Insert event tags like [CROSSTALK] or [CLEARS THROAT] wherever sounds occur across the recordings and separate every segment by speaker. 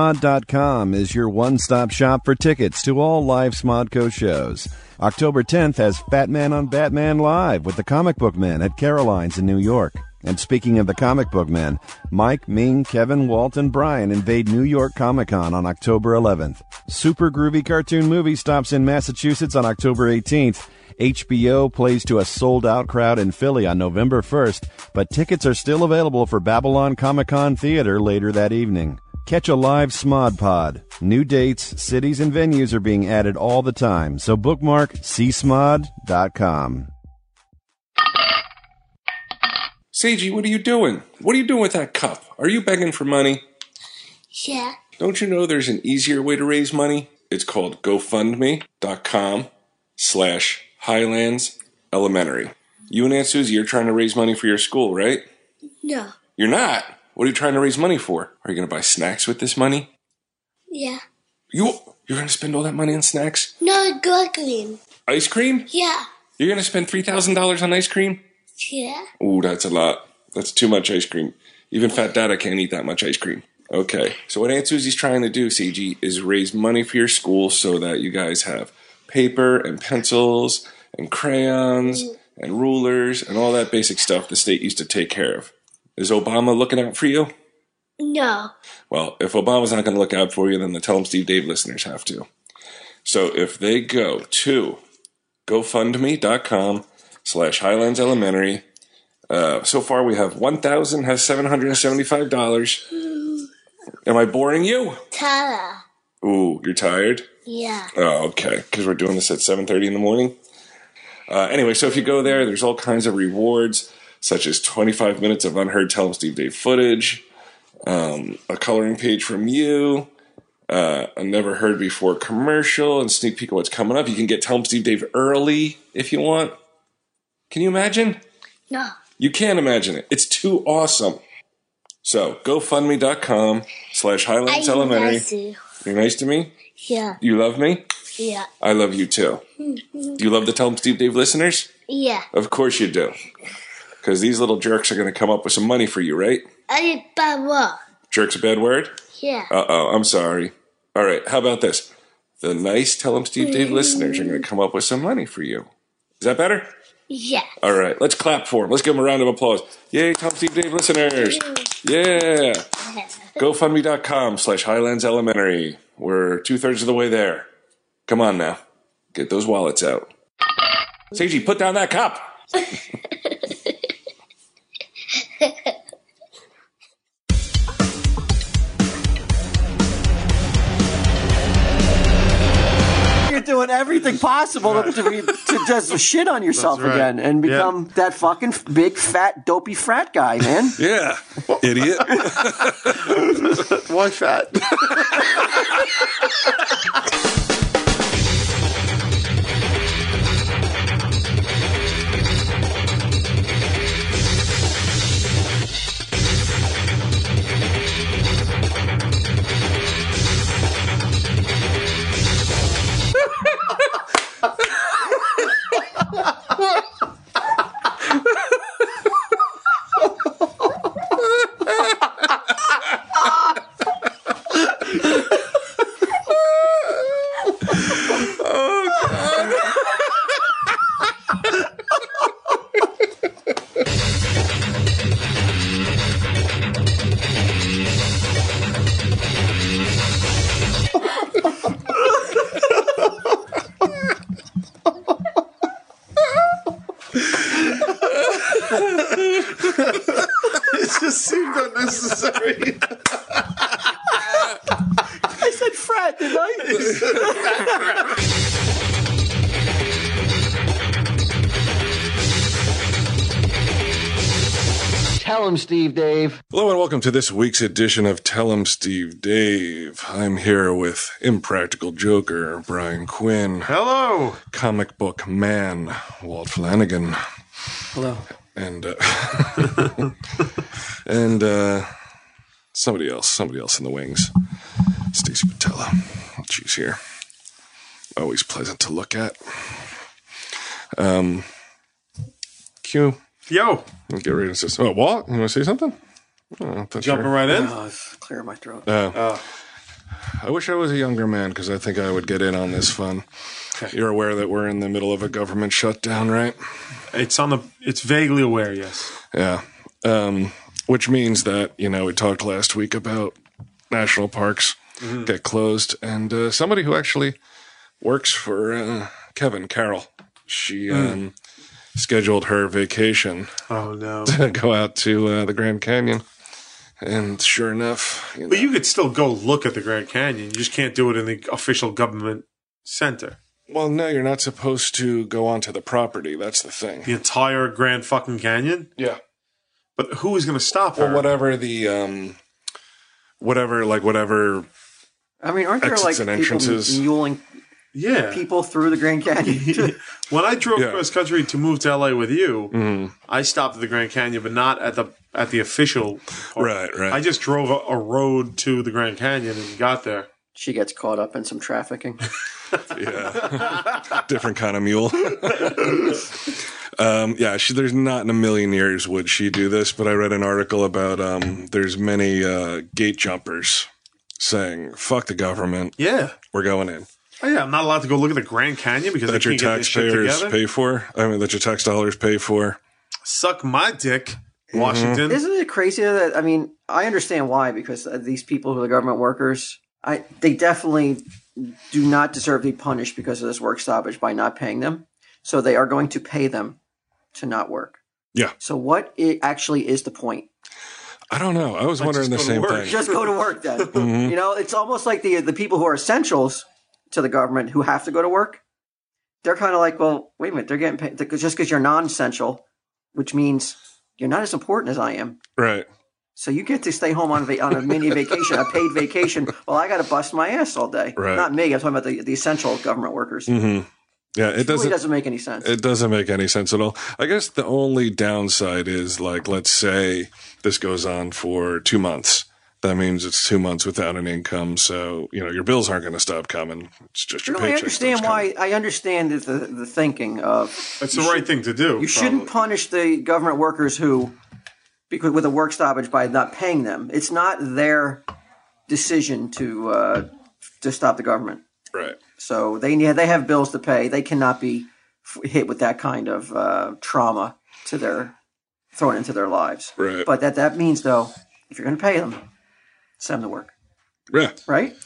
Speaker 1: CSMOD.com is your one stop shop for tickets to all live Smodco shows. October 10th has Fat Man on Batman Live with the Comic Book Men at Caroline's in New York. And speaking of the Comic Book Men, Mike, Ming, Kevin, Walt, and Brian invade New York Comic Con on October 11th. Super Groovy Cartoon Movie stops in Massachusetts on October 18th. HBO plays to a sold out crowd in Philly on November 1st, but tickets are still available for Babylon Comic Con Theater later that evening. Catch a live Smod Pod. New dates, cities, and venues are being added all the time, so bookmark csmod.com.
Speaker 2: Seiji, what are you doing? What are you doing with that cup? Are you begging for money?
Speaker 3: Yeah.
Speaker 2: Don't you know there's an easier way to raise money? It's called GoFundMe.com slash Highlands Elementary. You and Aunt Susie are trying to raise money for your school, right?
Speaker 3: No.
Speaker 2: You're not. What are you trying to raise money for? Are you going to buy snacks with this money?
Speaker 3: Yeah.
Speaker 2: You you're going to spend all that money on snacks?
Speaker 3: No, good cream.
Speaker 2: Ice cream?
Speaker 3: Yeah.
Speaker 2: You're going to spend three thousand dollars on ice cream?
Speaker 3: Yeah.
Speaker 2: Ooh, that's a lot. That's too much ice cream. Even Fat Dada can't eat that much ice cream. Okay. So what Aunt Susie's trying to do, CG, is raise money for your school so that you guys have paper and pencils and crayons and rulers and all that basic stuff the state used to take care of. Is Obama looking out for you?
Speaker 3: No.
Speaker 2: Well, if Obama's not going to look out for you, then the Tell 'em Steve Dave listeners have to. So if they go to GoFundMe.com slash Highlands Elementary, uh, so far we have 1,000 has $775. Am I boring you?
Speaker 3: Tara.
Speaker 2: Ooh, you're tired?
Speaker 3: Yeah.
Speaker 2: Oh, okay. Because we're doing this at seven thirty in the morning. Uh, anyway, so if you go there, there's all kinds of rewards, such as twenty five minutes of unheard Tell 'em Steve Dave footage, um, a coloring page from you, uh, a never heard before commercial, and sneak peek of what's coming up. You can get Tell 'em Steve Dave early if you want. Can you imagine?
Speaker 3: No.
Speaker 2: You can't imagine it. It's too awesome. So GoFundMe.com slash Highlands
Speaker 3: I
Speaker 2: Elementary.
Speaker 3: like you.
Speaker 2: You're nice to me.
Speaker 3: Yeah.
Speaker 2: You love me.
Speaker 3: Yeah.
Speaker 2: I love you too. Do you love the Tell 'em Steve Dave listeners?
Speaker 3: Yeah.
Speaker 2: Of course you do. Because these little jerks are going to come up with some money for you, right?
Speaker 3: I did bad work.
Speaker 2: Jerk's a bad word?
Speaker 3: Yeah.
Speaker 2: Uh oh, I'm sorry. All right, how about this? The nice Tell 'em Steve Dave listeners are going to come up with some money for you. Is that better?
Speaker 3: Yeah.
Speaker 2: All right, let's clap for them. Let's give them a round of applause. Yay, Tell 'em Steve Dave listeners. Yeah. GoFundMe.com slash Highlands Elementary. We're two thirds of the way there. Come on now. Get those wallets out. Seiji, put down that cup.
Speaker 4: You're doing everything possible to, be, to just shit on yourself
Speaker 5: That's right.
Speaker 4: again and
Speaker 5: Yeah.
Speaker 4: become that fucking f- big fat dopey frat guy, man.
Speaker 2: Yeah, idiot. [LAUGHS]
Speaker 5: Why fat? it just seemed unnecessary.
Speaker 4: I said frat, didn't I? Tell him, Steve Dave.
Speaker 2: Hello and welcome to this week's edition of Tell 'em Steve Dave. I'm here with Impractical Joker, Brian Quinn,
Speaker 5: Hello.
Speaker 2: comic book man, Walt Flanagan,
Speaker 4: Hello.
Speaker 2: and uh, [LAUGHS] and uh, somebody else, somebody else in the wings, Stacy Patella. She's here. Always pleasant to look at. Um, Q,
Speaker 5: Yo.
Speaker 2: get ready to say. Oh, Walt, you want to say something? Oh, that's
Speaker 5: Jumping
Speaker 2: right.
Speaker 5: right in.
Speaker 4: Oh, it's clear my throat.
Speaker 2: I wish I was a younger man because I think I would get in on this fun. You're aware that we're in the middle of a government shutdown, right?
Speaker 5: It's on the. It's vaguely aware. Yes.
Speaker 2: Yeah. Um, which means that, you know, we talked last week about national parks
Speaker 5: Mm-hmm.
Speaker 2: get closed. And uh, somebody who actually works for uh, Kevin Carroll, she
Speaker 5: Mm.
Speaker 2: um, scheduled her vacation [LAUGHS]
Speaker 5: Oh no.
Speaker 2: to go out to uh, the Grand Canyon. And sure enough, you know,
Speaker 5: But you could still go look at the Grand Canyon. You just can't do it in the official government center.
Speaker 2: well, no, you're not supposed to go onto the property. That's the thing.
Speaker 5: The entire Grand fucking Canyon.
Speaker 2: Yeah.
Speaker 5: But who is going to stop her?
Speaker 2: Well, whatever the, um, whatever, like, whatever.
Speaker 4: I mean, aren't there
Speaker 2: Exits
Speaker 4: like
Speaker 2: and
Speaker 4: people
Speaker 2: entrances.
Speaker 4: muling
Speaker 5: yeah.
Speaker 4: people through the Grand Canyon?
Speaker 5: When I drove
Speaker 2: Yeah. Mm-hmm.
Speaker 5: across country to move to LA with you, I stopped at the Grand Canyon, but not at the at the official. part.
Speaker 2: Right, right.
Speaker 5: I just drove a, a road to the Grand Canyon and got there.
Speaker 4: she gets caught up in some trafficking.
Speaker 2: Yeah. Different kind of mule. [LAUGHS] um, yeah, she, there's not in a million years would she do this, but I read an article about um, there's many uh, gate jumpers saying, fuck the government,
Speaker 5: Yeah.
Speaker 2: we're going in.
Speaker 5: Oh, yeah, I'm not allowed to go look at the Grand Canyon because
Speaker 2: That
Speaker 5: I
Speaker 2: your
Speaker 5: can't get this shit
Speaker 2: taxpayers
Speaker 5: together.
Speaker 2: pay for. I mean, that your tax dollars pay for.
Speaker 5: Suck my dick,
Speaker 2: Mm-hmm.
Speaker 5: Washington.
Speaker 4: Isn't it crazy that I mean, I understand why because uh, these people who are government workers, I they definitely do not deserve to be punished because of this work stoppage by not paying them. So they are going to pay them to not work.
Speaker 2: Yeah.
Speaker 4: So what i actually is the point?
Speaker 2: I don't know. I was wondering the
Speaker 5: just go
Speaker 2: same
Speaker 5: to
Speaker 2: thing.
Speaker 5: work.
Speaker 4: Just go to work then. You know, it's almost like the the people who are essentials to the government who have to go to work. They're kind of like, well, wait a minute, they're getting paid they're- just because you're non-essential, which means you're not as important as I am.
Speaker 2: right.
Speaker 4: So you get to stay home on, va- on a mini vacation, a paid vacation. Well, I got to bust my ass all day.
Speaker 2: Right.
Speaker 4: Not me. I'm talking about the, the essential government workers. It
Speaker 2: Mm-hmm. Yeah, it
Speaker 4: really
Speaker 2: doesn't.
Speaker 4: doesn't make any sense.
Speaker 2: It doesn't make any sense at all. I guess the only downside is like, let's say this goes on for two months. That means it's two months without an income. So, you know, your bills aren't going to stop coming. It's just your
Speaker 4: really, I
Speaker 2: paycheck.
Speaker 4: understand
Speaker 2: stops coming.
Speaker 4: why. I understand the, the, the thinking of
Speaker 5: That's the right thing to do.
Speaker 4: you shouldn't punish the government workers who, because with a work stoppage, by not paying them. It's not their decision to uh, to stop the government.
Speaker 2: Right.
Speaker 4: So they yeah, they have bills to pay. They cannot be f- hit with that kind of uh, trauma to their thrown into their lives.
Speaker 2: Right.
Speaker 4: But that that means though, if you're going to pay them, send them to work,
Speaker 2: Yeah.
Speaker 4: right?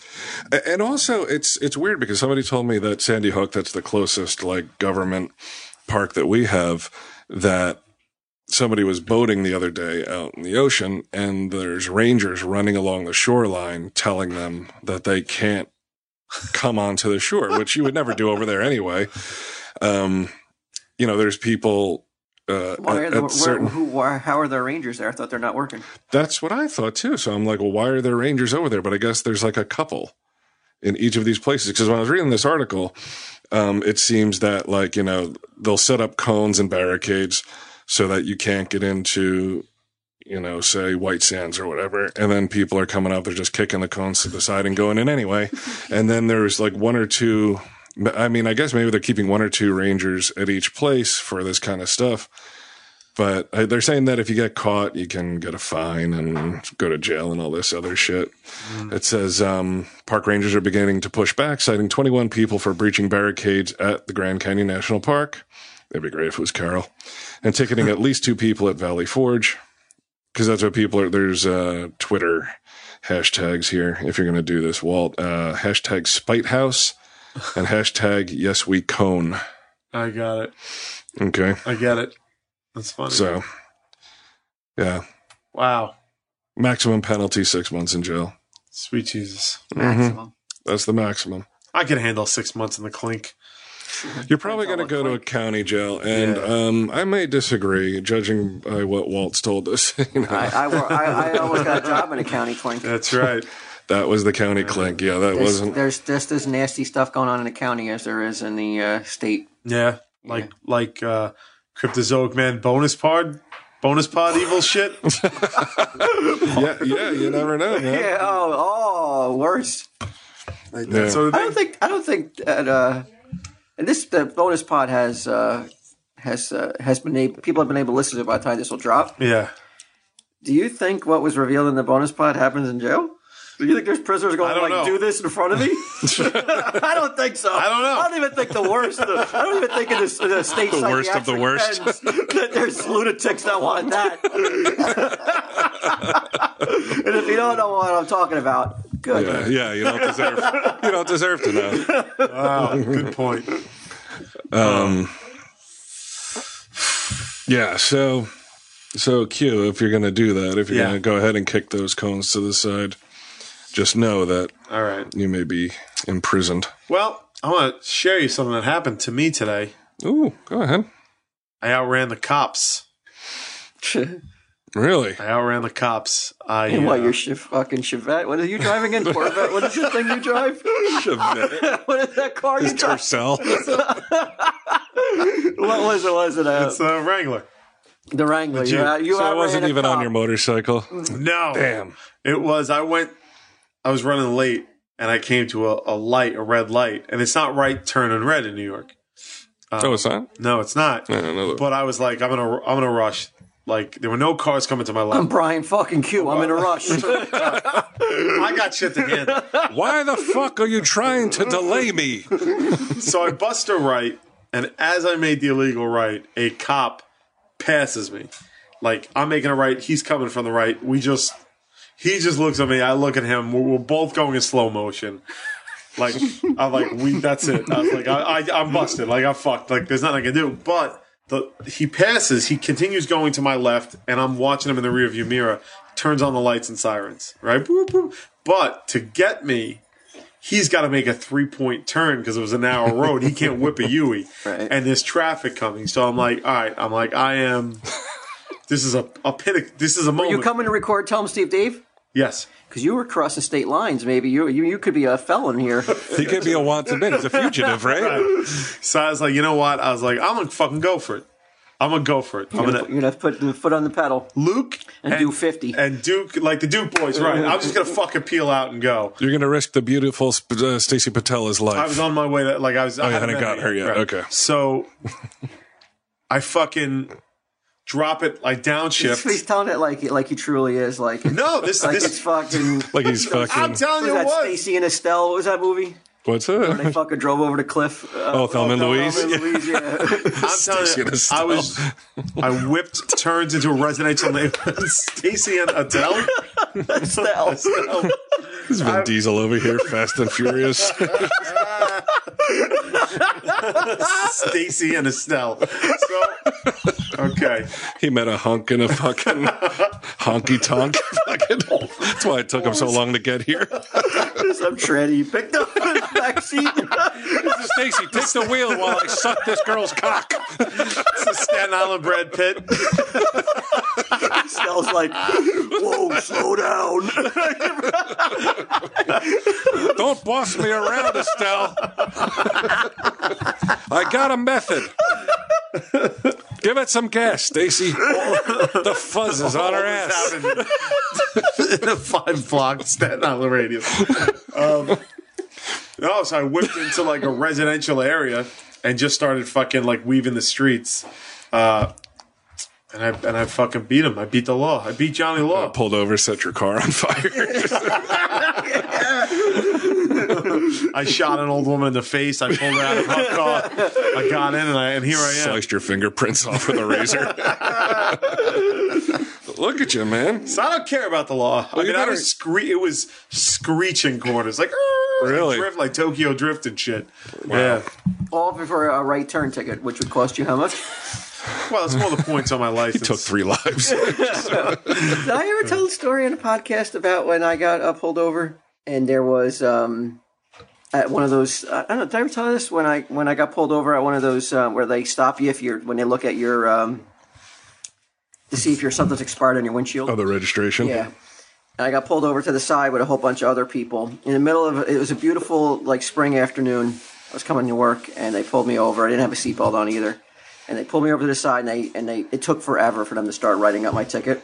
Speaker 2: A- And also, it's it's weird because somebody told me that Sandy Hook, that's the closest like government park that we have, that somebody was boating the other day out in the ocean, and there's rangers running along the shoreline telling them that they can't come onto the shore, which you would never do over there anyway. Um, you know, there's people. Uh,
Speaker 4: Why are
Speaker 2: at-
Speaker 4: the,
Speaker 2: at
Speaker 4: where,
Speaker 2: certain-
Speaker 4: who, why, how are the rangers there? I thought they're not working.
Speaker 2: that's what I thought too. So I'm like, well, why are there rangers over there? But I guess there's like a couple in each of these places. Because when I was reading this article, um, it seems that like you know they'll set up cones and barricades so that you can't get into you know say White Sands or whatever, and then people are coming up. They're just kicking the cones to the side and going in anyway. and then there's like one or two. I mean, I guess maybe they're keeping one or two rangers at each place for this kind of stuff. But uh, they're saying that if you get caught, you can get a fine and go to jail and all this other shit. It says um, park rangers are beginning to push back, citing 21 people for breaching barricades at the Grand Canyon National Park. That'd be great if it was Carol. And ticketing at least two people at Valley Forge. Because that's what people are. There's uh, Twitter hashtags here if you're going to do this, Walt. Uh, hashtag Spite House and hashtag Yes We Cone.
Speaker 5: I got it.
Speaker 2: Okay.
Speaker 5: I get it. That's funny.
Speaker 2: So, yeah.
Speaker 5: wow.
Speaker 2: Maximum penalty six months in jail.
Speaker 5: Sweet Jesus.
Speaker 2: Mm-hmm. [LAUGHS]
Speaker 4: Maximum.
Speaker 2: That's the maximum.
Speaker 5: I could handle six months in the clink.
Speaker 2: You're probably going to
Speaker 4: That's all
Speaker 2: go to a
Speaker 4: it
Speaker 2: county jail, and
Speaker 5: Yeah.
Speaker 2: um, I may disagree, judging by what Walt's told us. [LAUGHS] You know,
Speaker 4: I, I, wor- I, I almost got a job in a county
Speaker 2: [LAUGHS]
Speaker 4: clink.
Speaker 5: That's right.
Speaker 2: that was the county clink. Yeah, that
Speaker 4: There's,
Speaker 2: wasn't.
Speaker 4: there's just as nasty stuff going on in the county as there is in the uh, state.
Speaker 5: yeah. Like like uh Cryptozoic Man bonus pod bonus pod
Speaker 2: [LAUGHS]
Speaker 5: evil shit. [LAUGHS]
Speaker 2: Yeah, yeah, you never know, man.
Speaker 4: Yeah. Oh, oh, worse.
Speaker 2: Yeah.
Speaker 5: So
Speaker 4: I
Speaker 5: they,
Speaker 4: don't think I don't think that uh, and this the bonus pod has uh, has uh, has been able, people have been able to listen to it by the time this will drop.
Speaker 5: yeah.
Speaker 4: Do you think what was revealed in the bonus plot happens in jail? Do you think there's prisoners
Speaker 5: I
Speaker 4: going to
Speaker 5: don't
Speaker 4: like
Speaker 5: know.
Speaker 4: do this in front of
Speaker 5: [LAUGHS]
Speaker 4: me? [LAUGHS] I don't think so.
Speaker 5: I don't know.
Speaker 4: I don't even think the worst. Of, I don't even think in the, the state
Speaker 2: The worst of the
Speaker 4: psychiatric
Speaker 2: worst.
Speaker 4: pens that there's lunatics that want
Speaker 5: [LAUGHS]
Speaker 4: that. [LAUGHS] and if you don't know what I'm talking about, good.
Speaker 2: Yeah, yeah, you don't deserve. you don't deserve to
Speaker 5: [LAUGHS]
Speaker 2: know.
Speaker 4: Oh.
Speaker 5: Wow, good point.
Speaker 2: Yeah, so so Q, if you're gonna do that, if you're
Speaker 5: Yeah.
Speaker 2: gonna go ahead and kick those cones to the side, just know that
Speaker 5: All right.
Speaker 2: you may be imprisoned.
Speaker 5: Well, I want to share you something that happened to me today.
Speaker 2: Ooh, go ahead.
Speaker 5: I outran the cops.
Speaker 4: [LAUGHS]
Speaker 2: Really?
Speaker 5: I outran the cops. I
Speaker 4: And What
Speaker 5: uh,
Speaker 4: your sh- fucking Chevette? What are you driving in Corvette? What is the thing you drive? [LAUGHS] what is that car you drive?
Speaker 2: Tercel.
Speaker 4: What was it? Was it uh,
Speaker 5: it's a Wrangler.
Speaker 4: the Wrangler? You, out- you
Speaker 2: so I
Speaker 4: outran
Speaker 2: wasn't
Speaker 4: a
Speaker 2: even on
Speaker 4: cop.
Speaker 2: your motorcycle.
Speaker 5: No,
Speaker 2: Damn.
Speaker 5: It was. I went. I was running late, and I came to a, a light, a red light, and it's not right turning red in New York.
Speaker 2: Oh, it's not.
Speaker 5: No, it's not.
Speaker 2: I don't know.
Speaker 5: But I was like, I'm gonna, I'm gonna rush. Like there were no cars coming to my
Speaker 2: [LAUGHS]
Speaker 4: I'm
Speaker 5: left.
Speaker 4: Brian fucking Q. I'm in a rush.
Speaker 2: Oh
Speaker 5: I got shit to handle.
Speaker 2: Why the fuck are you trying to delay me?
Speaker 5: so I bust a right, and as I made the illegal right, a cop passes me. Like I'm making a right, he's coming from the right. We just, he just looks at me. I look at him. We're, we're both going in slow motion. Like I'm like we. That's it. I was like I, I I'm busted. Like I'm fucked. Like there's nothing I can do. But the he passes. He continues going to my left, and I'm watching him in the rearview mirror. Turns on the lights and sirens. Right. Boop, boop. But to get me, he's got to make a three point turn because it was a narrow road. He can't whip a Yui.
Speaker 4: Right.
Speaker 5: And there's traffic coming. So I'm like, all right. I'm like, I am. This is a, a pit. This is a moment.
Speaker 4: you coming to record? Tell him, Steve, Dave,
Speaker 5: yes.
Speaker 4: because you were crossing state lines. Maybe you you, you could be a felon here.
Speaker 2: [LAUGHS] He could be a wanted man. He's a fugitive, right?
Speaker 5: So I was like, you know what? I was like, I'm gonna fucking go for it. I'm gonna go for it. I'm
Speaker 4: You're
Speaker 5: gonna
Speaker 4: gonna put the foot on the pedal
Speaker 5: Luke
Speaker 4: and, do fifty.
Speaker 5: and Duke, like the Duke boys, right? I'm just gonna fucking peel out and go.
Speaker 2: You're gonna risk the beautiful Sp- uh, Stacy Patella's life. Oh,
Speaker 5: I was on my way to like I was. I
Speaker 2: you
Speaker 5: hadn't
Speaker 2: hadn't
Speaker 5: met
Speaker 2: got her yet. Okay.
Speaker 5: So I fucking drop it. I
Speaker 4: [LAUGHS] He's
Speaker 5: downshift.
Speaker 4: telling it like like he truly is. Like
Speaker 2: [LAUGHS]
Speaker 5: No, this
Speaker 4: [LAUGHS] like it's
Speaker 5: this.
Speaker 4: fucking.
Speaker 2: like
Speaker 4: [LAUGHS]
Speaker 2: he's
Speaker 5: [LAUGHS] I'm
Speaker 2: fucking.
Speaker 5: telling
Speaker 4: was
Speaker 5: you
Speaker 4: that
Speaker 5: what.
Speaker 4: Stacy and Estelle? What was that movie?
Speaker 2: What's that?
Speaker 4: They fucking drove over the cliff. Uh,
Speaker 2: Oh, Thelma and
Speaker 4: Thelma
Speaker 2: Louise?
Speaker 4: and
Speaker 2: [LAUGHS]
Speaker 4: Louise, yeah.
Speaker 5: I'm telling
Speaker 2: Stacey
Speaker 5: you,
Speaker 2: and Estelle.
Speaker 5: I was, I whipped turns into a residential neighborhood. [LAUGHS] Stacy and
Speaker 2: [LAUGHS]
Speaker 5: Adele.
Speaker 4: Estelle.
Speaker 5: Estelle.
Speaker 2: It's Vin Diesel over here, Fast and
Speaker 5: [LAUGHS]
Speaker 2: Furious.
Speaker 5: [LAUGHS] Stacy and Estelle. So, okay.
Speaker 2: he met a hunk in a fucking honky
Speaker 5: [LAUGHS]
Speaker 2: tonk. Fucking. That's why it took him so long to get here.
Speaker 4: Some tranny you picked up in the [LAUGHS] backseat.
Speaker 2: Stacy, take the wheel while I suck this girl's cock.
Speaker 5: It's a Staten Island Brad Pitt.
Speaker 4: Estelle's like, whoa, slow down.
Speaker 2: Don't boss me around, Estelle. I got a method. Give it some gas, Stacy. The fuzz is on her ass.
Speaker 5: happened [LAUGHS] in a five block Staten Island radius. Um, no, so I whipped into like a residential area and just started fucking like weaving the streets. Uh, and I and I fucking beat him. I beat the law. I beat Johnny Law.
Speaker 2: Pulled over, set your car on fire.
Speaker 5: I shot an old woman in the face. I pulled her out of her car. I got in and I and here I am.
Speaker 2: Sliced your fingerprints off with a razor. Look at you, man.
Speaker 5: So I don't care about the law. I
Speaker 2: you
Speaker 5: mean, I
Speaker 2: better-
Speaker 5: was scree- it was screeching corners, like "Arr!"
Speaker 2: Really?
Speaker 5: drift, like Tokyo Drift and shit. Yeah.
Speaker 4: All for a right turn ticket, which would cost you how much?
Speaker 5: Well, it's one of the
Speaker 2: [LAUGHS]
Speaker 5: points on my license.
Speaker 2: Took three lives.
Speaker 4: Did I ever tell the story on a podcast about when I got uh, pulled over and there was um, at one of those? I don't know. Did I ever tell this when I when I got pulled over at one of those um, where they stop you if you're when they look at your um, to see if your something's expired on your windshield?
Speaker 2: Oh, the registration.
Speaker 4: Yeah. And I got pulled over to the side with a whole bunch of other people. In the middle of it was a beautiful like spring afternoon. I was coming to work and they pulled me over. I didn't have a seatbelt on either. And they pulled me over to the side and they and they it took forever for them to start writing up my ticket.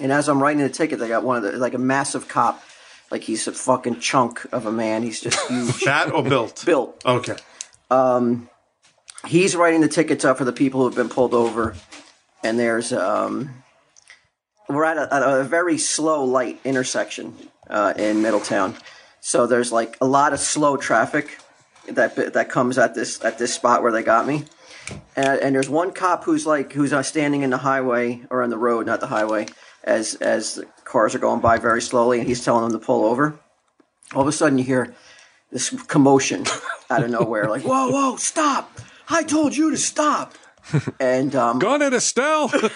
Speaker 4: And as I'm writing the ticket, they got one of the like a massive cop. Like he's a fucking chunk of a man. He's [LAUGHS] just huge
Speaker 5: That or built?
Speaker 4: built.
Speaker 5: Okay.
Speaker 4: he's writing the tickets up for the people who've been pulled over, and there's um, we're at a, at a very slow light intersection uh, in Middletown, so there's like a lot of slow traffic that that comes at this at this spot where they got me, and, and there's one cop who's like who's uh, standing in the highway or on the road, not the highway, as as the cars are going by very slowly, and he's telling them to pull over. All of a sudden, you hear this commotion [LAUGHS]
Speaker 2: [LAUGHS]
Speaker 4: out of nowhere, like whoa, whoa, stop! I told you to stop. And um,
Speaker 2: Gone at Estelle. Who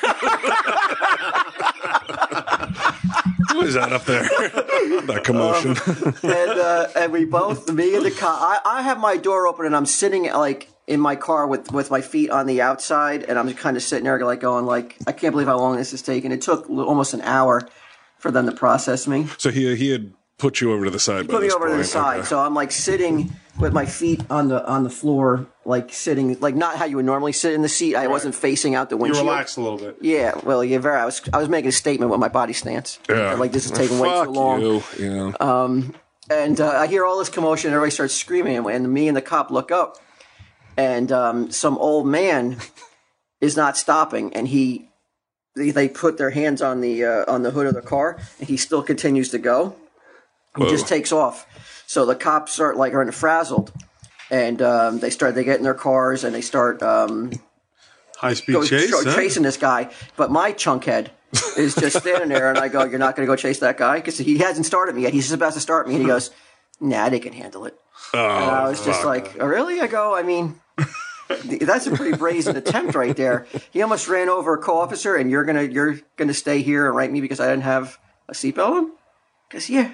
Speaker 2: is that up there? Um, that commotion.
Speaker 4: and uh, and we both, me and the cop, I, I have my door open and I'm sitting like in my car with with my feet on the outside, and I'm kind of sitting there like going like I can't believe how long this is taking. It took l- almost an hour for them to process me.
Speaker 2: so he he had put you over to the side. by
Speaker 4: Put me
Speaker 2: this
Speaker 4: over to the
Speaker 2: point.
Speaker 4: side,
Speaker 2: Okay.
Speaker 4: so I'm like sitting with my feet on the on the floor, like sitting like not how you would normally sit in the seat. I wasn't facing out the
Speaker 5: You
Speaker 4: windshield.
Speaker 5: relax a little bit.
Speaker 4: Yeah, well, yeah, very. I was I was making a statement with my body stance.
Speaker 2: Yeah.
Speaker 4: like this is taking way
Speaker 2: Fuck
Speaker 4: too long. Uh,
Speaker 2: you. Yeah.
Speaker 4: and uh, I hear all this commotion. and Everybody starts screaming, and- and me and the cop look up, and um, some old man is not stopping, and he they, they put their hands on the uh, on the hood of the car, and he still continues to go. He just takes off. So the cops start like are frazzled, and um, they start they get in their cars and they start um,
Speaker 5: High speed
Speaker 4: go
Speaker 5: chase.
Speaker 4: tra-
Speaker 5: huh?
Speaker 4: chasing this guy, but my chunkhead
Speaker 5: [LAUGHS]
Speaker 4: is just standing there, and I go, "You're not going to go chase that guy because he hasn't started me yet. He's just about to start me." And he goes, "Nah, they can handle it." and I was just like, oh, "Really?" I go, "I mean, that's a pretty brazen attempt right there. He almost ran over a co-officer, and you're gonna you're gonna stay here and write me because I didn't have a seatbelt on." Because yeah,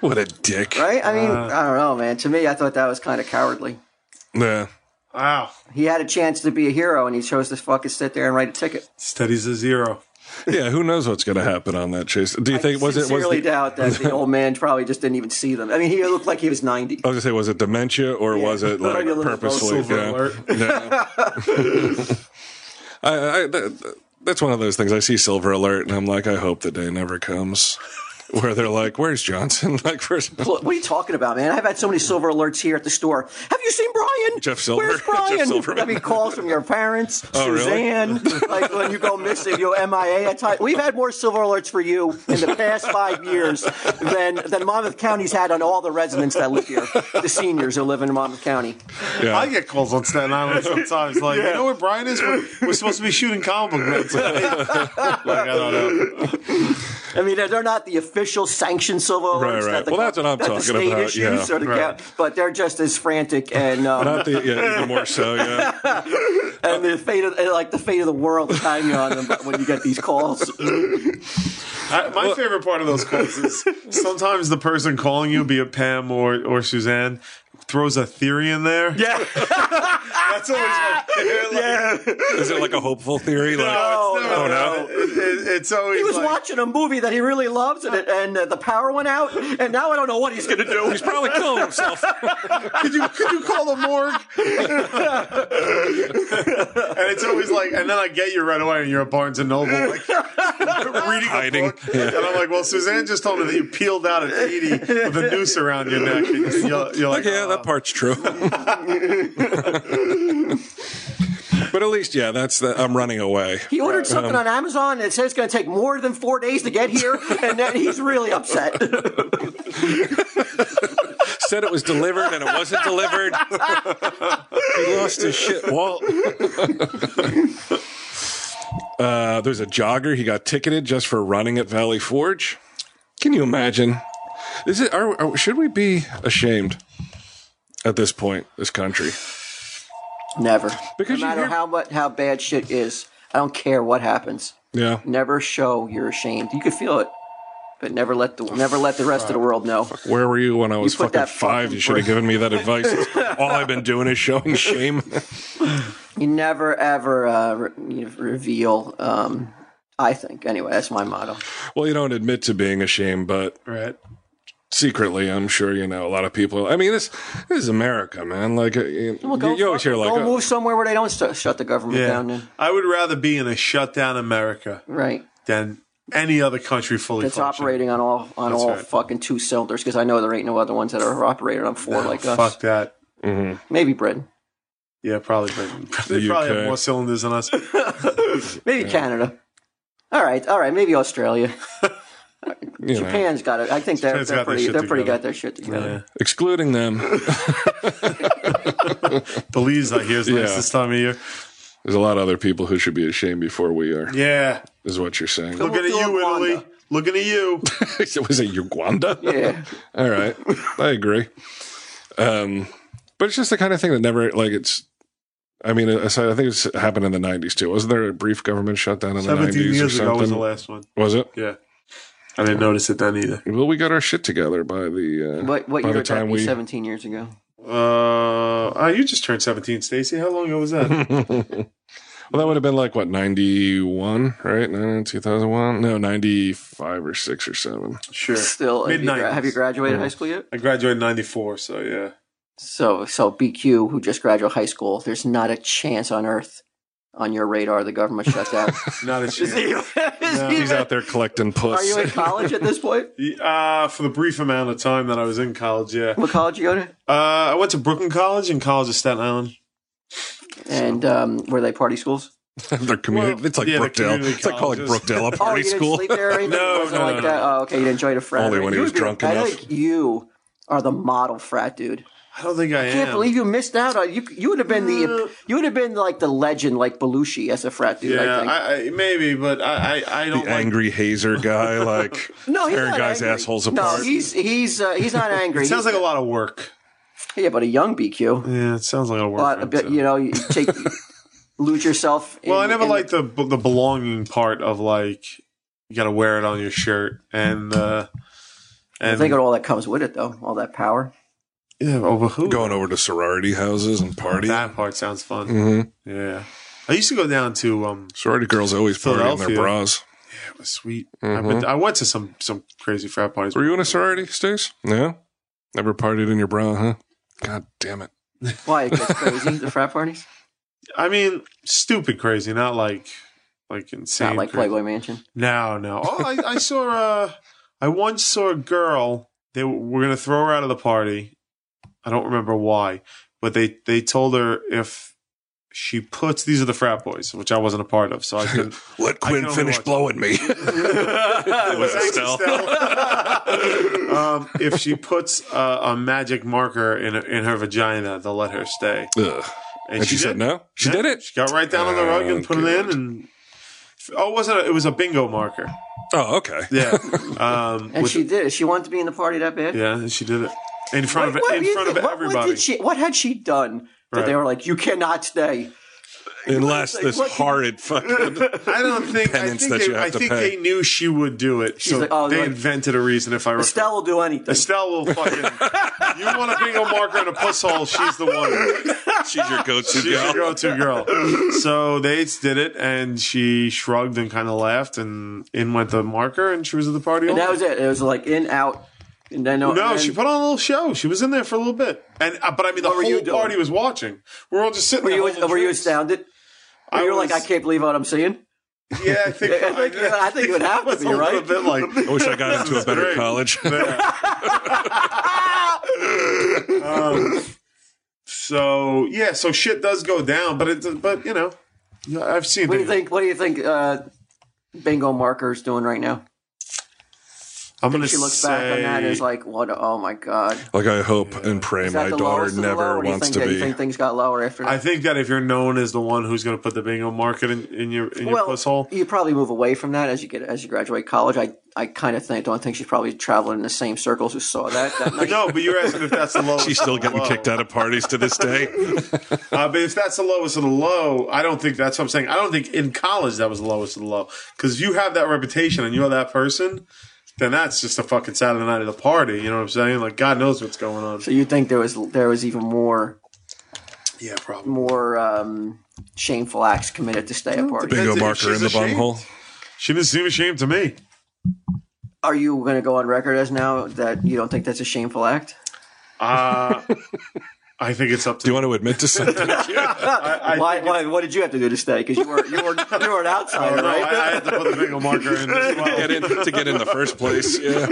Speaker 2: what a dick.
Speaker 4: right? I mean,
Speaker 5: Uh.
Speaker 4: I don't know, man. To me, I thought that was kind of cowardly.
Speaker 2: Yeah.
Speaker 5: wow,
Speaker 4: He had a chance to be a hero, and he chose to fucking sit there and write a ticket.
Speaker 5: steady's a zero.
Speaker 2: Yeah. Who knows what's going to happen on that chase? Do you think was it was
Speaker 4: sincerely
Speaker 2: the,
Speaker 4: doubt that the old man probably just didn't even see them. I mean, he looked like he was ninety.
Speaker 2: I was gonna say, was it dementia or was it like
Speaker 4: [LAUGHS] Maybe a little
Speaker 2: purposefully?
Speaker 5: Silver
Speaker 2: yeah.
Speaker 5: alert.
Speaker 2: I, I, that, that's one of those things. I see Silver Alert, and I'm like, I hope the day never comes [LAUGHS] where they're like, "Where's Johnson?" [LAUGHS] like, first,
Speaker 4: What are you talking about, man? I've had so many silver alerts here at the store. Have you seen Brian?
Speaker 2: Jeff Silver. [LAUGHS]
Speaker 4: Where's
Speaker 2: Jeff
Speaker 4: Brian?
Speaker 2: Silverman.
Speaker 4: I mean, calls from your parents,
Speaker 2: [LAUGHS] Oh, really?
Speaker 4: Suzanne. Like when you go missing, you go MIA. At time. We've had more silver alerts for you in the past five years than than Monmouth County's had on all the residents that live here, the seniors who live in Monmouth County.
Speaker 2: yeah.
Speaker 5: I get calls on Staten Island sometimes. Like, you know where Brian is? We're, we're supposed to be shooting comic book men today. [LAUGHS] like, I don't know.
Speaker 4: I mean, they're- they're not the official sanctioned silver alerts.
Speaker 2: Right, right.
Speaker 4: That the,
Speaker 2: Well, that's what I'm
Speaker 4: that the
Speaker 2: talking
Speaker 4: state
Speaker 2: about,
Speaker 4: Issues
Speaker 2: yeah.
Speaker 4: or the
Speaker 5: Right.
Speaker 4: count- but they're just as
Speaker 2: [LAUGHS]
Speaker 4: frantic and um,
Speaker 2: Not the, yeah, even more so. Yeah,
Speaker 4: and the fate of and, like the fate of the world is hanging on them when you get
Speaker 2: [LAUGHS]
Speaker 4: these calls.
Speaker 5: I, my favorite part of those calls [LAUGHS] is sometimes the person calling you, be it Pam or, or Suzanne, throws a theory in there. Yeah. That's always [LAUGHS] my favorite. Like,
Speaker 2: is it like a hopeful theory? Like,
Speaker 5: No, it's never
Speaker 2: oh
Speaker 5: that.
Speaker 2: no,
Speaker 5: It- it- it's
Speaker 4: [LAUGHS]
Speaker 5: always
Speaker 4: He was
Speaker 5: like,
Speaker 4: watching a movie that he really loves, and, it, and uh, the power went out, and now I don't know what he's going to do.
Speaker 2: he's probably killing himself.
Speaker 5: could you could you call the [LAUGHS] morgue? and it's always like, and then I get you right away, and you're at Barnes and Noble, [LAUGHS] like reading
Speaker 2: Hiding.
Speaker 5: a book, and I'm like, well, Suzanne just told me that you peeled out at 80 with a noose around your neck, and you're, you're like,
Speaker 2: yeah,
Speaker 4: Uh,
Speaker 2: that part's
Speaker 4: [LAUGHS]
Speaker 2: true. but at least, yeah, that's the, I'm running away.
Speaker 4: He ordered something
Speaker 2: Um,
Speaker 4: on Amazon, and it says it's going to take more than four days to get here, and then he's really
Speaker 2: [LAUGHS]
Speaker 4: upset.
Speaker 2: Said it was delivered and it wasn't delivered. he lost his shit, Walt. uh, there's a jogger. He got ticketed just for running at Valley Forge. Can you imagine? Is it? Are, are- should we be ashamed at this point, this country?
Speaker 4: Never,
Speaker 2: Because you
Speaker 4: no matter
Speaker 2: hear-
Speaker 4: how much how bad shit is, I don't care what happens.
Speaker 2: Yeah.
Speaker 4: Never show you're ashamed. You can feel it, but never let the never let the rest of the world know.
Speaker 2: Where were you when I was
Speaker 4: put
Speaker 2: fucking
Speaker 4: that
Speaker 2: five?
Speaker 4: fucking
Speaker 2: you should have
Speaker 4: brick-
Speaker 2: given me
Speaker 4: [LAUGHS]
Speaker 2: that advice. All I've been doing is showing shame. [LAUGHS]
Speaker 4: You never ever uh, re- you know, reveal. Um, I think anyway. That's my motto.
Speaker 2: well, you don't admit to being ashamed, but
Speaker 5: right.
Speaker 2: secretly, I'm sure you know a lot of people. I mean, this this is America, man. Like uh, you,
Speaker 4: Go
Speaker 2: you always
Speaker 4: fuck-
Speaker 2: hear, like,
Speaker 4: go
Speaker 2: oh,
Speaker 4: move somewhere where they don't st- shut the government down.
Speaker 5: uh, "Oh, Yeah,
Speaker 4: Then.
Speaker 5: I would rather be in a shutdown America
Speaker 4: Right.
Speaker 5: than any other country fully
Speaker 4: It's
Speaker 5: functioning.
Speaker 4: operating on all on all
Speaker 5: right.
Speaker 4: fucking two cylinders because I know there ain't no other ones that are operating on four like us.
Speaker 5: Oh, Fuck that.
Speaker 4: Maybe Britain,
Speaker 2: [LAUGHS]
Speaker 5: Yeah, probably. Britain. They probably
Speaker 2: UK. [LAUGHS]
Speaker 5: have more cylinders than us.
Speaker 4: maybe Canada. All right, all right, maybe Australia.
Speaker 2: You know,
Speaker 4: Japan's got it. I think they're,
Speaker 5: Japan's
Speaker 4: they're
Speaker 5: got their
Speaker 4: pretty.
Speaker 5: shit
Speaker 4: They're pretty
Speaker 5: together.
Speaker 4: got their shit together.
Speaker 2: excluding them,
Speaker 5: Belize, I hear, is nice
Speaker 2: Yeah.
Speaker 5: this time of year.
Speaker 2: there's a lot of other people who should be ashamed before we are.
Speaker 5: Yeah.
Speaker 2: Is what you're saying? [LAUGHS]
Speaker 5: Looking at
Speaker 4: do
Speaker 5: you,
Speaker 4: Rwanda.
Speaker 5: Italy. Looking at you.
Speaker 2: was it Uganda?
Speaker 4: Yeah.
Speaker 2: All right, I agree. Um, but it's just the kind of thing that never like it's. I mean, uh, I, I think it's happened in the '90s too. Wasn't there a brief government shutdown in the '90s
Speaker 5: 17
Speaker 2: or
Speaker 5: years ago
Speaker 2: something?
Speaker 5: was the last one.
Speaker 2: Was it?
Speaker 5: Yeah. I didn't notice it then either.
Speaker 2: Well, we got our shit together by the. Uh,
Speaker 4: What what
Speaker 2: by
Speaker 4: year
Speaker 2: the
Speaker 4: would that
Speaker 2: time
Speaker 4: be?
Speaker 2: we
Speaker 4: Seventeen years ago.
Speaker 5: Uh, oh, you just turned 17, Stacy. How long ago was that?
Speaker 2: [LAUGHS] Well, that would have been like what ninety one, right? No, two thousand one. No, ninety five or six or seven.
Speaker 5: sure.
Speaker 4: Still, have you, gra-
Speaker 5: Mid-nineties.
Speaker 4: have you graduated high school yet?
Speaker 5: I graduated in 94, so yeah.
Speaker 4: So so BQ, who just graduated high school, there's not a chance on earth on your radar the government
Speaker 2: [LAUGHS]
Speaker 4: shut down. [LAUGHS]
Speaker 5: Not a
Speaker 4: Is
Speaker 5: chance.
Speaker 4: he- is he-
Speaker 2: He's out there collecting
Speaker 4: Are
Speaker 2: puss. [LAUGHS]
Speaker 4: you in college at this point?
Speaker 5: Uh, for the brief amount of time that I was in college, yeah.
Speaker 4: What college you go to?
Speaker 5: Uh, I went to Brooklyn College and College of Staten Island.
Speaker 4: And um, were they party schools?
Speaker 2: Their community.
Speaker 5: Well,
Speaker 2: it's like
Speaker 5: yeah, the
Speaker 2: Brookdale.
Speaker 5: community
Speaker 2: It's like calling
Speaker 5: colleges.
Speaker 2: Brookdale a
Speaker 4: Oh,
Speaker 2: party
Speaker 4: you didn't
Speaker 2: school. [LAUGHS]
Speaker 4: sleep there or anything?
Speaker 5: No,
Speaker 4: It wasn't
Speaker 5: no,
Speaker 4: like
Speaker 5: no.
Speaker 4: that. Oh, okay. You enjoyed a frat.
Speaker 2: Only when he
Speaker 4: You
Speaker 2: was
Speaker 4: would be-
Speaker 2: drunk
Speaker 4: I
Speaker 2: enough.
Speaker 4: think you are the model frat dude.
Speaker 5: I don't think I am.
Speaker 4: I can't believe you missed out on you. You would have been the you would have been like the legend, like Belushi as a frat dude. I
Speaker 5: Yeah,
Speaker 4: think.
Speaker 5: I, I, maybe, but I, I, I
Speaker 2: The
Speaker 5: don't like.
Speaker 2: angry
Speaker 4: [LAUGHS]
Speaker 2: hazer guy, like
Speaker 4: no, he's
Speaker 2: tearing
Speaker 4: not
Speaker 2: guys'
Speaker 4: angry.
Speaker 2: assholes
Speaker 4: No,
Speaker 2: apart.
Speaker 4: he's he's uh, he's
Speaker 5: [LAUGHS]
Speaker 4: not angry.
Speaker 5: It sounds
Speaker 4: He's-
Speaker 5: like a lot of work.
Speaker 4: yeah, but a young BQ.
Speaker 5: Yeah, it sounds like a lot of work.
Speaker 4: But a
Speaker 5: for him,
Speaker 4: bit,
Speaker 5: too.
Speaker 4: you know, you take
Speaker 5: [LAUGHS]
Speaker 4: lose yourself.
Speaker 5: well, I
Speaker 4: in-
Speaker 5: never
Speaker 4: in-
Speaker 5: liked the the belonging part of like you got to wear it on your shirt and uh
Speaker 4: I
Speaker 5: and
Speaker 4: think of all that comes with it, though. All that power.
Speaker 5: yeah, over who
Speaker 2: going over to sorority houses and party.
Speaker 5: That part sounds fun.
Speaker 2: hmm
Speaker 5: Yeah, I used to go down to um.
Speaker 2: Sorority girls always party in their
Speaker 5: Philadelphia.
Speaker 2: bras.
Speaker 5: It was sweet.
Speaker 2: Mhm.
Speaker 5: I, went, I went to some some crazy frat parties.
Speaker 2: Were you in a sorority, Stace? No, never partied in your bra, huh? God damn it!
Speaker 4: Why it gets crazy the frat
Speaker 5: [LAUGHS]
Speaker 4: parties?
Speaker 5: I mean, stupid crazy, not like like insane.
Speaker 4: Not like
Speaker 5: crazy.
Speaker 4: Playboy Mansion.
Speaker 5: No, no. Oh, I, I saw. Uh, I once saw a girl. They w- were going to throw her out of the party. I don't remember why, but they they told her if she puts these are the frat boys, which I wasn't a part of, so I couldn't.
Speaker 2: Let
Speaker 5: I can
Speaker 2: Quinn
Speaker 5: only
Speaker 2: finish
Speaker 5: watch-
Speaker 2: blowing
Speaker 5: [LAUGHS]
Speaker 2: me.
Speaker 5: Thanks,
Speaker 2: Estelle.
Speaker 5: Estelle. [LAUGHS] um, if she puts uh, a magic marker in in her vagina, they'll let her stay.
Speaker 2: Ugh. And she, said
Speaker 5: did.
Speaker 2: no. She
Speaker 5: Yeah,
Speaker 2: did it.
Speaker 5: She got right down on the rug and
Speaker 2: Oh,
Speaker 5: put it in,
Speaker 2: good.
Speaker 5: and oh, it wasn't. A, it was a
Speaker 2: [LAUGHS]
Speaker 5: bingo marker.
Speaker 2: Oh, okay.
Speaker 5: Yeah, um,
Speaker 4: And
Speaker 5: with-
Speaker 4: she did. She wanted to be in the party that bad.
Speaker 5: yeah, and she did it in front
Speaker 4: What- what
Speaker 5: of
Speaker 4: do
Speaker 5: in
Speaker 4: you
Speaker 5: front
Speaker 4: think-
Speaker 5: of
Speaker 4: what- What,
Speaker 5: everybody.
Speaker 4: did she, what had she done that they
Speaker 5: Right.
Speaker 4: were like, you cannot stay?
Speaker 2: Unless
Speaker 4: Like,
Speaker 2: this
Speaker 4: what-
Speaker 2: horrid fucking.
Speaker 5: I don't think. I
Speaker 2: Penance
Speaker 5: think,
Speaker 2: that
Speaker 5: they,
Speaker 2: you have
Speaker 5: I
Speaker 2: to
Speaker 5: think
Speaker 2: pay.
Speaker 5: they knew she would do it. so
Speaker 4: like, oh,
Speaker 5: they
Speaker 4: like-
Speaker 5: invented a reason. If I recall,
Speaker 4: Estelle will do anything. [LAUGHS]
Speaker 5: Estelle will fucking. you want a bingo marker and a puss hole? She's the one.
Speaker 2: She's your go-to
Speaker 5: [LAUGHS] She's your go-to girl. So they did it, and she shrugged and kind of laughed, and in went the marker, and she was at the party. all
Speaker 4: And that
Speaker 5: night.
Speaker 4: was it. It was like in, out. And then,
Speaker 5: No,
Speaker 4: and
Speaker 5: she put on a little show. She was in there for a little bit, and uh, but I mean, the
Speaker 4: What were you
Speaker 5: whole
Speaker 4: doing?
Speaker 5: party was watching. We're all just sitting.
Speaker 4: were
Speaker 5: there
Speaker 4: you,
Speaker 5: holding
Speaker 4: were you
Speaker 5: drinks.
Speaker 4: astounded?
Speaker 5: I
Speaker 4: you were
Speaker 5: was-
Speaker 4: like, I can't believe what I'm seeing.
Speaker 5: Yeah, I think.
Speaker 4: [LAUGHS] I think, I think you would have
Speaker 5: I
Speaker 4: to
Speaker 5: was
Speaker 4: be,
Speaker 5: a little
Speaker 4: right?
Speaker 5: bit like.
Speaker 2: I wish I
Speaker 5: [LAUGHS]
Speaker 2: got into a better
Speaker 5: Great. [LAUGHS]
Speaker 2: college.
Speaker 4: [LAUGHS]
Speaker 5: Um, so yeah, so shit does go down, but it, but you know, yeah, I've seen.
Speaker 4: What do you
Speaker 5: things.
Speaker 4: think? What do you think? Uh, Bingo Marker's doing right now.
Speaker 5: I'm gonna
Speaker 4: She looks
Speaker 5: say,
Speaker 4: back on that and is like, "What? Oh my god!"
Speaker 2: Like I hope and pray
Speaker 4: Is that
Speaker 2: my
Speaker 4: the
Speaker 2: daughter
Speaker 4: lowest of the low,
Speaker 2: never
Speaker 4: or do you
Speaker 2: wants
Speaker 4: think
Speaker 2: to
Speaker 4: that-
Speaker 2: be.
Speaker 4: You think things got lower after that?
Speaker 5: I think that if you're known as the one who's going to put the bingo market in, in your in your
Speaker 4: well, [LAUGHS]
Speaker 5: puss hole,
Speaker 4: you probably move away from that as you get as you graduate college. I I kind of think don't think she's probably traveling in the same circles who saw that. that night.
Speaker 5: no. But you're asking if that's the lowest.
Speaker 2: She's still
Speaker 5: of the
Speaker 2: getting
Speaker 5: low.
Speaker 2: kicked out of parties to this [LAUGHS] day.
Speaker 5: Uh, but if that's the lowest of the low, I don't think that's what I'm saying. I don't think in college that was the lowest of the low. Because if you have that reputation and you're that person, then that's just a fucking Saturday night of the party. You know what I'm saying? Like God knows what's going
Speaker 4: [LAUGHS]
Speaker 5: on.
Speaker 4: So you think there was there was even more
Speaker 5: Yeah, probably.
Speaker 4: more um, shameful acts committed to stay at parties?
Speaker 2: Bingo
Speaker 5: That's it.
Speaker 2: marker
Speaker 5: She's
Speaker 2: in the
Speaker 5: ashamed.
Speaker 2: bunghole.
Speaker 5: She didn't seem ashamed to me.
Speaker 4: Are you going to go on record as now that you don't think that's a shameful act?
Speaker 5: [LAUGHS] Uh, I think it's up to
Speaker 2: Do you want to admit to [LAUGHS] something?
Speaker 5: I, I,
Speaker 4: Why, why? What did you have to do to stay? Because you were you were you were an outsider,
Speaker 5: Oh, no,
Speaker 4: right?
Speaker 5: I, I had to put the bingo marker in [LAUGHS] as well.
Speaker 2: get in, to get in the first place. Yeah.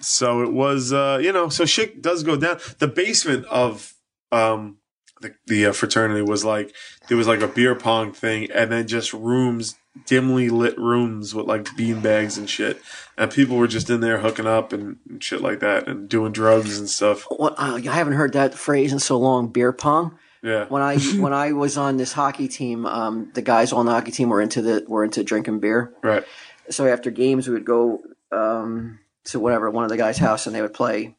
Speaker 5: So it was, uh, you know, so shit does go down. The basement of um, the, the uh, fraternity was like, there was like a beer pong thing and then just rooms dimly lit rooms with like bean bags and shit, and people were just in there hooking up and and shit like that and doing drugs and stuff.
Speaker 4: What, uh, I haven't heard that phrase in so long. Beer pong.
Speaker 5: Yeah,
Speaker 4: When
Speaker 5: [LAUGHS]
Speaker 4: I when I was on this hockey team, um, the guys on the hockey team were into the were into drinking beer.
Speaker 5: right.
Speaker 4: So after games, we would go um, to whatever one of the guys' house, and they would play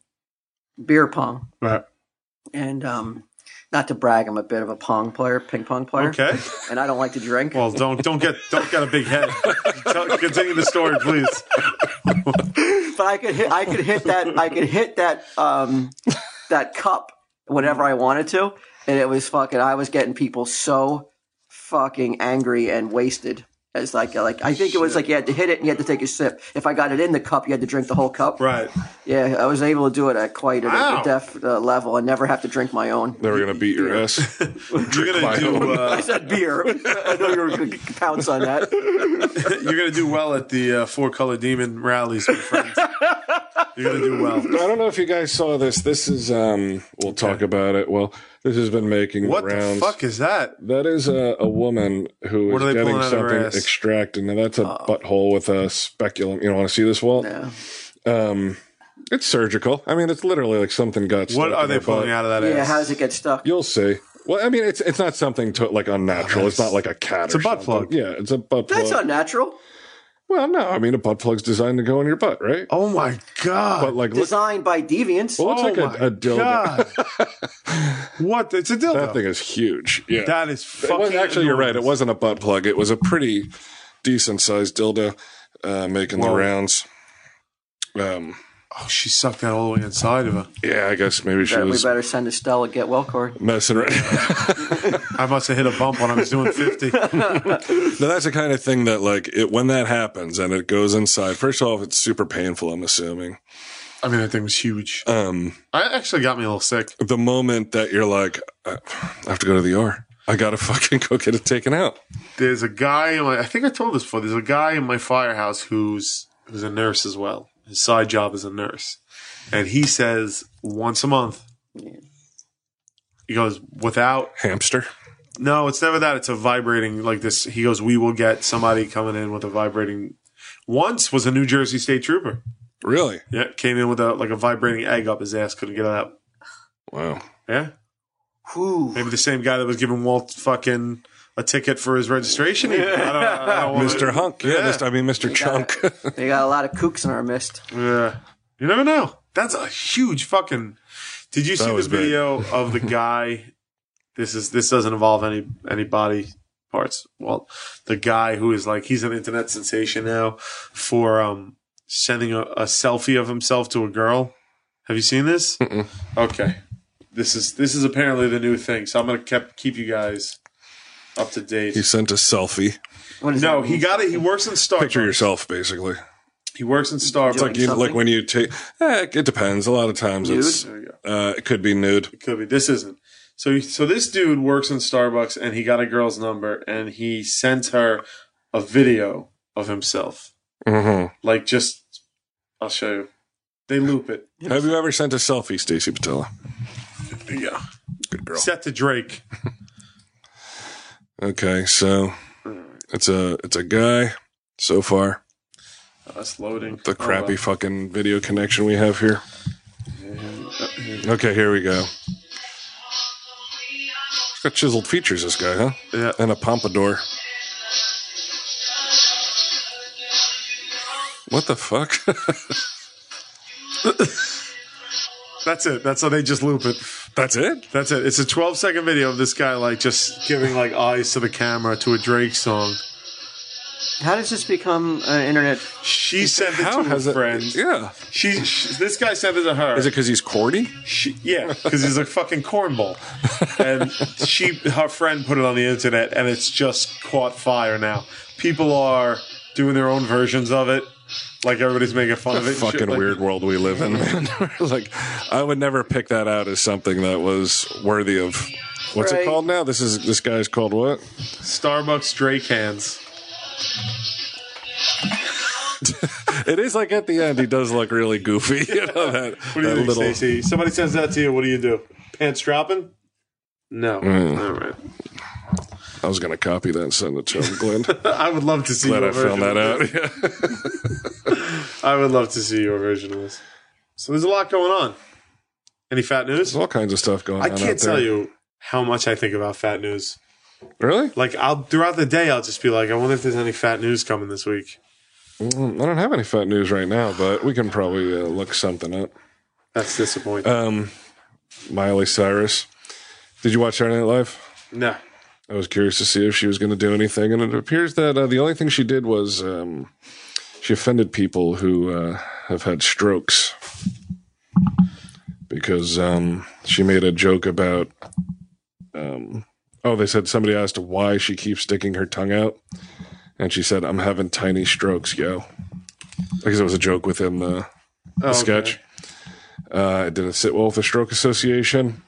Speaker 4: beer pong.
Speaker 5: Right.
Speaker 4: And um, not to brag, I'm a bit of a pong player, ping pong player,
Speaker 5: Okay.
Speaker 4: and I don't like to drink.
Speaker 5: Well, don't don't get don't get a big head. Tell, continue the story, please.
Speaker 4: but I could hit I could hit that I could hit that um that cup whenever I wanted to, and it was fucking. I was getting people so fucking angry and wasted. It's like like I think it was like you had to hit it and you had to take a sip. If I got it in the cup, you had to drink the whole cup.
Speaker 5: Right.
Speaker 4: Yeah, I was able to do it at quite a,
Speaker 5: Wow.
Speaker 4: a deaf uh, level and never have to drink my own.
Speaker 2: They were gonna beat your [LAUGHS] ass.
Speaker 5: You're
Speaker 2: my
Speaker 5: gonna do
Speaker 2: own.
Speaker 4: I
Speaker 5: uh,
Speaker 4: said beer. [LAUGHS] I know you were going to pounce on that.
Speaker 5: you're gonna do well at the uh, four color demon rallies, my friends. You're gonna do well.
Speaker 2: I don't know if you guys saw this. This is um we'll talk about it. Well, this has been making
Speaker 5: What
Speaker 2: the rounds.
Speaker 5: the fuck is that?
Speaker 2: That is a, a woman who
Speaker 5: What
Speaker 2: is
Speaker 5: are they
Speaker 2: getting
Speaker 5: pulling out of her
Speaker 2: something
Speaker 5: ass?
Speaker 2: extracted. Now that's a butthole with a speculum. You don't want to see this wall?
Speaker 4: Yeah.
Speaker 2: Um it's surgical. I mean, it's literally like something got stuck.
Speaker 5: What are
Speaker 2: in
Speaker 5: they
Speaker 2: her
Speaker 5: pulling
Speaker 2: butt.
Speaker 5: out of that
Speaker 4: Yeah,
Speaker 5: ass?
Speaker 4: how does it get stuck?
Speaker 2: You'll see. Well, I mean, it's it's not something to, like unnatural. it's not like a cat.
Speaker 5: It's
Speaker 2: or
Speaker 5: a butt
Speaker 2: something.
Speaker 5: plug.
Speaker 2: Yeah, it's a butt plug.
Speaker 4: That's unnatural.
Speaker 2: well, no, I mean, a butt plug's designed to go in your butt, right?
Speaker 5: oh my
Speaker 2: But
Speaker 5: god!
Speaker 2: like, look,
Speaker 4: Designed by deviants.
Speaker 2: well, it's
Speaker 5: oh
Speaker 2: like a,
Speaker 5: my
Speaker 2: a dildo.
Speaker 5: god!
Speaker 2: [LAUGHS]
Speaker 5: what? It's a dildo.
Speaker 2: That thing is huge. Yeah,
Speaker 5: that is
Speaker 2: It
Speaker 5: fucking.
Speaker 2: was, actually, you're right. It
Speaker 5: enormous.
Speaker 2: wasn't a butt plug. It was a pretty decent sized dildo uh, making
Speaker 5: Whoa.
Speaker 2: the rounds. Um,
Speaker 5: Oh, she sucked that all the way inside of her.
Speaker 2: yeah, I guess maybe she
Speaker 4: Better- we
Speaker 2: was
Speaker 4: better send Estelle a get well card.
Speaker 2: messing around.
Speaker 5: [LAUGHS] I must have hit a bump when I was doing
Speaker 2: [LAUGHS]
Speaker 5: fifty.
Speaker 2: no, that's the kind of thing that, like, it, when that happens and it goes inside, first off, it's super painful, I'm assuming.
Speaker 5: I mean, that thing was huge.
Speaker 2: Um,
Speaker 5: I actually got me a little sick.
Speaker 2: the moment that you're like, I I have to go to the ER. I gotta fucking go get it taken out.
Speaker 5: there's a guy in my, I think I told this before. There's a guy in my firehouse who's who's a nurse as well. His side job is a nurse, and he says once a month. He goes without.
Speaker 2: Hamster.
Speaker 5: No, it's never that. It's a vibrating like this. He goes, we will get somebody coming in with a vibrating. Once was a New Jersey State Trooper.
Speaker 2: Really?
Speaker 5: Yeah, came in with a like a vibrating egg up his ass. Couldn't get it out.
Speaker 2: Wow.
Speaker 5: Yeah,
Speaker 4: Whew.
Speaker 5: maybe the same guy that was giving Walt fucking a ticket for his registration. I don't,
Speaker 2: [LAUGHS]
Speaker 5: I don't wanna-
Speaker 2: Mr. Hunk. Yeah,
Speaker 5: Yeah.
Speaker 2: Mr. I mean, Mr. Chunk. [LAUGHS]
Speaker 4: They got a lot of kooks in our midst.
Speaker 5: Yeah. You never know. That's a huge fucking. Did you
Speaker 2: That
Speaker 5: see the
Speaker 2: was big.
Speaker 5: video
Speaker 2: [LAUGHS]
Speaker 5: of the guy? This is this doesn't involve any any body parts. Well, the guy who is like he's an internet sensation now for um sending a, a selfie of himself to a girl. Have you seen this?
Speaker 2: Mm-mm.
Speaker 5: Okay, this is this is apparently the new thing. So I'm gonna keep keep you guys up to date.
Speaker 2: he sent a selfie.
Speaker 4: What is
Speaker 5: no,
Speaker 4: that?
Speaker 5: he got it. He works in Starbucks.
Speaker 2: Picture yourself, basically.
Speaker 5: He works in Starbucks.
Speaker 4: Like
Speaker 2: You know, like
Speaker 4: Something?
Speaker 2: when you take, eh, it depends. A lot of times it's,
Speaker 5: There you go.
Speaker 2: uh, it could be nude.
Speaker 5: It could be. This isn't. So so this dude works in Starbucks and he got a girl's number and he sent her a video of himself.
Speaker 2: Mm-hmm.
Speaker 5: Like just I'll show you. They loop it.
Speaker 2: Have you ever sent a selfie, Stacy Patella?
Speaker 5: Yeah.
Speaker 2: Good girl.
Speaker 5: Set to Drake.
Speaker 2: Okay, so it's a it's a guy. So far,
Speaker 5: Oh, That's loading.
Speaker 2: the crappy fucking video connection we have here. Okay, here we go. He's got chiseled features, this guy, huh?
Speaker 5: Yeah.
Speaker 2: And a pompadour. What the fuck? [LAUGHS]
Speaker 5: That's it. That's how they just loop it.
Speaker 2: That's it?
Speaker 5: That's it. It's a 12 second video of this guy like just giving like eyes to the camera to a Drake song.
Speaker 4: How does this become an internet?
Speaker 5: She sent it to her
Speaker 2: it?
Speaker 5: friend.
Speaker 2: Yeah.
Speaker 5: She, she this guy sent it to her.
Speaker 2: Is it because he's corny?
Speaker 5: She, yeah, because he's a fucking cornball. And she, her friend, put it on the internet, and it's just caught fire now. People are doing their own versions of it, like everybody's making fun of it. and shit
Speaker 2: fucking
Speaker 5: like-
Speaker 2: weird world we live in, man. [LAUGHS] like, I would never pick that out as something that was worthy of. What's
Speaker 4: Right.
Speaker 2: it called now? This is this guy's called what?
Speaker 5: Starbucks Drake hands.
Speaker 2: It is like at the end he does look really goofy. [LAUGHS] You know that,
Speaker 5: What do you
Speaker 2: that
Speaker 5: think,
Speaker 2: little.
Speaker 5: Stacey? Somebody sends
Speaker 2: Mm.
Speaker 5: that to you. What do you do? Pants dropping? No. All right.
Speaker 2: I was going to copy that and send it to him, Glenn.
Speaker 5: I would love [LAUGHS] to see.
Speaker 2: Glad
Speaker 5: your
Speaker 2: I found
Speaker 5: version
Speaker 2: that
Speaker 5: of
Speaker 2: out. [LAUGHS]
Speaker 5: this.
Speaker 2: Yeah.
Speaker 5: I would love to see your version of this. So there's a lot going on. Any fat news?
Speaker 2: There's all kinds of stuff going
Speaker 5: I
Speaker 2: on. out
Speaker 5: can't tell
Speaker 2: there.
Speaker 5: you how much I think about fat news.
Speaker 2: Really?
Speaker 5: Like I'll throughout the day, I'll just be like, I wonder if there's any fat news coming this week.
Speaker 2: Mm, I don't have any fat news right now, but we can probably uh, look something up.
Speaker 5: That's disappointing.
Speaker 2: Um, Miley Cyrus. Did you watch Saturday Night Live?
Speaker 5: no,
Speaker 2: I was curious to see if she was going to do anything, and it appears that uh, the only thing she did was um, she offended people who uh, have had strokes because um, she made a joke about. Um, oh, they said somebody asked why she keeps sticking her tongue out, and she said, "I'm having tiny strokes, yo." I guess it was a joke within the, the
Speaker 5: Oh, okay.
Speaker 2: sketch. Uh, it didn't sit well with the Stroke Association.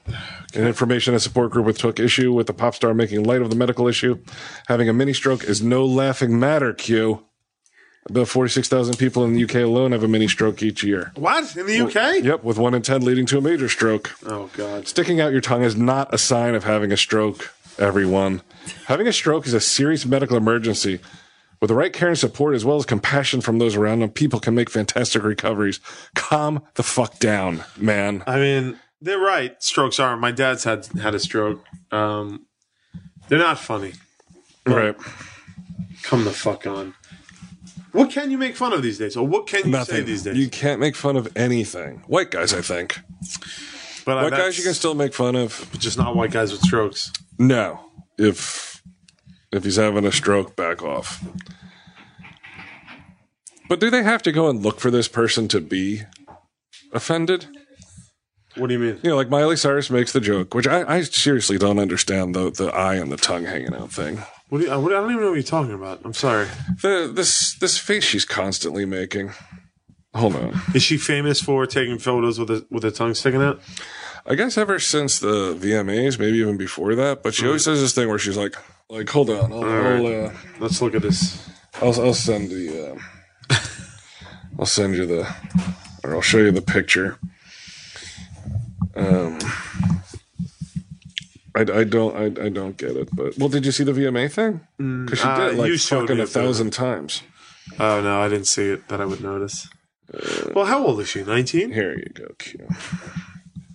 Speaker 2: An information and support group which took issue with the pop star making light of the medical issue. Having a mini stroke is no laughing matter, Q. About 46,000 people in the UK alone have a mini stroke each year.
Speaker 5: What in the UK?
Speaker 2: Yep, with one in 10 leading to a major stroke.
Speaker 5: Oh God.
Speaker 2: Sticking out your tongue is not a sign of having a stroke, everyone. Having a stroke is a serious medical emergency. With the right care and support, as well as compassion from those around them, people can make fantastic recoveries. Calm the fuck down, man.
Speaker 5: I mean, they're right. Strokes are. My dad's had had a stroke. Um, they're not funny.
Speaker 2: Right.
Speaker 5: Come the fuck on. What can you make fun of these days? Or what can you say
Speaker 2: Nothing.
Speaker 5: these days?
Speaker 2: You can't make fun of anything. White guys, I think.
Speaker 5: but
Speaker 2: White guys, you can still make fun of.
Speaker 5: just not white guys with strokes.
Speaker 2: No, if if he's having a stroke, back off. But do they have to go and look for this person to be offended?
Speaker 5: What do you mean?
Speaker 2: You know, like Miley Cyrus makes the joke, which I, I seriously don't understand the the eye and the tongue hanging out thing.
Speaker 5: What do you, I, what, I don't even know what you're talking about. I'm sorry.
Speaker 2: The this this face she's constantly making. Hold on.
Speaker 5: Is she famous for taking photos with her, with her tongue sticking out?
Speaker 2: I guess ever since the VMAs, maybe even before that, but she always does this thing where she's like, like, hold on, I'll, I'll, uh,
Speaker 5: Let's look at this.
Speaker 2: I'll, I'll send the, um I'll send you the, or I'll show you the picture. Um, I, I don't, I, I don't get it, but well, did you see the VMA thing? Because she did
Speaker 5: uh,
Speaker 2: it like
Speaker 5: you showed
Speaker 2: fucking
Speaker 5: me
Speaker 2: a
Speaker 5: a bit of
Speaker 2: thousand times.
Speaker 5: Oh no, I didn't see it that I would notice. Well, how old is she? 19?
Speaker 2: Here you go, Q.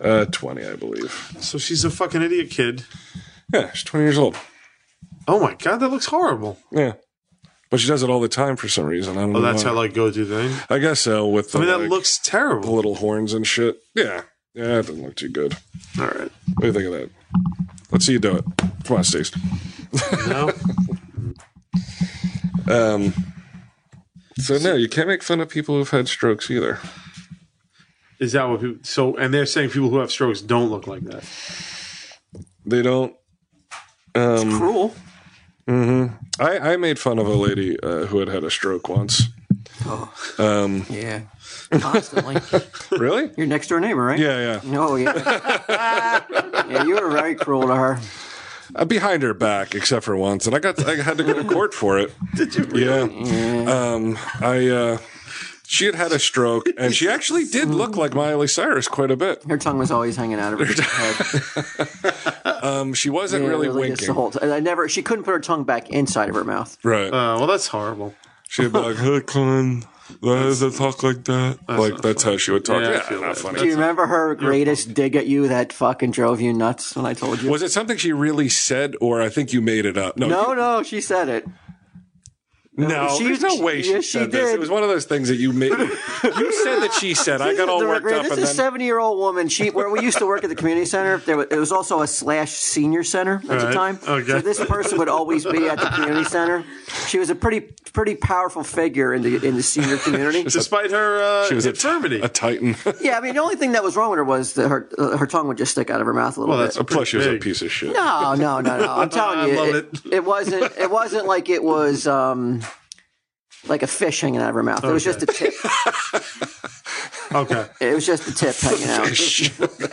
Speaker 2: Uh, twenty, I believe.
Speaker 5: So she's a fucking idiot kid.
Speaker 2: Yeah, she's twenty years old.
Speaker 5: Oh my god, that looks horrible.
Speaker 2: Yeah. But she does it all the time for some reason. I don't know.
Speaker 5: Oh, that's
Speaker 2: why.
Speaker 5: her like go-to thing.
Speaker 2: I guess so. With the,
Speaker 5: I mean, that
Speaker 2: like,
Speaker 5: looks
Speaker 2: the
Speaker 5: terrible.
Speaker 2: little horns and shit. Yeah, yeah, it doesn't look too good.
Speaker 5: All right.
Speaker 2: What do you think of that? Let's see you do it. Come on, Stace.
Speaker 5: No.
Speaker 2: Um, so no, you can't make fun of people who've had strokes either.
Speaker 5: Is that what people? So, and they're saying people who have strokes don't look like that.
Speaker 2: They don't. Um,
Speaker 4: Cruel.
Speaker 2: I, I made fun of a lady uh, who had had a stroke
Speaker 5: [LAUGHS]
Speaker 2: once.
Speaker 4: Yeah. Constantly.
Speaker 2: Really?
Speaker 4: Your next door neighbor, right?
Speaker 2: yeah, yeah.
Speaker 4: No, yeah. yeah, you were very cruel to her.
Speaker 2: Uh, behind her back, except for once, and I got I had to go to court for
Speaker 5: [LAUGHS]
Speaker 2: it. Did you? Yeah. Um, I. Uh, she had had a stroke, and she actually did look like Miley Cyrus quite a bit.
Speaker 4: Her tongue was always hanging out of her head.
Speaker 2: Um, she wasn't
Speaker 4: Yeah,
Speaker 2: really
Speaker 4: just The
Speaker 2: winking.
Speaker 4: whole t- I never. She couldn't put her tongue back inside of her mouth.
Speaker 2: right.
Speaker 5: Uh, well, that's horrible.
Speaker 2: She'd be like, "Hey, Colin, why does it talk like that?" like that's how she would talk.
Speaker 5: Yeah, I
Speaker 2: Yeah,
Speaker 5: feel
Speaker 2: not
Speaker 5: that.
Speaker 2: funny.
Speaker 4: Do you remember her greatest dig at you that fucking drove you nuts when I told you?
Speaker 2: Was it something she really said, or I think you made it up? No,
Speaker 4: no, no, she said it.
Speaker 2: no,
Speaker 4: she-
Speaker 2: there's no way she
Speaker 4: yes, she
Speaker 2: said this.
Speaker 4: did.
Speaker 2: It was one of those things that you made. you said that she said. I got all
Speaker 4: [LAUGHS] The
Speaker 2: worked
Speaker 4: regret-
Speaker 2: up,
Speaker 4: this
Speaker 2: and
Speaker 4: is
Speaker 2: then
Speaker 4: seventy-year-old woman. She where we used to work at the community center. There was, it was also a slash senior center at the
Speaker 5: Right.
Speaker 4: time.
Speaker 5: Okay.
Speaker 4: So this person would always be at the community center. She was a pretty pretty powerful figure in the in the senior community.
Speaker 5: [LAUGHS] Despite her uh,
Speaker 2: she was a,
Speaker 5: infirmity.
Speaker 2: [LAUGHS] a titan.
Speaker 4: [LAUGHS] yeah, I mean the only thing that was wrong with her was that her uh, her tongue would just stick out of her mouth a little
Speaker 5: well,
Speaker 4: bit.
Speaker 5: that's a
Speaker 2: Plus, she was a
Speaker 5: piece.
Speaker 2: piece of shit.
Speaker 4: No, no, no, no. I'm
Speaker 5: [LAUGHS] I
Speaker 4: telling you,
Speaker 5: love
Speaker 4: it,
Speaker 5: it.
Speaker 4: it wasn't. It wasn't like it was um, like a fish hanging out of her mouth. It was just a tip.
Speaker 5: Okay.
Speaker 2: [LAUGHS]
Speaker 4: It was just the tip hanging out.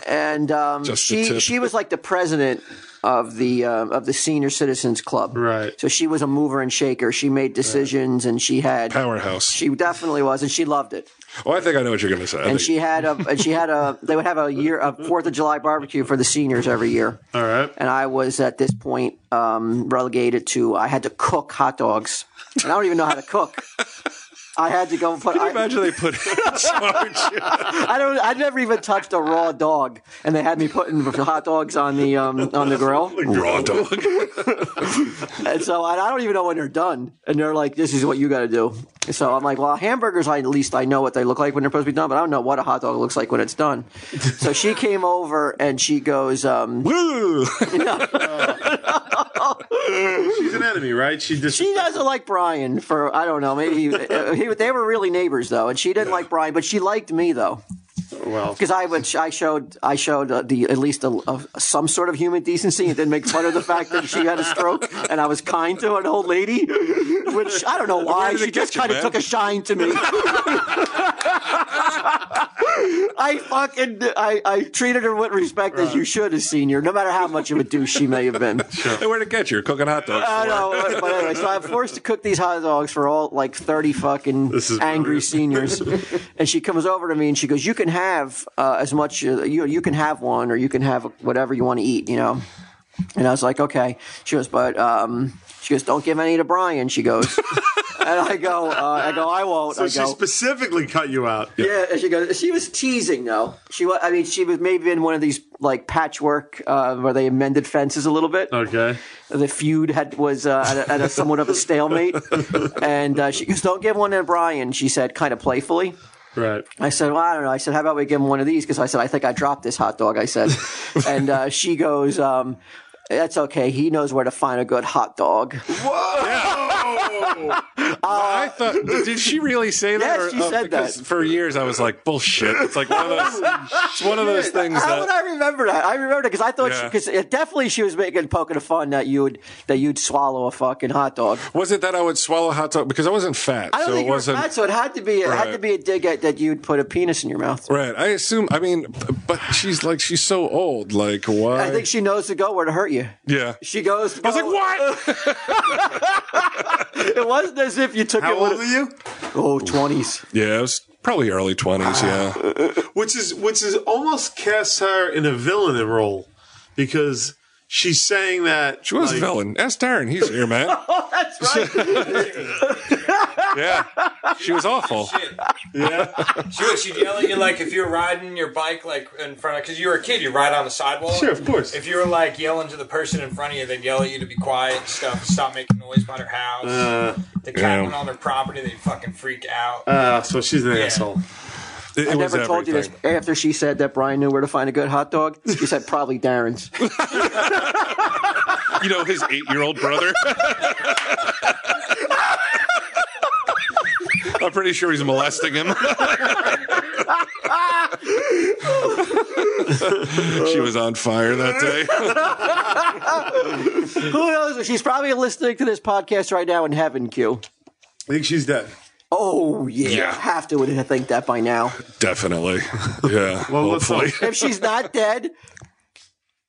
Speaker 4: And um,
Speaker 2: Just the
Speaker 4: she
Speaker 2: tip.
Speaker 4: she was like the president of the uh, of the senior citizens club.
Speaker 5: Right.
Speaker 4: So she was a mover and shaker. She made decisions, and she had
Speaker 2: Powerhouse.
Speaker 4: she definitely was, and she loved it.
Speaker 2: Oh, I think I know what you're going to say. I
Speaker 4: And
Speaker 2: think-
Speaker 4: she had a and she had a they would have a year a Fourth of July barbecue for the seniors every year.
Speaker 5: All right.
Speaker 4: And I was at this point um, relegated to I had to cook hot dogs, and I don't even know how to cook. I had to go put.
Speaker 2: Can you
Speaker 4: I-
Speaker 2: imagine they put [LAUGHS] her in charge?
Speaker 4: I don't. I never even touched a raw dog, and they had me putting hot dogs on the um, on the grill.
Speaker 2: Raw dog.
Speaker 4: And so I, I don't even know when they're done, and they're like, "This is what you got to do." So I'm like, "Well, hamburgers, I at least I know what they look like when they're supposed to be done, but I don't know what a hot dog looks like when it's done." So she came over and she goes, um,
Speaker 2: Woo!
Speaker 5: She's an enemy, right? She just
Speaker 4: She doesn't like Brian for I don't know maybe [LAUGHS] uh, he, they were really neighbors though, and she didn't like Brian, but she liked me though
Speaker 5: well.
Speaker 4: because I would I showed I showed uh, the at least a, a, some sort of human decency and didn't make fun of the fact that she had a stroke and I was kind to an old lady, which I don't know why
Speaker 2: did it
Speaker 4: she just
Speaker 2: get you,
Speaker 4: kind of
Speaker 2: man?
Speaker 4: took a shine to me. [LAUGHS] I fucking I, I treated her with respect as you should as senior, no matter how much of a douche she may have been.
Speaker 2: Hey, where'd it get you? Cooking hot dogs.
Speaker 4: I know, but anyway, so I'm forced to cook these hot dogs for all like 30 fucking
Speaker 5: This is
Speaker 4: angry
Speaker 5: brilliant. [LAUGHS]
Speaker 4: seniors. and she comes over to me and she goes, "You can have uh, as much uh, you you can have one or you can have whatever you want to eat, you know." And I was like, "Okay." She goes, "But um she goes, "Don't give any to Brian." She goes. [LAUGHS] and I go, uh, I go, "I won't."
Speaker 5: So
Speaker 4: I
Speaker 5: she
Speaker 4: go,
Speaker 5: specifically cut you out.
Speaker 4: yeah, and she goes. She was teasing though. She was. I mean, she was maybe in one of these like patchwork uh, where they amended fences a little bit
Speaker 5: Okay.
Speaker 4: the feud had was uh, at, a, at a somewhat of a stalemate, and uh, she goes, "Don't give one to Brian," she said, kind of playfully.
Speaker 5: Right.
Speaker 4: I said, "Well, I don't know." I said, "How about we give him one of these?" Because I said, "I think I dropped this hot dog." I said, and uh, she goes, um, "That's okay. He knows where to find a good hot dog."
Speaker 2: [LAUGHS] I thought, did she really say that?
Speaker 4: Oh!
Speaker 2: oh,
Speaker 4: Yes, she said
Speaker 2: because
Speaker 4: that.
Speaker 2: For years, I was like, bullshit. It's like one of those, it's one of those things
Speaker 4: How would
Speaker 2: that.
Speaker 4: I remember that? I remembered it because I thought
Speaker 2: Yeah.
Speaker 4: because definitely she was making poking fun that you would that you'd swallow a fucking hot dog.
Speaker 2: Was it that I would swallow hot dog? Because I wasn't fat.
Speaker 4: I don't
Speaker 2: so
Speaker 4: think
Speaker 2: it
Speaker 4: you were
Speaker 2: wasn't.
Speaker 4: fat, so it had to be it had
Speaker 2: Right.
Speaker 4: to be a dig at that you'd put a penis in your mouth.
Speaker 2: Right. I assume, I mean, but she's like, she's so old. Like, why?
Speaker 4: I think she knows to go where to hurt you.
Speaker 2: yeah.
Speaker 4: She goes.
Speaker 2: I was
Speaker 4: [LAUGHS]
Speaker 2: like, what?
Speaker 4: It wasn't as if you took
Speaker 5: How
Speaker 4: it with
Speaker 5: old are you?
Speaker 4: oh 20s.
Speaker 2: yeah, it was probably early 20s. Yeah.
Speaker 5: Which is which is almost casts her in a villain role because she's saying that
Speaker 2: She was a
Speaker 5: like,
Speaker 2: villain. Ask Darren. He's here,
Speaker 4: [LAUGHS]
Speaker 2: man.
Speaker 4: Oh, That's right.
Speaker 2: [LAUGHS] Yeah. She was awful.
Speaker 5: [LAUGHS]
Speaker 6: She was. She'd yell at you like if you're riding your bike like in front of because you were a kid, you ride on the sidewalk.
Speaker 5: Sure, of course.
Speaker 6: If you were like yelling to the person in front of you, they'd yell at you to be quiet and stuff, stop making noise about her house. the cat
Speaker 2: yeah.
Speaker 6: went on their property, they'd fucking freak out.
Speaker 5: Uh, so she's an asshole.
Speaker 2: It, it
Speaker 4: I
Speaker 2: was
Speaker 4: never told you this.
Speaker 2: everything.
Speaker 4: After she said that Brian knew where to find a good hot dog, she said probably Darren's.
Speaker 2: You know, his eight year old [LAUGHS] brother. I'm pretty sure he's molesting him. she was on fire that day.
Speaker 4: Who knows? She's probably listening to this podcast right now in heaven. Q.
Speaker 5: I think she's dead.
Speaker 4: Oh yeah,
Speaker 2: Yeah.
Speaker 4: have to would think that by now.
Speaker 2: Definitely. Yeah. Oh,
Speaker 5: Well, let's
Speaker 2: hopefully.
Speaker 4: If she's not dead.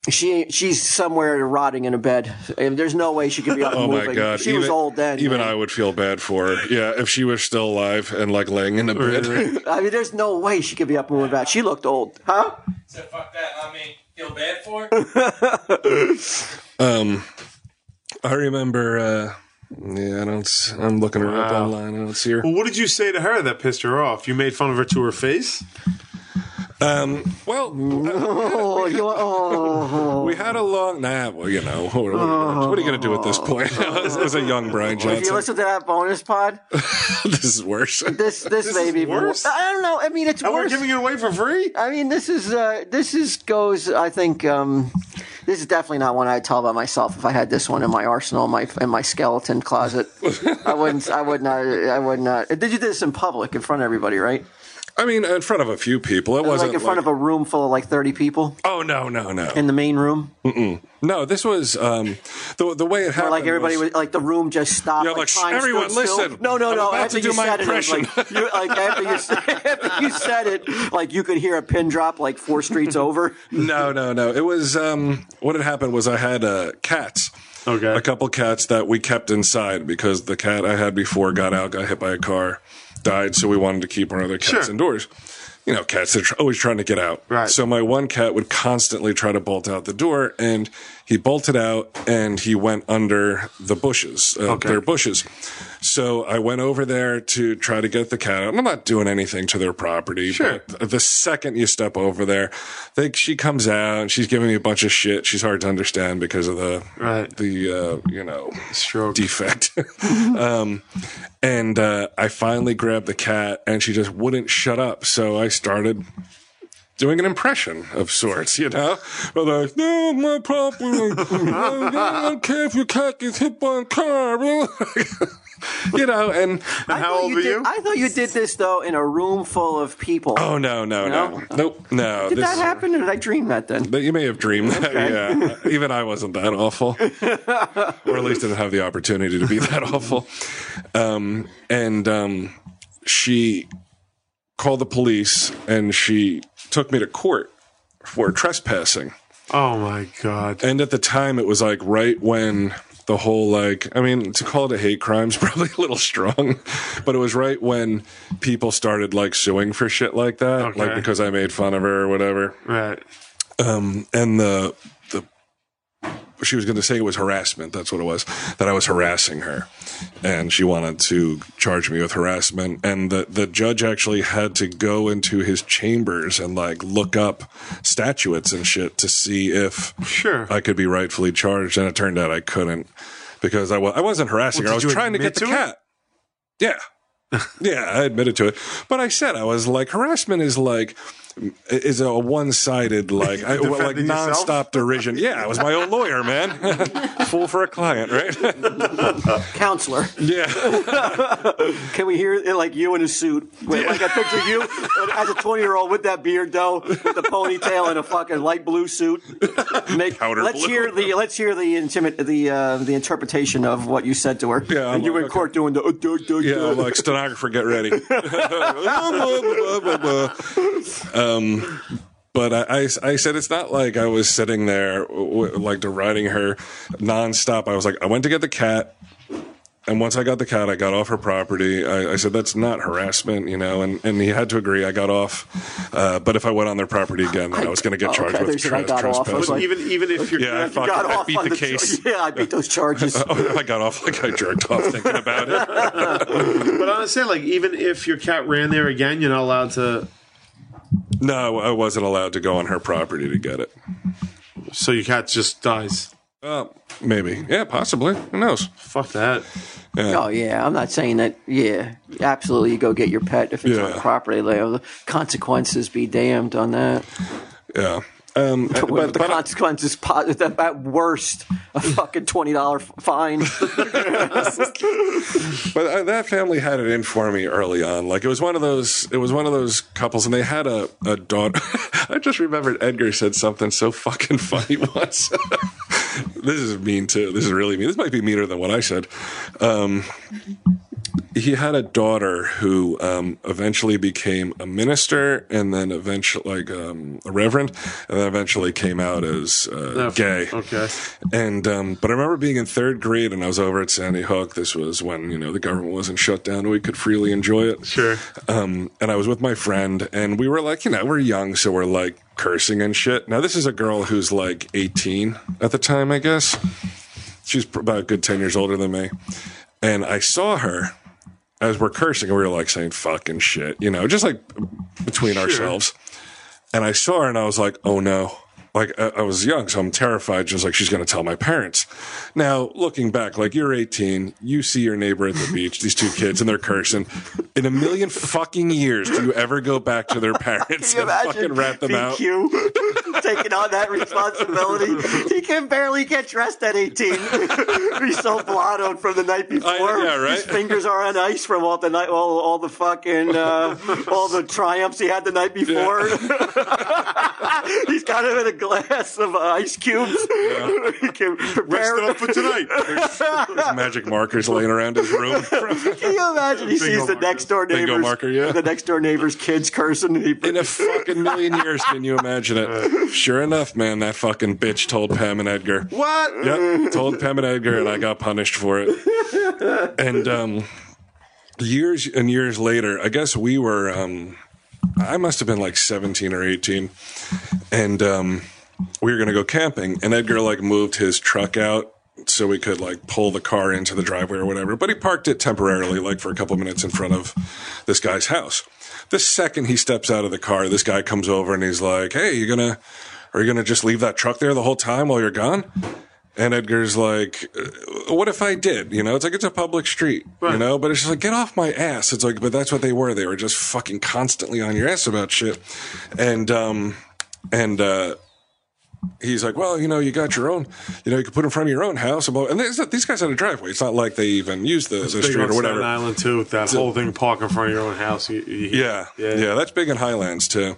Speaker 4: She she's somewhere rotting in a bed. And there's no way she could be up
Speaker 2: [LAUGHS]
Speaker 4: and
Speaker 2: Oh
Speaker 4: moving.
Speaker 2: my god!
Speaker 4: She was old then.
Speaker 2: Even
Speaker 4: man.
Speaker 2: I would feel bad for her. Yeah, if she was still alive and like laying in the bed. [LAUGHS]
Speaker 4: I mean, there's no way she could be up and moving about. She looked old, huh?
Speaker 6: So fuck that. I mean, feel bad for her.
Speaker 2: I remember. uh Yeah, I don't. s- I'm looking her up
Speaker 5: Wow.
Speaker 2: online. I don't see her.
Speaker 5: Well, what did you say to her that pissed her off? You made fun of her to her face.
Speaker 2: Um. Well,
Speaker 4: Oh, you, oh.
Speaker 2: [LAUGHS] we had a long. Nah. Well, you know. [LAUGHS] What, what are, you gonna, what are you gonna do at this point? [LAUGHS] I was, I was a young Brian
Speaker 4: If you
Speaker 2: Johnson.
Speaker 4: listen to that bonus pod,
Speaker 2: [LAUGHS] this is worse.
Speaker 4: this this, may
Speaker 5: is
Speaker 4: be
Speaker 5: worse?
Speaker 4: I don't know. I mean, it's
Speaker 5: And we're
Speaker 4: worse.
Speaker 5: giving it away for free.
Speaker 4: I mean, this is uh, this is goes. I think um, this is definitely not one I'd tell by myself if I had this one in my arsenal, in my in my skeleton closet. I wouldn't. I would not. I would not. Did you do this in public in front of everybody? Right?
Speaker 2: I mean, in front of a few people. It
Speaker 4: Like
Speaker 2: wasn't
Speaker 4: in front of a room full of like thirty people
Speaker 2: Oh no, no, no,
Speaker 4: in the main room.
Speaker 2: no! This was um, the the way it happened.
Speaker 4: Or like everybody
Speaker 2: was,
Speaker 4: was like the room just stopped.
Speaker 2: Yeah,
Speaker 4: like,
Speaker 2: like, "Shh,
Speaker 4: time
Speaker 2: everyone,
Speaker 4: stood still."
Speaker 2: listen.
Speaker 4: No, no,
Speaker 2: I'm
Speaker 4: no.
Speaker 2: about to
Speaker 4: after
Speaker 2: do
Speaker 4: you
Speaker 2: my
Speaker 4: said
Speaker 2: impression.
Speaker 4: it, it was like, you like after you, s- [LAUGHS] after you said it, like you could hear a pin drop like
Speaker 2: [LAUGHS]
Speaker 4: four streets over.
Speaker 2: no, no, no. It was um, what had happened was I had uh, cats.
Speaker 5: Okay.
Speaker 2: a couple cats that we kept inside because the cat I had before got out, got hit by a car, died. So we wanted to keep our other cats
Speaker 5: Sure.
Speaker 2: indoors. You know, cats are tr- always trying to get out.
Speaker 5: Right.
Speaker 2: So my one cat would constantly try to bolt out the door, and he bolted out and he went under the bushes. Uh,
Speaker 5: Okay.
Speaker 2: Their bushes. So I went over there to try to get the cat out. And I'm not doing anything to their property.
Speaker 5: Sure.
Speaker 2: But the second you step over there, they, she comes out and she's giving me a bunch of shit. She's hard to understand because of the
Speaker 5: Right.
Speaker 2: the uh, you know
Speaker 5: Stroke.
Speaker 2: defect. [LAUGHS] um, and uh, I finally grabbed the cat, and she just wouldn't shut up. So I started doing an impression of sorts, you know? But like, no, my problem. [LAUGHS] I don't care if your cat gets hit by a car. [LAUGHS] you know, and
Speaker 5: And
Speaker 4: I
Speaker 5: how
Speaker 4: thought
Speaker 5: old are
Speaker 4: did-
Speaker 5: you?
Speaker 4: I thought you did this though in a room full of people.
Speaker 2: oh no, no, no, nope, no.
Speaker 4: did
Speaker 2: this-
Speaker 4: that happen? Or did I dream that then?
Speaker 2: But you may have dreamed that. Yeah. Even I wasn't that awful. or at least didn't have the opportunity to be that awful. Um, and um, she called the police and she took me to court for trespassing.
Speaker 5: Oh my god.
Speaker 2: And at the time, it was like right when the whole like I mean to call it a hate crime is [LAUGHS] probably a little strong, but it was right when people started like suing for shit like that,
Speaker 5: Okay.
Speaker 2: like because I made fun of her or whatever
Speaker 5: Right.
Speaker 2: um, and the the she was going to say it was harassment. That's what it was. That I was harassing her, and she wanted to charge me with harassment. And the the judge actually had to go into his chambers and like look up statutes and shit to see if
Speaker 5: Sure.
Speaker 2: I could be rightfully charged. And it turned out I couldn't because I was I wasn't harassing
Speaker 5: Well,
Speaker 2: her. I
Speaker 5: did
Speaker 2: was
Speaker 5: you
Speaker 2: trying to
Speaker 5: admit
Speaker 2: get the
Speaker 5: to it?
Speaker 2: cat. Yeah. Yeah, I admitted to it. But I said I was like harassment is like is a one-sided like I, well, like
Speaker 5: [LAUGHS] Defending yourself?
Speaker 2: nonstop derision. Yeah, I was my own lawyer, man. [LAUGHS] Fool for a client, right? [LAUGHS]
Speaker 4: Counselor,
Speaker 2: yeah.
Speaker 4: [LAUGHS] can we hear it like you in a suit? Wait, Like I picture you as a twenty-year-old with that beard, though, with the ponytail and a fucking light blue suit. Make,
Speaker 2: Powder
Speaker 4: let's
Speaker 2: blue.
Speaker 4: hear the let's hear the intimate the uh, the interpretation of what you said to her.
Speaker 2: Yeah, I'm
Speaker 4: and you
Speaker 2: like,
Speaker 4: were in
Speaker 2: okay.
Speaker 4: court doing the uh, duh, duh,
Speaker 2: Yeah,
Speaker 4: duh.
Speaker 2: I'm like stenographer get
Speaker 4: [LAUGHS]
Speaker 2: ready. um but I, I, I said it's not like I was sitting there w- like deriding her nonstop. I was like, I went to get the cat, and once I got the cat, I got off her property. I, I said that's not harassment, you know, and, and he had to agree. I got off, uh, but if I went on their property again, then I, was going to get
Speaker 4: oh,
Speaker 2: charged
Speaker 4: okay,
Speaker 2: with
Speaker 4: there's- I
Speaker 2: tres-
Speaker 4: got off. I
Speaker 2: trespassing.
Speaker 4: was like-
Speaker 5: even even if you're
Speaker 2: Yeah, I fucking
Speaker 4: got
Speaker 2: I
Speaker 4: off
Speaker 2: beat
Speaker 4: on
Speaker 2: the,
Speaker 4: the, char-
Speaker 2: case.
Speaker 4: [LAUGHS] yeah, I beat those charges.
Speaker 2: [LAUGHS] Oh, [LAUGHS] I got off like I jerked off thinking about it.
Speaker 5: but honestly, like even if your cat ran there again, you're not allowed to.
Speaker 2: No, I wasn't allowed to go on her property to get it.
Speaker 5: So your cat just dies.
Speaker 2: Uh, maybe. Yeah, possibly. Who knows?
Speaker 5: Fuck that.
Speaker 4: Oh yeah, I'm not saying that. Yeah, absolutely, you go get your pet if it's on
Speaker 2: Yeah.
Speaker 4: property. Like, oh, the consequences be damned on that.
Speaker 2: Yeah. Um,
Speaker 4: Well,
Speaker 2: but,
Speaker 4: the
Speaker 2: but I-
Speaker 4: consequences, po- at at worst, a fucking twenty dollar fine. [LAUGHS]
Speaker 2: but uh, that family had it in for me early on. Like it was one of those, it was one of those couples, and they had a, a daughter. [LAUGHS] I just remembered Edgar said something so fucking funny [LAUGHS] once. this is mean too. This is really mean. This might be meaner than what I said. Um, he had a daughter who um, eventually became a minister, and then eventually, like um, a reverend, and then eventually came out as uh, gay.
Speaker 5: Okay.
Speaker 2: And um, but I remember being in third grade, and I was over at Sandy Hook. This was when you know the government wasn't shut down; and we could freely enjoy it.
Speaker 5: Sure.
Speaker 2: Um, and I was with my friend, and we were like, you know, we're young, so we're like cursing and shit. Now this is a girl who's like 18 at the time, I guess. She's pr- about a good 10 years older than me, and I saw her as we're cursing, and we were like saying fucking shit, you know, just like between ourselves. And I saw her, and I was like, oh no. like I, I was young, so I'm terrified. Just like she's going to tell my parents. Now, looking back, like you're 18, you see your neighbor at the
Speaker 4: [LAUGHS]
Speaker 2: beach, these two kids, and they're cursing. In a million fucking years, do you ever go back to
Speaker 4: [LAUGHS]
Speaker 2: their parents
Speaker 4: Can you
Speaker 2: and
Speaker 4: imagine
Speaker 2: fucking rat them out? [LAUGHS]
Speaker 4: BQ [LAUGHS] taking on that responsibility? he can barely get dressed at 18. [LAUGHS] He's so blottoed from the night before.
Speaker 2: yeah, right?
Speaker 4: His fingers are on ice from all the night, all, all the fucking,
Speaker 2: [LAUGHS]
Speaker 4: uh, all the triumphs he had the night before. [LAUGHS] He's got him in a glass of ice cubes. [LAUGHS] he can
Speaker 5: Rest
Speaker 4: prepare.
Speaker 5: it up
Speaker 4: [LAUGHS]
Speaker 5: for tonight.
Speaker 2: There's magic markers laying around his room.
Speaker 4: [LAUGHS] Can you imagine? He sees the
Speaker 5: marker.
Speaker 4: next door
Speaker 2: Bingo
Speaker 4: neighbors,
Speaker 2: marker, yeah.
Speaker 4: the next door neighbors' kids cursing. and He
Speaker 2: In a fucking million years, can you imagine it? Sure enough, man, that fucking bitch told Pam and Edgar.
Speaker 5: what?
Speaker 2: Yep, told Pam and Edgar, and I got punished for it. And um, years and years later, I guess we were. Um, I must have been like seventeen or eighteen, and um, we were gonna go camping. And Edgar like moved his truck out so we could like pull the car into the driveway or whatever. But he parked it temporarily, like for a couple minutes in front of this guy's house. The second he steps out of the car, this guy comes over and he's like, "Hey, you gonna?" Are you gonna just leave that truck there the whole time while you're gone? And Edgar's like, "Uh, "What if I did?" You know, it's like it's a public street, you know. But it's just like, get off my ass. It's like, but that's what they were. They were just fucking constantly on your ass about shit. And um, and uh, he's like, "Well, you know, you got your own. You know, you can put in front of your own house." And, blah- and there's- these guys had a driveway. It's not like they even used the, the
Speaker 5: Big
Speaker 2: street
Speaker 5: on
Speaker 2: or
Speaker 5: Staten
Speaker 2: whatever.
Speaker 5: Island too. With that whole thing, park in front of your own house. You- you-
Speaker 2: Yeah, yeah, that's big in Highlands too.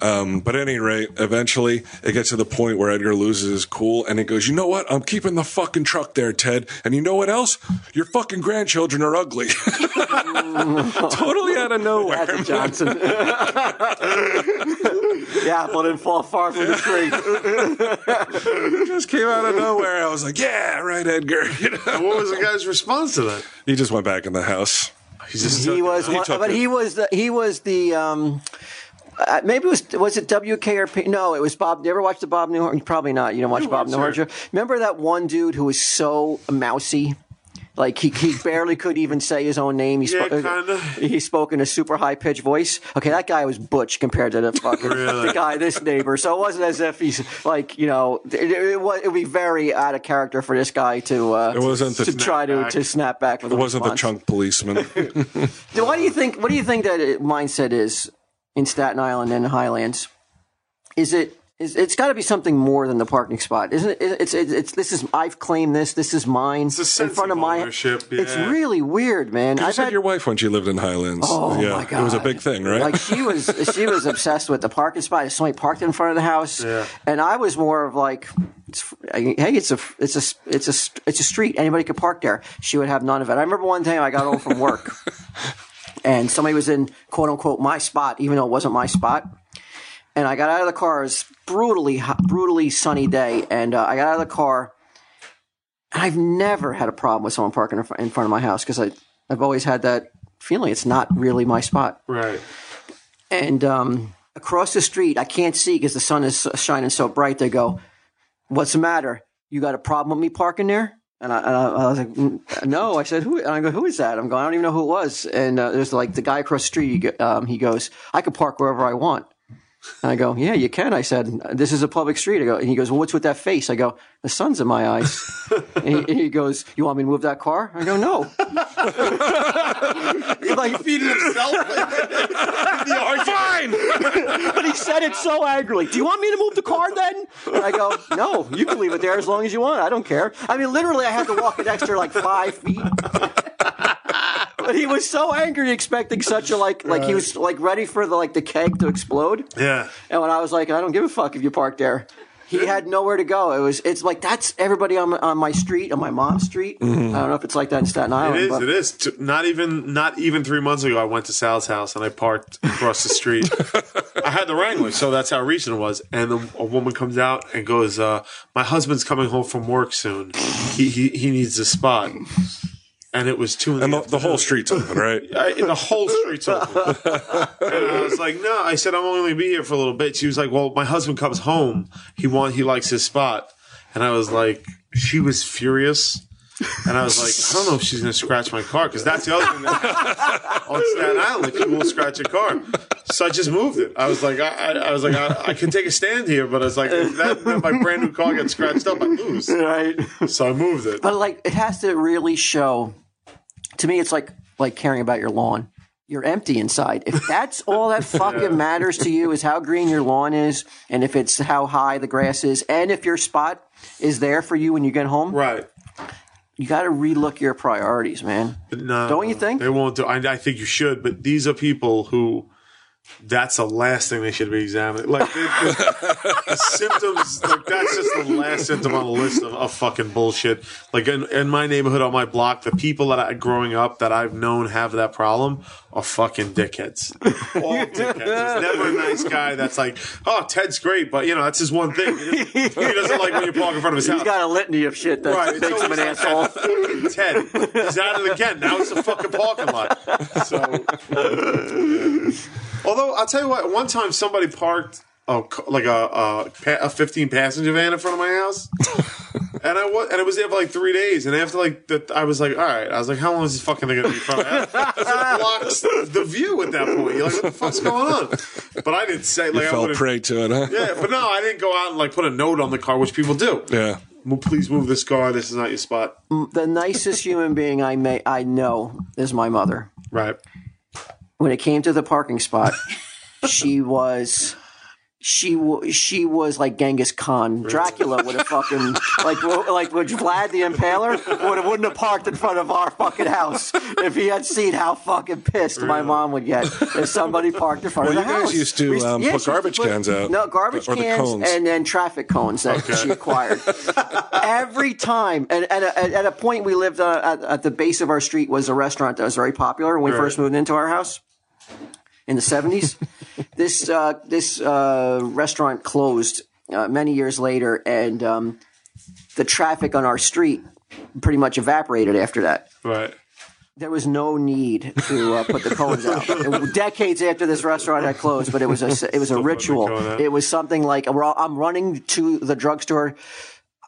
Speaker 2: Um, but at any rate, eventually it gets to the point where Edgar loses his cool and he goes, "You know what? I'm keeping the fucking truck there, Ted. And you know what else? Your fucking grandchildren are ugly." [LAUGHS] totally out of nowhere.
Speaker 4: Magic Johnson. [LAUGHS] yeah, but didn't fall far from the tree.
Speaker 2: just came out of nowhere. I was like, "Yeah, right, Edgar." [LAUGHS] You know?
Speaker 5: What was the guy's response to that?
Speaker 2: He just went back in the house.
Speaker 5: He just
Speaker 4: He was, one,
Speaker 2: took
Speaker 4: but
Speaker 2: it.
Speaker 4: he was the he was the. Um, uh, maybe it was was it WKRP? No, it was Bob. You ever watch the Bob Newhart? Probably not. You don't watch Bob Newhart. show? Remember that one dude who was so mousy, like he, he barely could even say his own name. He
Speaker 5: Yeah,
Speaker 4: spoke-
Speaker 5: kinda.
Speaker 4: He spoke in a super high pitched voice. Okay, that guy was butch compared to the fucking
Speaker 5: Really?
Speaker 4: the guy this neighbor. So it wasn't as if he's like you know it, it, wa- it would be very out of character for this guy to uh,
Speaker 2: It wasn't the
Speaker 4: to try to,
Speaker 5: snapback.
Speaker 4: to snap back. With
Speaker 2: It wasn't the
Speaker 4: response.
Speaker 2: chunk
Speaker 4: [LAUGHS]
Speaker 2: policeman.
Speaker 4: So what do you think? What do you think that uh, mindset is in Staten Island and the Highlands? Is it? Is, it's got to be something more than the parking spot, isn't it? It's, it's it's this is I've claimed this. This is mine.
Speaker 5: a
Speaker 4: in
Speaker 5: sense
Speaker 4: front
Speaker 5: of
Speaker 4: of my.
Speaker 5: ownership,
Speaker 4: It's
Speaker 5: yeah.
Speaker 4: really weird, man.
Speaker 2: You
Speaker 4: I've
Speaker 2: said
Speaker 4: had
Speaker 2: your wife when she lived in Highlands.
Speaker 4: Oh,
Speaker 2: yeah,
Speaker 4: my
Speaker 2: it was a
Speaker 4: God.
Speaker 2: big thing, right?
Speaker 4: [LAUGHS]
Speaker 2: [LAUGHS]
Speaker 4: like she was she was obsessed with the parking spot. Somebody parked in front of the house,
Speaker 5: Yeah.
Speaker 4: and I was more of like, it's, hey, it's a it's a it's a it's a street. Anybody could park there. She would have none of it. I remember one time I got home from work, and somebody was in quote unquote my spot, even though it wasn't my spot. And I got out of the car. It was brutally hot- brutally sunny day, and uh, I got out of the car. And I've never had a problem with someone parking in fr- in front of my house because I I've always had that feeling it's not really my spot
Speaker 5: right.
Speaker 4: and um, across the street, I can't see because the sun is shining so bright. They go, "What's the matter? You got a problem with me parking there?" And I, and I, I was like, "Mm, "No." I said, "Who?" And I go, "Who is that?" I'm going, "I don't even know who it was." And uh, there's like the guy across the street. He, go- um, he goes, "I could park wherever I want." And I go, "Yeah, you can." I said, "This is a public street." I go, and he goes, "Well, what's with that face?" I go, "The sun's in my eyes." and he, he goes, "You want me to move that car?" I go, "No." [LAUGHS] like
Speaker 7: Feeding himself.
Speaker 4: [LAUGHS]
Speaker 2: fine.
Speaker 4: but he said it so angrily. Do you want me to move the car then? And I go, no, you can leave it there as long as you want. I don't care. I mean, literally, I had to walk an extra like five feet. But he was so angry, expecting such a like, like he was like ready for the like the keg to explode.
Speaker 5: [LAUGHS] Yeah.
Speaker 4: And when I was like, I don't give a fuck if you park there. He had nowhere to go. It was. It's like that's everybody on on my street, on my mom's street. I don't know if it's like that in Staten Island.
Speaker 5: Mm-hmm. It is.
Speaker 4: but
Speaker 5: It is. T- Not even. Not even three months ago, I went to Sal's house and I parked across
Speaker 2: [LAUGHS]
Speaker 5: the street. I had the Wrangler, so that's how recent it was. And the, a woman comes out and goes, uh, "My husband's coming home from work soon. He he, he needs a spot." And it was two in the,
Speaker 2: And the, the whole
Speaker 5: afternoon.
Speaker 2: street's open, right?
Speaker 5: I, the whole street's open. and I was like, no, I said, I'm only going to be here for a little bit. She was like, well, my husband comes home. He want, he likes his spot. And I was like, she was furious. And I was like, I don't know if she's going to scratch my car because that's the other thing that- [LAUGHS] on Staten Island. Like, people will scratch a car. So I just moved it. I was like, I, I, I was like, I, I can take a stand here, but I was like, if that, if my brand new car gets scratched up, I
Speaker 4: [LAUGHS]
Speaker 5: lose.
Speaker 4: Right.
Speaker 5: So I moved it.
Speaker 4: But like it has to really show. To me, it's like like caring about your lawn. You're empty inside. If that's all
Speaker 5: [LAUGHS]
Speaker 4: that fucking matters to you is how green your lawn is, and if it's how high the grass is, and if your spot is there for you when you get home,
Speaker 5: Right.
Speaker 4: you got to relook your priorities, man.
Speaker 5: No,
Speaker 4: Don't you think?
Speaker 5: they won't do? I, I think you should, but these are people who. That's the last thing they should be examining. Like the, the- the symptoms, like that's just the last symptom on the list of, of fucking bullshit. Like in, in my neighborhood, on my block, the people that I growing up that I've known have that problem are fucking dickheads. All dickheads. There's never a nice guy that's like, oh, Ted's great, but you know that's his one thing. He doesn't like when you park in front of his house.
Speaker 4: He's got a litany of shit that
Speaker 5: Right, it's
Speaker 4: makes him an
Speaker 5: always
Speaker 4: asshole.
Speaker 5: Fucking Ted. He's out of the tent. Now it's a fucking parking lot. So, although I'll tell you what, one time somebody parked a, ca- like a, a pa- a fifteen passenger van in front of my house, and I was and it was there for like three days. And after like the, I was like, all right, I was like, how long is this fucking thing gonna be in front of my house? 'Cause It blocks the view at that point. You're like, what the fuck's going on? But I didn't say like I
Speaker 2: Fell
Speaker 5: wouldn't-
Speaker 2: prey to it, huh?
Speaker 5: Yeah, but no, I didn't go out and like put a note on the car, which people do.
Speaker 2: Yeah.
Speaker 5: Well, please move this car. This is not your spot.
Speaker 4: The nicest human being I may I know is my mother.
Speaker 5: Right.
Speaker 4: when it came to the parking
Speaker 2: [LAUGHS]
Speaker 4: spot, she was she wa she was like Genghis Khan. Dracula would have fucking like wo- like would Vlad the Impaler would have, wouldn't have parked in front of our fucking house if he had seen how fucking pissed my mom would get if somebody parked in front
Speaker 2: Well,
Speaker 4: of
Speaker 2: you
Speaker 4: the
Speaker 2: guys
Speaker 4: house.
Speaker 2: used to,
Speaker 4: We-
Speaker 2: um, put
Speaker 4: she used to
Speaker 2: garbage cans out.
Speaker 4: No garbage
Speaker 2: Or the
Speaker 4: cans
Speaker 2: cones.
Speaker 4: and then traffic cones that she acquired every time. And at a, at a point, we lived uh, at, at the base of our street was a restaurant that was very popular when we first moved into our house in the
Speaker 5: [LAUGHS]
Speaker 4: seventies. this uh, this uh, restaurant closed uh, many years later, and um, the traffic on our street pretty much evaporated after that.
Speaker 5: Right.
Speaker 4: There was no need to uh, put the cones out.
Speaker 5: [LAUGHS]
Speaker 4: It- decades after this restaurant had closed, but it was a it was a ritual.
Speaker 5: cone out.
Speaker 4: It was something like "Well, I'm running to the drugstore.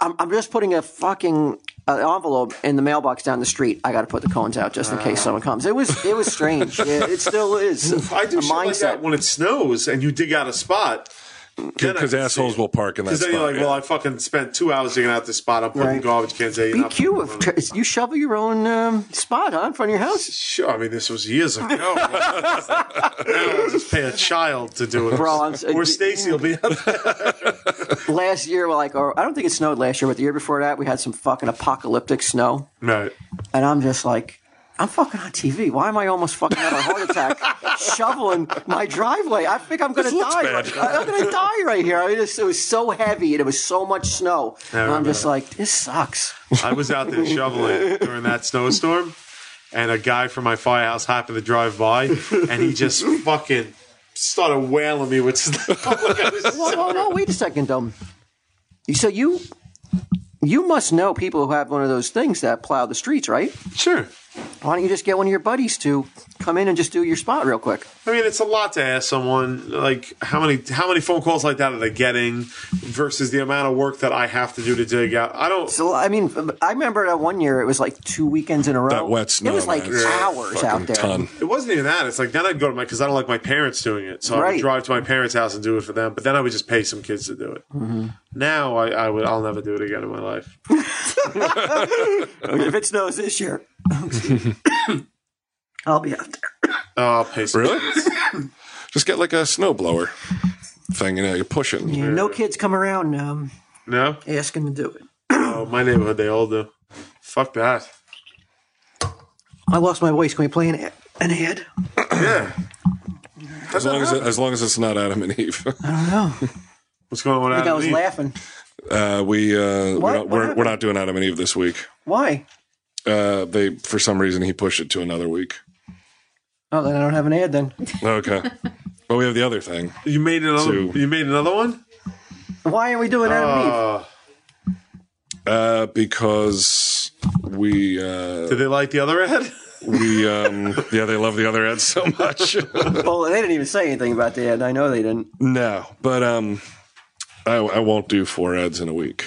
Speaker 4: I'm, I'm just putting a fucking uh, envelope in the mailbox down the street. I got to put the cones out just in case someone comes. It was it was
Speaker 5: [LAUGHS]
Speaker 4: strange. it, it still is.
Speaker 5: I do
Speaker 4: a
Speaker 5: shit like that when it snows and you dig out a spot.
Speaker 2: Because assholes will park in that
Speaker 5: Because
Speaker 2: spot.
Speaker 5: then you're like, well, I fucking spent two hours digging out this spot. I'm putting
Speaker 4: Right.
Speaker 5: garbage cans. there, you're not
Speaker 4: BQ
Speaker 5: fucking
Speaker 4: of tr- you shovel your own um, spot huh, in front of your house,
Speaker 5: Sure. I mean, this was years [LAUGHS] ago. now I'll just pay a child to do it.
Speaker 4: bro. I'm, s-
Speaker 5: or Stacy will be out there.
Speaker 4: last year, we're like, or I don't think it snowed last year, but the year before that, we had some fucking apocalyptic snow,
Speaker 5: Right.
Speaker 4: and I'm just like. I'm fucking on TV. Why am I almost fucking having a heart [LAUGHS] attack shoveling my driveway? I think I'm gonna
Speaker 2: looks
Speaker 4: die.
Speaker 2: bad.
Speaker 4: right- I'm gonna die right here. I mean, it's, it was so heavy and it was so much snow. And I'm just like, this sucks.
Speaker 5: I was out there shoveling during that snowstorm, and a guy from my firehouse happened to drive by, and he just fucking started wailing me with stuff. [LAUGHS] Like I was
Speaker 4: Whoa, whoa, whoa, wait a second, um. So you you must know people who have one of those things that plow the streets, right?
Speaker 5: Sure.
Speaker 4: Why don't you just get one of your buddies to come in and just do your spot real quick?
Speaker 5: I mean, it's a lot to ask someone. Like, how many how many phone calls like that are they getting versus the amount of work that I have to do to dig out? I don't.
Speaker 4: So I mean, I remember that one year it was like two weekends in a row.
Speaker 2: That wet snow.
Speaker 4: It was like
Speaker 2: man. It's
Speaker 4: hours
Speaker 2: fucking
Speaker 4: out there.
Speaker 2: Ton.
Speaker 5: It wasn't even that. It's like then I'd go to my because I don't like my parents doing it, so I
Speaker 4: Right.
Speaker 5: would drive to my parents' house and do it for them. But then I would just pay some kids to do it.
Speaker 4: Mm-hmm.
Speaker 5: Now I, I would. I'll never do it again in my
Speaker 4: [LAUGHS]
Speaker 5: life.
Speaker 4: If it snows this year, [LAUGHS] I'll be out there.
Speaker 5: Oh, I'll pay some.
Speaker 2: Really? Just get like a snowblower thing, you know, you push it.
Speaker 4: Yeah, no kids come around um,
Speaker 5: No.
Speaker 4: asking to do it.
Speaker 5: Oh, my neighborhood, they all do. Fuck that.
Speaker 4: I lost my voice. Can we play an, an ad?
Speaker 5: Yeah.
Speaker 2: As long as, it, as long as it's not Adam and Eve. [LAUGHS]
Speaker 4: I don't know.
Speaker 5: What's going on?
Speaker 4: I think I was laughing.
Speaker 2: Uh, we, uh, we're, not,
Speaker 4: What? What
Speaker 2: we're, we're
Speaker 4: happened?
Speaker 2: not doing Adam and Eve this week.
Speaker 4: Why?
Speaker 2: Uh, they, for some reason, he pushed it to another week.
Speaker 4: Oh, then I don't have an ad then.
Speaker 2: Okay. but we have the other thing.
Speaker 5: You made another.
Speaker 2: Two.
Speaker 5: You made another one.
Speaker 4: Why are we doing Adam and Eve?
Speaker 2: Oh.
Speaker 5: Uh,
Speaker 2: Uh, because we, uh,
Speaker 5: did they like the other ad?
Speaker 2: we, um, yeah, they love the other ad so [LAUGHS] much.
Speaker 4: Well, they didn't even say anything about the ad. I know they didn't.
Speaker 2: No, but um, I, I won't do four ads in a week.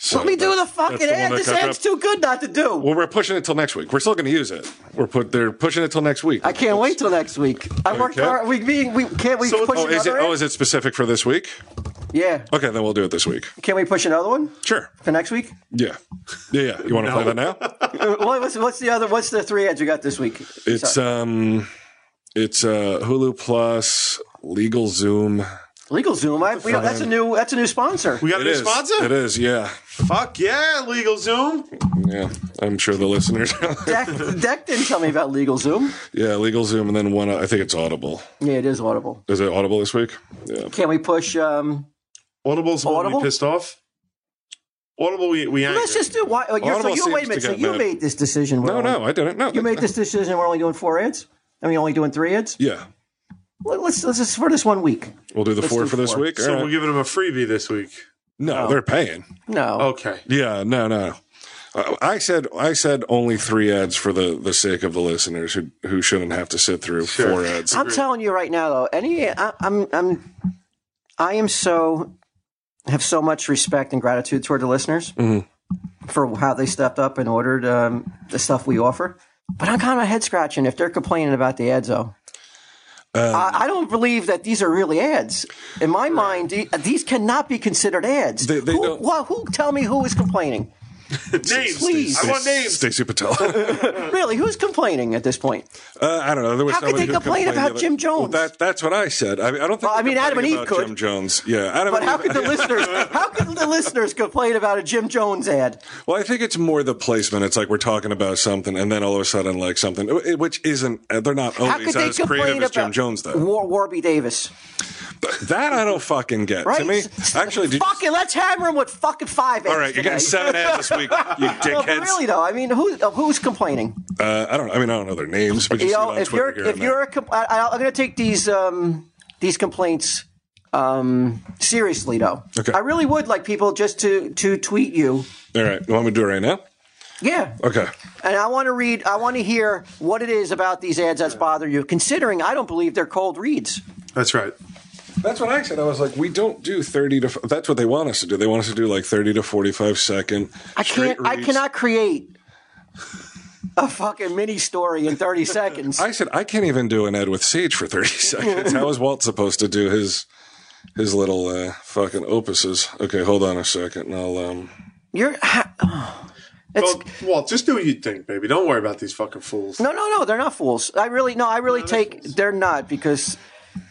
Speaker 2: So
Speaker 4: Let me do
Speaker 2: that-
Speaker 4: the
Speaker 2: that's
Speaker 4: fucking
Speaker 2: one
Speaker 4: ad.
Speaker 2: that
Speaker 4: This
Speaker 2: comes
Speaker 4: ad's
Speaker 2: up.
Speaker 4: too good not to do.
Speaker 2: Well, we're pushing it till next week. We're still going to use it. We're put. They're pushing it till next week.
Speaker 4: I can't wait till next week. I worked
Speaker 2: Okay.
Speaker 4: hard. We, we, we can't we
Speaker 5: So-
Speaker 4: push
Speaker 2: Oh,
Speaker 4: another?
Speaker 2: is it?
Speaker 4: ad?
Speaker 2: Oh, is it specific for this week?
Speaker 4: yeah.
Speaker 2: Okay, then we'll do it this week.
Speaker 4: Can we push another one
Speaker 2: Sure.
Speaker 4: for next week?
Speaker 2: Yeah. Yeah. yeah. You want to play that
Speaker 5: [LAUGHS]
Speaker 2: now?
Speaker 4: Uh, [LAUGHS] what- what's, what's the other? What's the three ads we got this week?
Speaker 2: It's
Speaker 4: Sorry.
Speaker 2: um, it's uh, Hulu Plus, Legal Zoom.
Speaker 4: Legal Zoom. I, we, that's a new. That's a new sponsor.
Speaker 5: We got a
Speaker 2: It
Speaker 5: new
Speaker 2: is.
Speaker 5: sponsor?
Speaker 2: It is. Yeah.
Speaker 5: Fuck yeah, Legal Zoom.
Speaker 2: Yeah. I'm sure the listeners. [LAUGHS]
Speaker 4: Deck, Deck didn't tell me about Legal Zoom.
Speaker 2: yeah. Legal Zoom, and then one. I think it's Audible.
Speaker 4: Yeah, it is Audible.
Speaker 2: Is it Audible this week? Yeah.
Speaker 4: Can we push? Um,
Speaker 5: Audible's the one
Speaker 4: Audible?
Speaker 5: we pissed off. Audible, we, we angry.
Speaker 4: let's just do. Why, oh, you're, so
Speaker 2: Audible
Speaker 4: you wait
Speaker 2: seems to
Speaker 4: a minute. So
Speaker 2: get
Speaker 4: you
Speaker 2: mad.
Speaker 4: made this decision.
Speaker 2: No, no, I didn't. No.
Speaker 4: You made this decision. We're only doing four ads. I mean, only doing three ads.
Speaker 2: Yeah.
Speaker 4: Well, Let's let's just for this one week.
Speaker 2: We'll do the four
Speaker 4: do
Speaker 2: for this
Speaker 4: four.
Speaker 2: week.
Speaker 5: so
Speaker 2: All right.
Speaker 5: we're giving him a freebie this week.
Speaker 2: no, they're paying.
Speaker 4: No.
Speaker 2: Oh,
Speaker 5: Okay.
Speaker 2: Yeah, no, no. Uh, I said I said only three ads for the, the sake of the listeners who who shouldn't have to sit through four ads.
Speaker 4: I'm telling you right now, though, any I, I'm I'm I am so have so much respect and gratitude toward the listeners
Speaker 2: Mm-hmm.
Speaker 4: for how they stepped up and ordered um, the stuff we offer. But I'm kind of head scratching if they're complaining about the ads, though.
Speaker 2: Um,
Speaker 4: I, I don't believe that these are really ads. In my mind, the- these cannot be considered ads.
Speaker 2: They- they
Speaker 4: who,
Speaker 2: don't-
Speaker 4: well, who? Tell me who is complaining?
Speaker 5: Names.
Speaker 4: Please.
Speaker 5: I want names.
Speaker 2: Stacy Patel. [LAUGHS] uh,
Speaker 4: Really, who's complaining at this point?
Speaker 2: I don't know. There was
Speaker 4: How could
Speaker 2: somebody
Speaker 4: they
Speaker 2: who
Speaker 4: complain
Speaker 2: complained the
Speaker 4: about
Speaker 2: other-
Speaker 4: Jim Jones?
Speaker 2: Well, that, that's what I said. I, mean, I don't think.
Speaker 4: Well, I
Speaker 2: they
Speaker 4: mean, Adam and
Speaker 2: complained
Speaker 4: Eve
Speaker 2: about
Speaker 4: could.
Speaker 2: Jim Jones. Yeah, Adam.
Speaker 4: But
Speaker 2: and
Speaker 4: how
Speaker 2: Eve- [LAUGHS]
Speaker 4: could the listeners? How could the listeners complain about a Jim Jones ad?
Speaker 2: Well, I think it's more the placement. It's like we're talking about something, and then all of a sudden, like something which isn't. uh, They're not
Speaker 4: How
Speaker 2: always
Speaker 4: could they
Speaker 2: as
Speaker 4: complain
Speaker 2: creative as
Speaker 4: about
Speaker 2: Jim Jones, though.
Speaker 4: War, Warby Davis?
Speaker 2: That I don't fucking get.
Speaker 4: Right?
Speaker 2: To
Speaker 4: [LAUGHS]
Speaker 2: me, actually, did you-
Speaker 4: fuck it. Let's hammer him with fucking five.
Speaker 2: all right, you're getting seven ads this
Speaker 4: [LAUGHS]
Speaker 2: week, you
Speaker 4: No,
Speaker 2: dickheads.
Speaker 4: but really though, I mean, who uh, who's complaining?
Speaker 2: Uh, I don't. I mean, I don't know their names. But
Speaker 4: You
Speaker 2: you see
Speaker 4: know,
Speaker 2: it on
Speaker 4: if
Speaker 2: Twitter
Speaker 4: you're
Speaker 2: here
Speaker 4: if
Speaker 2: and
Speaker 4: you're
Speaker 2: there.
Speaker 4: a comp- I, I, I'm going to take these um these complaints um seriously though.
Speaker 2: Okay.
Speaker 4: I really would like people just to to tweet you.
Speaker 2: all right, you want me to do it right now?
Speaker 4: Yeah.
Speaker 2: Okay.
Speaker 4: And I want to read. I want to hear what it is about these ads that's bother you. Considering I don't believe they're cold reads.
Speaker 5: That's right.
Speaker 2: That's what I said. I was like, we don't do thirty to. f- That's what they want us to do. They want us to do like thirty to forty-five second.
Speaker 4: I can't. I cannot create a fucking mini story in
Speaker 5: [LAUGHS]
Speaker 4: 30 seconds.
Speaker 2: I said I can't even do an ad with Sage for
Speaker 4: [LAUGHS]
Speaker 2: thirty seconds. How is Walt supposed to do his his little uh, fucking opuses? Okay, hold on a second. And I'll um.
Speaker 4: You're. Ha- it's,
Speaker 5: Well, well, just do what you think, baby. Don't worry about these fucking fools.
Speaker 4: no, no, no. They're not fools. I really no. I really take. They're not because.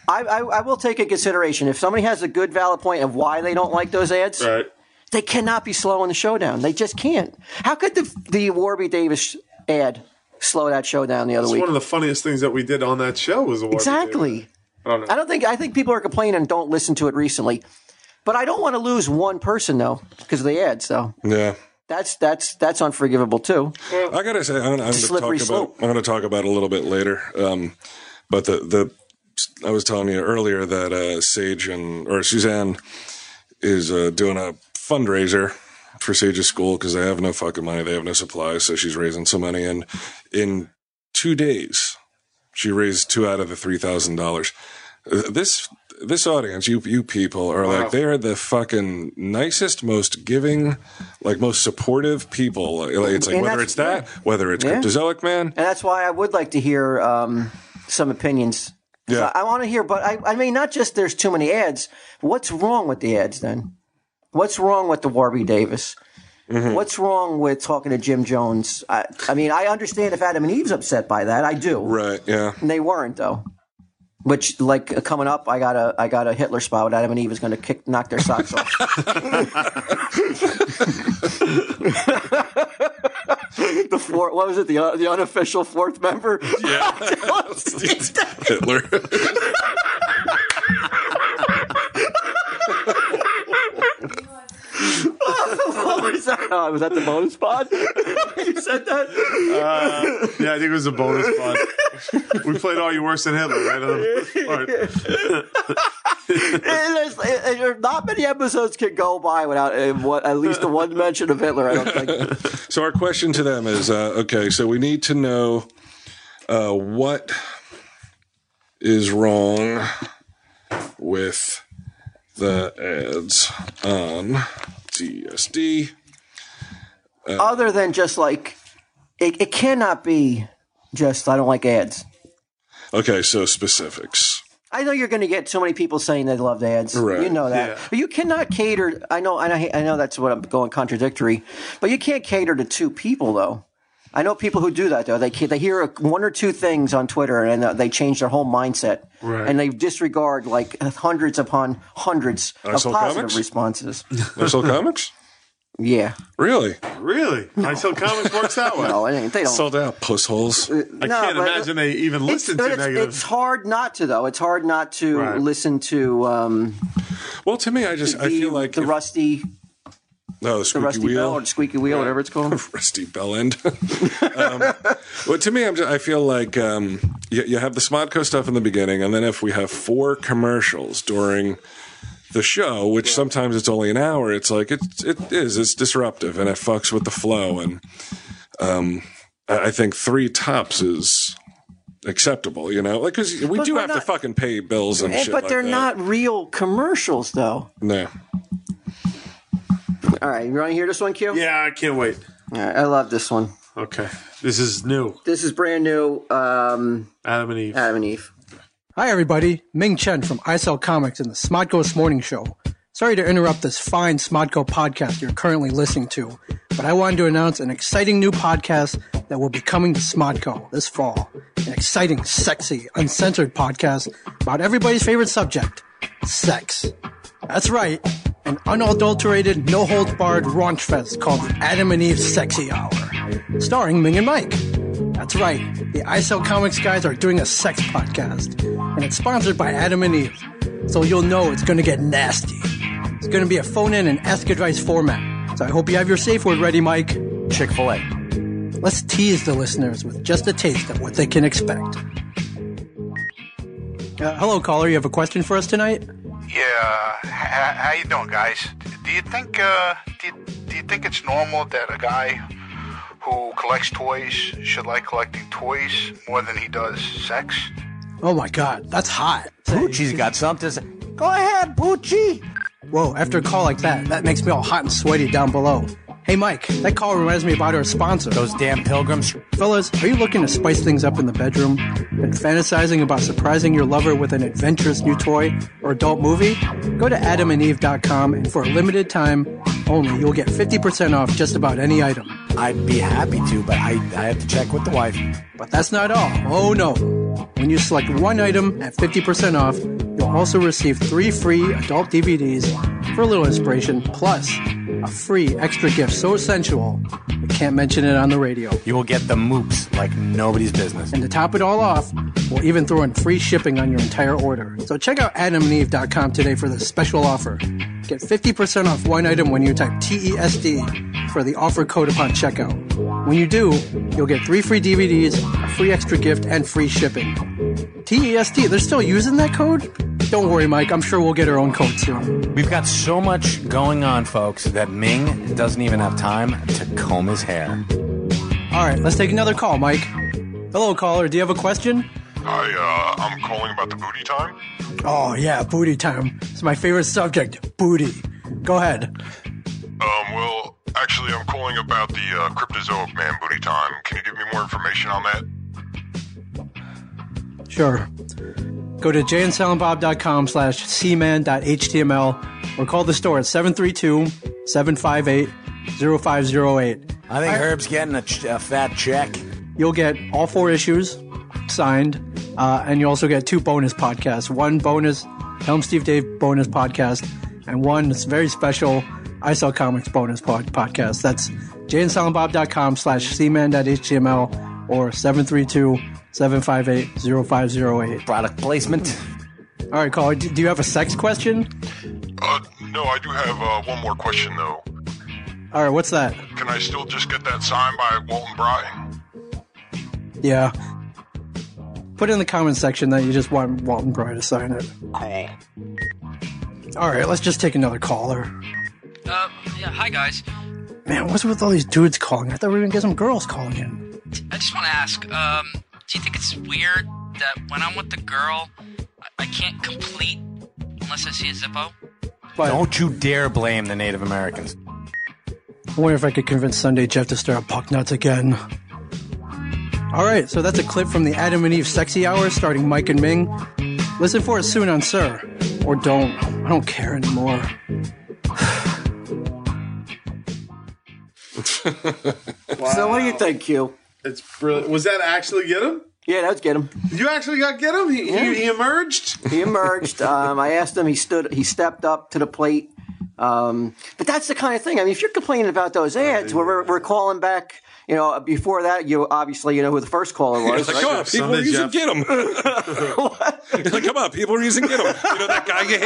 Speaker 4: I, I, I will take in consideration if somebody has a good valid point of why they don't like those ads.
Speaker 5: Right.
Speaker 4: They cannot be slowing the showdown. They just can't. How could the the Warby Davis ad slow that show down the other
Speaker 5: It's
Speaker 4: week?
Speaker 5: one of the funniest things that we did on that show was award.
Speaker 4: Exactly.
Speaker 5: I don't know.
Speaker 4: I don't think I think people are complaining and don't listen to it recently. But I don't want to lose one person though because of the ads. So
Speaker 2: Yeah.
Speaker 4: that's that's that's unforgivable too.
Speaker 2: I gotta say, I'm, I'm going to talk
Speaker 4: slippery
Speaker 2: about.
Speaker 4: slope.
Speaker 2: I'm going to talk about it a little bit later. Um, but the the I was telling you earlier that uh, Sage and or Suzanne is uh, doing a fundraiser for Sage's school because they have no fucking money, they have no supplies, so she's raising some money. And in two days, she raised two out of the three thousand dollars. Uh, This this audience, you you people are like they are the fucking nicest, most giving, like most supportive people. Like, It's like
Speaker 4: And
Speaker 2: whether
Speaker 4: that's-
Speaker 2: it's that, whether it's Cryptozoic Man,
Speaker 4: And that's why I would like to hear um, some opinions.
Speaker 2: Yeah.
Speaker 4: So I want to hear, but I, I mean, not just there's too many ads. What's wrong with the ads then? What's wrong with the Warby Davis?
Speaker 2: Mm-hmm.
Speaker 4: What's wrong with talking to Jim Jones? I, I mean, I understand if Adam and Eve's upset by that. I do.
Speaker 2: right? Yeah,
Speaker 4: And they weren't though. Which, like, uh, coming up, I got a I got a Hitler spot with Adam and Eve is going to kick knock their socks off. [LAUGHS] the four, what was it? The the unofficial fourth member.
Speaker 2: [LAUGHS]
Speaker 4: [LAUGHS]
Speaker 2: Hitler.
Speaker 4: What was that? Oh, was that the bonus pod? [LAUGHS] you said that.
Speaker 5: Yeah, I think it was a bonus pod. we played All You Worse Than Hitler, right? Um, On the part.
Speaker 4: It is- it- it- not many episodes can go by without uh, what, at least the one mention of Hitler. I don't think.
Speaker 2: So our question to them is: uh, Okay, so we need to know uh, what is wrong with the ads on PTSD.
Speaker 4: Other than just like, it, it cannot be just I don't like ads.
Speaker 2: Okay, so specifics.
Speaker 4: I know you're going to get so many people saying they loved ads.
Speaker 2: Right.
Speaker 4: You know that.
Speaker 5: Yeah.
Speaker 4: But you cannot cater. I know. I know. I know that's what I'm going contradictory. But you can't cater to two people though. I know people who do that though. They ca- they hear one or two things on Twitter and uh, they change their whole mindset.
Speaker 5: Right.
Speaker 4: And they disregard like hundreds upon hundreds of
Speaker 2: saw
Speaker 4: positive
Speaker 2: comics?
Speaker 4: responses. [LAUGHS]
Speaker 2: Marcel Comics?
Speaker 4: yeah.
Speaker 2: Really?
Speaker 5: Really? I sell comics works that way.
Speaker 4: No, it ain't-
Speaker 5: [LAUGHS]
Speaker 4: they don't.
Speaker 2: Sold out, pussholes.
Speaker 5: I
Speaker 4: No,
Speaker 5: can't
Speaker 4: but-
Speaker 5: imagine they even
Speaker 4: it's,
Speaker 5: listen
Speaker 4: but
Speaker 5: to
Speaker 4: it's,
Speaker 5: negative.
Speaker 4: it's hard not to though. It's hard not to
Speaker 5: Right.
Speaker 4: listen to um,
Speaker 2: Well, to me, I just,
Speaker 4: the,
Speaker 2: I feel like.
Speaker 4: the
Speaker 2: if-
Speaker 4: rusty
Speaker 2: no, the
Speaker 4: the
Speaker 2: squeaky
Speaker 4: rusty
Speaker 2: wheel.
Speaker 4: bell or squeaky wheel, whatever it's called.
Speaker 2: Rusty Bellend. um, well, to me, I'm just, I feel like um, you, you have the Smodco stuff in the beginning, and then if we have four commercials during the show, which sometimes it's only an hour, it's like it's it is it's disruptive and it fucks with the flow. And um, I I think three tops is acceptable, you know, like because we
Speaker 4: But
Speaker 2: do
Speaker 4: we're
Speaker 2: have to
Speaker 4: not-
Speaker 2: fucking pay bills and
Speaker 4: Eh,
Speaker 2: [LAUGHS] shit.
Speaker 4: but
Speaker 2: like
Speaker 4: they're
Speaker 2: that.
Speaker 4: not real commercials, though.
Speaker 2: No,
Speaker 4: All right, you want to hear this one, Q?
Speaker 5: yeah, I can't wait.
Speaker 4: All right, I love this one.
Speaker 5: Okay. This is new.
Speaker 4: This is brand new. Um,
Speaker 5: Adam and Eve.
Speaker 4: Adam and Eve.
Speaker 8: Hi, everybody. Ming Chen from ISL Comics and the Smodco's Morning Show. Sorry to interrupt this fine Smodco podcast you're currently listening to, but I wanted to announce an exciting new podcast that will be coming to Smodco this fall. An exciting, sexy, uncensored podcast about everybody's favorite subject sex. That's right, an unadulterated, no holds barred raunch fest called the Adam and Eve Sexy Hour, starring Ming and Mike. That's right. The ISO Comics guys are doing a sex podcast, and it's sponsored by Adam and Eve. So you'll know it's going to get nasty. It's going to be a phone in and ask advice format. So I hope you have your safe word ready, Mike.
Speaker 4: Chick fil A.
Speaker 8: Let's tease the listeners with just a taste of what they can expect. Uh, hello, caller. You have a question for us tonight?
Speaker 9: Yeah, h- h- how you doing, guys? Do you think uh, do, you, do you think it's normal that a guy who collects toys should like collecting toys more than he does sex?
Speaker 8: Oh my God, that's hot.
Speaker 10: Poochie's got something. to say. Go ahead, Poochie.
Speaker 8: Whoa, after a call like that, that makes me all hot and sweaty down below. Hey, Mike, that call reminds me about our sponsor.
Speaker 10: Those damn pilgrims.
Speaker 8: Fellas, are you looking to spice things up in the bedroom? Been fantasizing about surprising your lover with an adventurous new toy or adult movie? Go to adamandeve.com and for a limited time only, you'll get 50% off just about any item.
Speaker 10: I'd be happy to, but I, I have to check with the wife.
Speaker 8: But that's not all. Oh no. When you select one item at 50% off, you'll also receive three free adult DVDs for a little inspiration, plus a free extra gift so sensual, we can't mention it on the radio.
Speaker 10: You will get the moops like nobody's business.
Speaker 8: And to top it all off, we'll even throw in free shipping on your entire order. So check out adamandeve.com today for this special offer. Get 50% off one item when you type TESD for the offer code upon checkout. When you do, you'll get three free DVDs, a free extra gift, and free shipping. TESD, they're still using that code? Don't worry, Mike. I'm sure we'll get our own code soon.
Speaker 10: We've got so much going on, folks, that Ming doesn't even have time to comb his hair.
Speaker 8: All right, let's take another call, Mike. Hello, caller. Do you have a question?
Speaker 9: I uh, I'm calling about the booty time.
Speaker 8: Oh, yeah, booty time. It's my favorite subject booty. Go ahead.
Speaker 9: Um, well, actually, I'm calling about the uh, cryptozoic man booty time. Can you give me more information on that?
Speaker 8: Sure. Go to jandsilentbob.com slash cman.html or call the store at 732-758-0508.
Speaker 10: I think Herb's getting a, ch- a fat check.
Speaker 8: You'll get all four issues signed, uh, and you also get two bonus podcasts. One bonus Helm Steve Dave bonus podcast, and one that's very special I Sell Comics bonus pod- podcast. That's jandsilentbob.com slash cman.html or 732-758-0508.
Speaker 10: Product placement.
Speaker 8: All right, caller. Do do you have a sex question?
Speaker 9: Uh, no, I do have uh, one more question though.
Speaker 8: All right, what's that?
Speaker 9: Can I still just get that signed by Walton Bryant?
Speaker 8: Yeah. Put in the comment section that you just want Walton Bry to sign it.
Speaker 9: Cool.
Speaker 8: All right, let's just take another caller.
Speaker 11: Uh, yeah, hi guys.
Speaker 8: Man, what's with all these dudes calling? I thought we were gonna get some girls calling in.
Speaker 11: I just want to ask, um, do you think it's weird that when I'm with the girl, I, I can't complete unless I see a Zippo?
Speaker 8: But
Speaker 10: Don't you dare blame the Native Americans.
Speaker 8: I wonder if I could convince Sunday Jeff to start puck nuts again. All right, so that's a clip from the Adam and Eve Sexy Hour starting Mike and Ming. Listen for it soon on Sir, or don't. I don't care anymore.
Speaker 4: So what do you think, Q?
Speaker 5: It's brilliant. Was that actually get him?
Speaker 4: Yeah, that was get him.
Speaker 5: You actually got get him. He, he, he emerged.
Speaker 2: [LAUGHS]
Speaker 4: He emerged. um, I asked him. He stood. He stepped up to the plate. Um, but that's the kind of thing. I mean, if you're complaining about those ads, where we're, we're calling back. You know, before that, you obviously you know who the
Speaker 2: [LAUGHS]
Speaker 4: first caller
Speaker 2: It's
Speaker 4: was.
Speaker 2: like,
Speaker 4: right?
Speaker 2: come on, people are using get 'em. It's like, come on, people are using get 'em. You know that guy you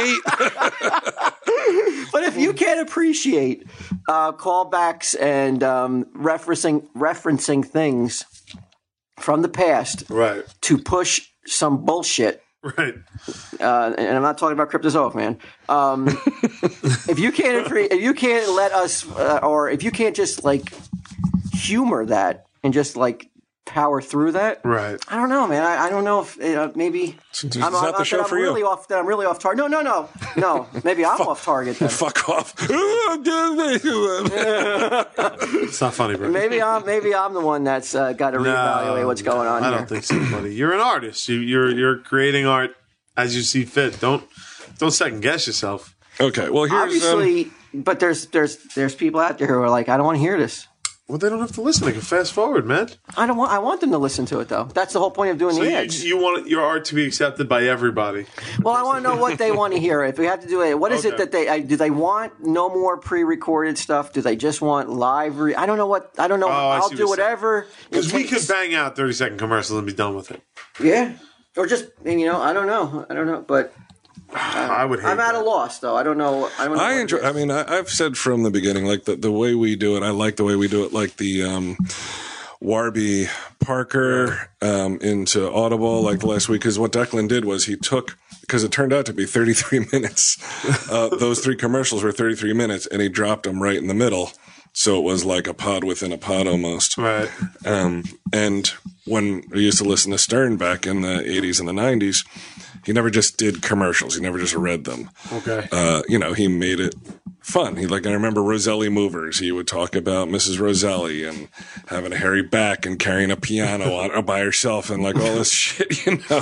Speaker 2: hate.
Speaker 4: but if you can't appreciate uh, callbacks and um, referencing referencing things from the past,
Speaker 5: right,
Speaker 4: to push some bullshit,
Speaker 5: right,
Speaker 4: uh, and I'm not talking about cryptozoic, man.
Speaker 2: [LAUGHS]
Speaker 4: Um, if you can't appre- if you can't let us, uh, or if you can't just like humor that and just like power through that,
Speaker 5: right.
Speaker 4: I don't know, man. I, I don't know if uh, maybe
Speaker 2: it's not the
Speaker 4: that
Speaker 2: show
Speaker 4: I'm
Speaker 2: for you.
Speaker 4: really off. That I'm really off target. No, no, no,
Speaker 2: [LAUGHS]
Speaker 4: no. Maybe I'm off target. Then.
Speaker 2: Fuck off. [LAUGHS] it's
Speaker 5: not funny, bro.
Speaker 4: Maybe I'm maybe I'm the one that's uh, got to reevaluate what's going on.
Speaker 5: I
Speaker 4: here.
Speaker 5: don't think so, buddy. You're an artist. You, you're you're creating art as you see fit. Don't don't second guess yourself.
Speaker 2: Okay. Well, um,
Speaker 4: Obviously, but there's there's there's people out there who are like, I don't want to hear this.
Speaker 5: Well, they don't have to listen. They can fast forward, man.
Speaker 4: I don't want. I want them to listen to it though. That's the whole point of doing
Speaker 5: So
Speaker 4: the
Speaker 5: you,
Speaker 4: ads.
Speaker 5: you want your art to be accepted by everybody.
Speaker 4: Well, I want to know what they want to hear. If we have to do it, what is it
Speaker 5: Okay.
Speaker 4: that they I, do? They want no more pre-recorded stuff. Do they just want live? Re- I don't know what. I don't know.
Speaker 5: Oh, I
Speaker 4: I'll
Speaker 5: see
Speaker 4: do
Speaker 5: what you're saying.
Speaker 4: whatever.
Speaker 5: Because we could bang out 30 second commercials and be done with it.
Speaker 4: Yeah, or just and, you know. I don't know. I don't know. But
Speaker 5: I would hate
Speaker 4: I'm at a loss though. I don't know. I don't know.
Speaker 2: I enjoy. I mean, I, I've said from the beginning, like the the way we do it. I like the way we do it, like the um, Warby Parker um, into Audible, like the last week. Because what Declan did was he took because it turned out to be 33 [LAUGHS] minutes. Uh, those three commercials were 33 minutes, and he dropped them right in the middle. So it was like a pod within a pod almost.
Speaker 5: Right.
Speaker 2: Um, and when I used to listen to Stern back in the 80s and the 90s, he never just did commercials. He never just read them
Speaker 5: Okay.
Speaker 2: uh, you know, he made it fun. He like I remember Roselli movers. He would talk about Mrs. Roselli and having a hairy back and carrying a
Speaker 5: [LAUGHS]
Speaker 2: piano on, by herself and like all this shit, you know.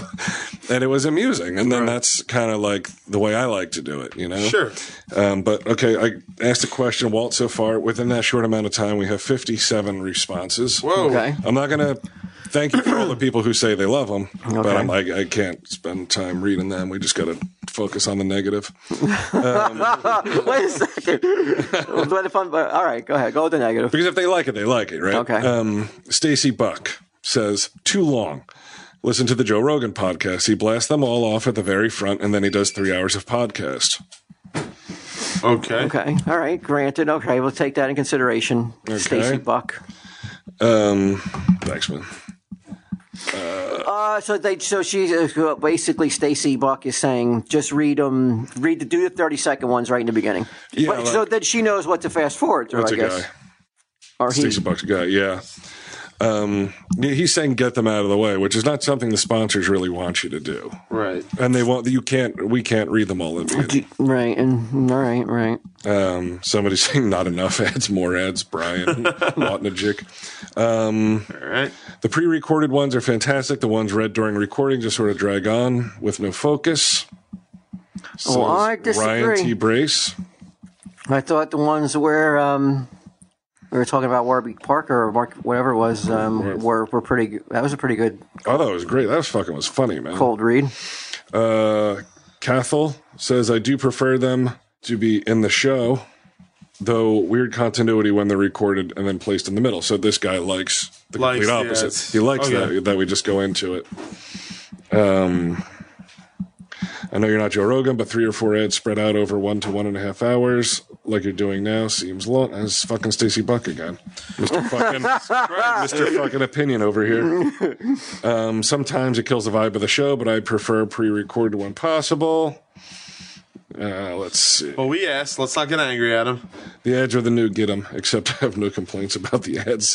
Speaker 2: And it was amusing. And then that's kind of like the way I like to do it, you know.
Speaker 5: Sure.
Speaker 2: Um, but okay, I asked a question, Walt. So far, within that short amount of time, we have fifty-seven responses.
Speaker 5: Whoa.
Speaker 4: Okay.
Speaker 2: I'm not gonna. Thank you for all the people who say they love them, but
Speaker 4: Okay.
Speaker 2: I'm, I, I can't spend time reading them. We just got to focus on the negative.
Speaker 4: [LAUGHS] Wait
Speaker 2: [LAUGHS]
Speaker 4: a second. What if I'm- all right, go ahead. Go with the negative.
Speaker 2: Because if they like it, they like it, right?
Speaker 4: Okay.
Speaker 2: Um, Stacy Buck says, too long. Listen to the Joe Rogan podcast. He blasts them all off at the very front, and then he does three hours of podcast.
Speaker 5: Okay.
Speaker 4: Okay. All right. Granted. Okay. We'll take that in consideration. Stacy Buck.
Speaker 2: Um, thanks, man.
Speaker 4: Uh, so they, so she uh, basically Stacy Buck is saying just read them, read the do the thirty second ones right in the beginning.
Speaker 2: Yeah,
Speaker 4: but, so
Speaker 2: like-
Speaker 4: that she knows what to fast forward through.
Speaker 2: That's
Speaker 4: I
Speaker 2: a
Speaker 4: guess.
Speaker 2: guy.
Speaker 4: Or he.
Speaker 2: Stacy Buck's a guy, yeah. Um, yeah, he's saying get them out of the way, which is not something the sponsors really want you to do,
Speaker 5: Right.
Speaker 2: and they won't. You can't. We can't read them all. In the beginning.
Speaker 4: Do- Right and all right, right.
Speaker 2: um, somebody's [LAUGHS] saying not enough ads, more ads.
Speaker 4: [LAUGHS]
Speaker 2: Brian Watnajic. Um,
Speaker 5: All right.
Speaker 2: The pre-recorded ones are fantastic. The ones read during recording just sort of drag on with no focus.
Speaker 4: Oh, I
Speaker 2: is Ryan
Speaker 4: disagree.
Speaker 2: T. Brace.
Speaker 4: I thought the ones where um, we were talking about Warby Parker or Mark, whatever it was, um, were were pretty. g- That was a pretty good
Speaker 2: Oh, that was great. That was fucking was funny, man.
Speaker 4: cold read.
Speaker 2: Uh, Cathal says I do prefer them to be in the show, though weird continuity when they're recorded and then placed in the middle. So this guy likes the
Speaker 5: Likes,
Speaker 2: complete
Speaker 5: yeah,
Speaker 2: opposite.
Speaker 5: it's-
Speaker 2: he likes
Speaker 5: okay.
Speaker 2: that that we just go into it. Um, I know you're not Joe Rogan, but three or four ads spread out over one to one and a half hours, like you're doing now, seems long. As fucking Stacy Buck again, Mr.
Speaker 5: [LAUGHS]
Speaker 2: fucking Mr. fucking opinion over here. Um, sometimes it kills the vibe of the show, but I prefer pre-recorded when possible. Uh, let's see.
Speaker 5: Well, we asked. Let's not get angry at him.
Speaker 2: The ads are the new get 'em, except I have no complaints about the ads.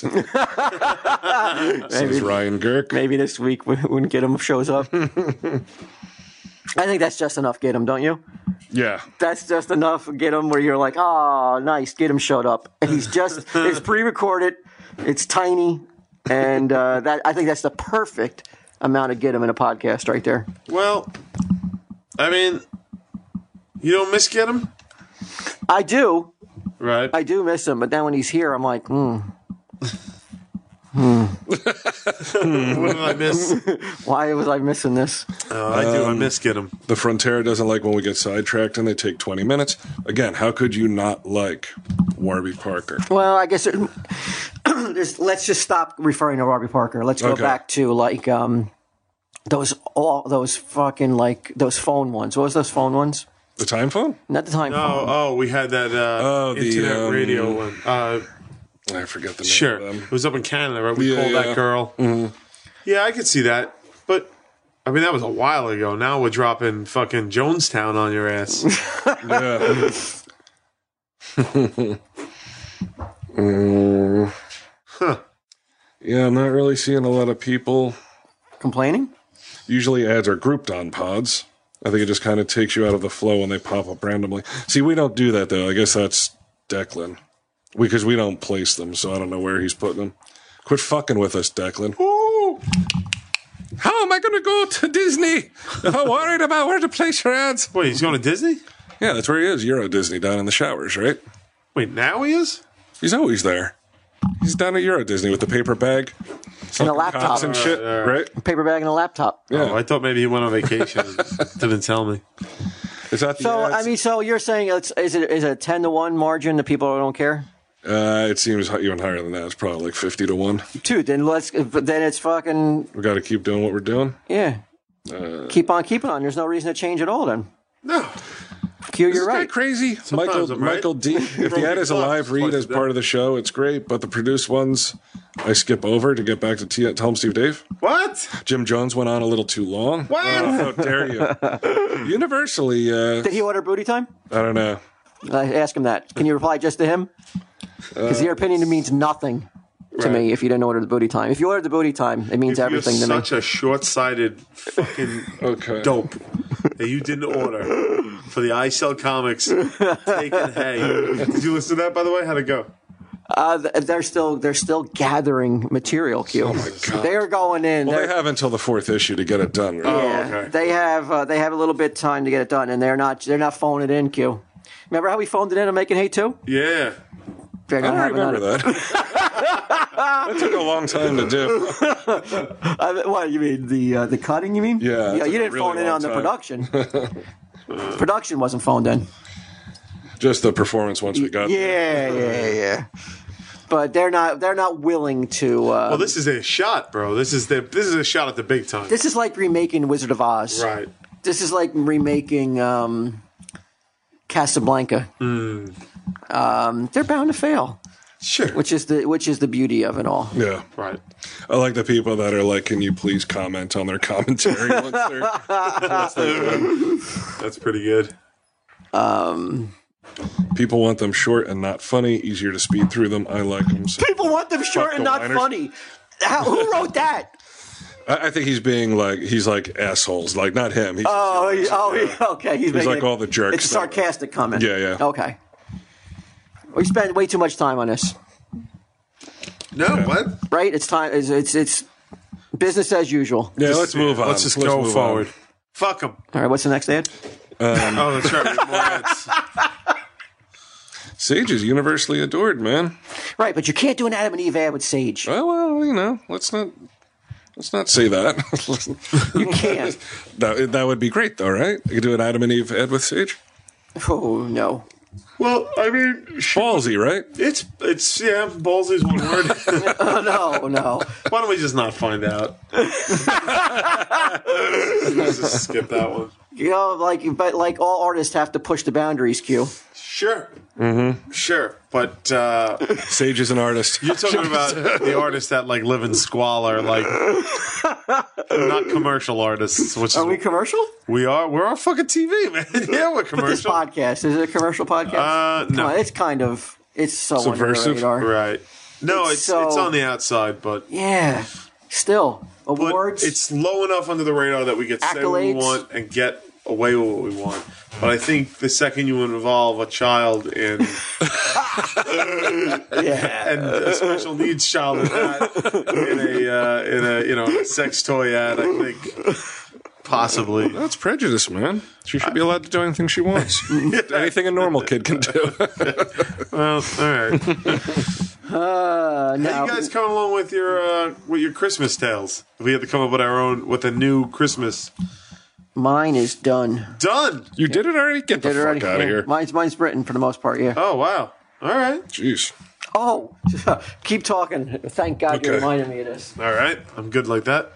Speaker 2: Says Ryan Girk.
Speaker 4: Maybe this week when, when Get 'em shows up. I think that's just enough. Get 'em, don't you?
Speaker 2: Yeah.
Speaker 4: That's just enough to get him where you're like, oh, nice, get him showed up. He's just, it's pre recorded, it's tiny, and uh, that I think that's the perfect amount of get him in a podcast right there.
Speaker 5: Well, I mean, you don't miss get him?
Speaker 4: I do.
Speaker 5: Right.
Speaker 4: I do miss him, but then when he's here, I'm like, hmm.
Speaker 5: what did I
Speaker 2: [LAUGHS]
Speaker 5: miss? Uh,
Speaker 4: Why was I missing this?
Speaker 5: I do. I miss get them.
Speaker 2: The Frontera doesn't like when we get sidetracked and they take 20 minutes. Again, how could you not like Warby Parker?
Speaker 4: Well, I guess there- there's, let's [CLEARS THROAT] just stop referring to Robbie Parker. Let's go
Speaker 2: Okay.
Speaker 4: back to like um, those all those fucking like those phone ones. What was those phone ones?
Speaker 2: The time phone?
Speaker 4: Not the time
Speaker 5: Oh,
Speaker 4: phone.
Speaker 5: oh, we had that uh,
Speaker 2: Oh, the,
Speaker 5: internet
Speaker 2: um,
Speaker 5: radio one. Uh,
Speaker 2: I forget the name.
Speaker 5: sure,
Speaker 2: of them.
Speaker 5: it was up in Canada, right? We
Speaker 2: Yeah,
Speaker 5: called
Speaker 2: yeah. Mm-hmm.
Speaker 5: that girl. Yeah, I could see that, but I mean that was a while ago. Now we're dropping fucking Jonestown on your ass.
Speaker 2: [LAUGHS] Yeah. Mm. Yeah, I'm not really seeing a lot of people.
Speaker 4: Complaining?
Speaker 2: Usually ads are grouped on pods. I think it just kind of takes you out of the flow when they pop up randomly. See, we don't do that though. I guess that's Declan. Because we don't place them, so I don't know where he's putting them. Quit fucking with us, Declan. Ooh. How am I going to go to Disney if I'm worried about where to place your ads?
Speaker 5: Wait, he's going to Disney?
Speaker 2: Yeah, that's where he is. Euro Disney down in the showers, right?
Speaker 5: Wait, now he is?
Speaker 2: He's always there. He's down at Euro Disney with the paper bag
Speaker 4: And a
Speaker 2: fucking cops
Speaker 4: laptop,
Speaker 2: and shit, right?
Speaker 4: a paper bag, and a laptop.
Speaker 2: Yeah.
Speaker 5: Oh, I thought maybe he went on vacation.
Speaker 2: [LAUGHS]
Speaker 5: and didn't tell me.
Speaker 2: Is that the
Speaker 4: So
Speaker 2: ads?
Speaker 4: I mean, so you're saying it's, is it is it a ten to one margin that people don't care?
Speaker 2: Uh, it seems hi- even higher than that. It's probably like 50 to 1.
Speaker 4: Dude, then let's then it's fucking
Speaker 2: We got to keep doing what we're doing.
Speaker 4: yeah.
Speaker 2: Uh,
Speaker 4: Keep on keeping on. There's no reason to change at all. Then
Speaker 5: No,
Speaker 4: Q,
Speaker 2: is this
Speaker 4: you're
Speaker 2: guy
Speaker 4: right.
Speaker 2: crazy? Michael,
Speaker 5: I'm right.
Speaker 2: Michael D. If the ad is a live read as part of the show, it's great, but the produced ones I skip over to get back to T- Tell 'em Steve Dave.
Speaker 5: What?
Speaker 2: Jim Jones went on a little too long.
Speaker 5: What?
Speaker 2: Oh, how dare you? Universally, uh,
Speaker 4: Did he order booty time?
Speaker 2: I don't know.
Speaker 4: I ask him that. Can you reply just to him? Because your opinion means nothing to me if you didn't order the booty time. If you ordered the booty time, it means
Speaker 5: You're
Speaker 4: everything to me.
Speaker 5: such a short-sighted fucking [LAUGHS]
Speaker 2: Okay.
Speaker 5: dope that you didn't order for the I Sell Comics Taken Hay. Did you listen to that, by the way? How'd it go?
Speaker 4: Uh, th- they're still they're still gathering material.
Speaker 2: Oh
Speaker 4: Q. They are going in.
Speaker 2: Well,
Speaker 4: They're-
Speaker 2: they have until the fourth issue to get it done. Right?
Speaker 4: Yeah, They have uh, they have a little bit of time to get it done, and they're not they're not phoning it in. Q. Remember how we phoned it in on making hay too?
Speaker 5: Yeah.
Speaker 4: They're
Speaker 2: I
Speaker 4: not
Speaker 2: don't
Speaker 4: having
Speaker 2: remember that. that [LAUGHS] took a long time to do.
Speaker 4: that. I mean, what you mean the uh, the cutting? You mean?
Speaker 2: Yeah, it
Speaker 4: Yeah,
Speaker 2: took
Speaker 4: you
Speaker 2: a
Speaker 4: didn't
Speaker 2: really
Speaker 4: phone in
Speaker 2: long
Speaker 4: on the
Speaker 2: time. [LAUGHS]
Speaker 4: production. production wasn't phoned in.
Speaker 2: Just the performance once we got there. [LAUGHS]
Speaker 4: Yeah, yeah, yeah. But they're not they're not willing to. Uh,
Speaker 5: Well, this is a shot, bro. This is the this is a shot at the big time.
Speaker 4: this is like remaking Wizard of Oz.
Speaker 5: right.
Speaker 4: This is like remaking um, Casablanca.
Speaker 2: Hmm.
Speaker 4: Um, they're bound to fail,
Speaker 5: Sure.
Speaker 4: which is the which is the beauty of it all.
Speaker 2: Yeah.
Speaker 5: right.
Speaker 2: I like the people that are like, can you please comment on their commentary once they're. once they're done?"
Speaker 5: That's pretty good.
Speaker 2: People want them short and not funny, easier to speed through them. I like them. So.
Speaker 4: People want them short and
Speaker 2: the
Speaker 4: not
Speaker 2: whiners.
Speaker 4: funny. How, who wrote that?
Speaker 2: [LAUGHS] I, I think he's being like, he's like assholes. Like, not him. He's,
Speaker 4: Oh, he- oh, he- [LAUGHS] okay. He's, making
Speaker 2: like
Speaker 4: a-
Speaker 2: all the jerks
Speaker 4: It's a
Speaker 2: that-
Speaker 4: sarcastic comment.
Speaker 2: Yeah, yeah.
Speaker 4: Okay. We spend way too much time on this,
Speaker 5: No, what?
Speaker 4: right? It's time. It's it's, it's business as usual.
Speaker 2: yeah, let's move on.
Speaker 5: Let's just go
Speaker 2: move
Speaker 5: forward.
Speaker 2: on.
Speaker 5: Fuck them.
Speaker 4: All right. What's the next ad?
Speaker 5: Oh, that's right. we have more ads.
Speaker 2: Sage is universally adored, man.
Speaker 4: Right, but you can't do an Adam and Eve ad with Sage.
Speaker 2: Well, well, you know, let's not let's not say that.
Speaker 4: You can't.
Speaker 2: [LAUGHS] that that would be great, though, right? You could do an Adam and Eve Ed with Sage.
Speaker 4: oh no. [LAUGHS]
Speaker 5: well, I mean, sh-
Speaker 2: Ballsy, right?
Speaker 5: it's it's yeah, ballsy's one word. [LAUGHS]
Speaker 4: Oh no, no.
Speaker 5: Why don't we just not find [LAUGHS] out? Let's just skip that one.
Speaker 4: You know, like but like all artists have to push the boundaries, Q.
Speaker 5: Sure. Mm-hmm. Sure. But uh,
Speaker 2: Sage is an artist. [LAUGHS]
Speaker 5: you're talking about the artists that like live in squalor, like not commercial artists, which is
Speaker 4: Are we commercial?
Speaker 5: we are. We're on fucking TV, man. yeah, we're
Speaker 4: This
Speaker 5: commercial.
Speaker 4: podcast is it a commercial podcast?
Speaker 5: Uh,
Speaker 4: Come
Speaker 5: no.
Speaker 4: on, it's kind of it's so
Speaker 2: Subversive,
Speaker 4: under the radar.
Speaker 5: Right. No,
Speaker 4: It's
Speaker 5: it's it's,
Speaker 4: so-
Speaker 5: on the outside, but,
Speaker 4: Yeah. Still
Speaker 5: but
Speaker 4: awards.
Speaker 5: it's low enough under the radar that we could say what we
Speaker 4: Accolades.
Speaker 5: want and get away with what we want. But I think the second you involve a child in,
Speaker 4: [LAUGHS]
Speaker 5: yeah, and a special needs child in that, in a uh, in a you know sex toy ad, I think possibly
Speaker 9: that's prejudice, man. She should be allowed to do anything she wants. anything a normal kid can do.
Speaker 5: well, all
Speaker 4: [LAUGHS]
Speaker 5: right.
Speaker 4: Uh,
Speaker 5: How you guys coming along with your uh, with your Christmas tales? If we had to come up with our own with a new Christmas.
Speaker 4: Mine is done.
Speaker 5: Done. You did it already. Get
Speaker 4: Did it already? Yeah. Mine's mine's written for the most part. Yeah.
Speaker 5: Oh wow. All right. Jeez.
Speaker 4: Oh, [LAUGHS] keep talking. Thank God you
Speaker 5: Okay.
Speaker 4: reminded me of this.
Speaker 5: All right, I'm good like that.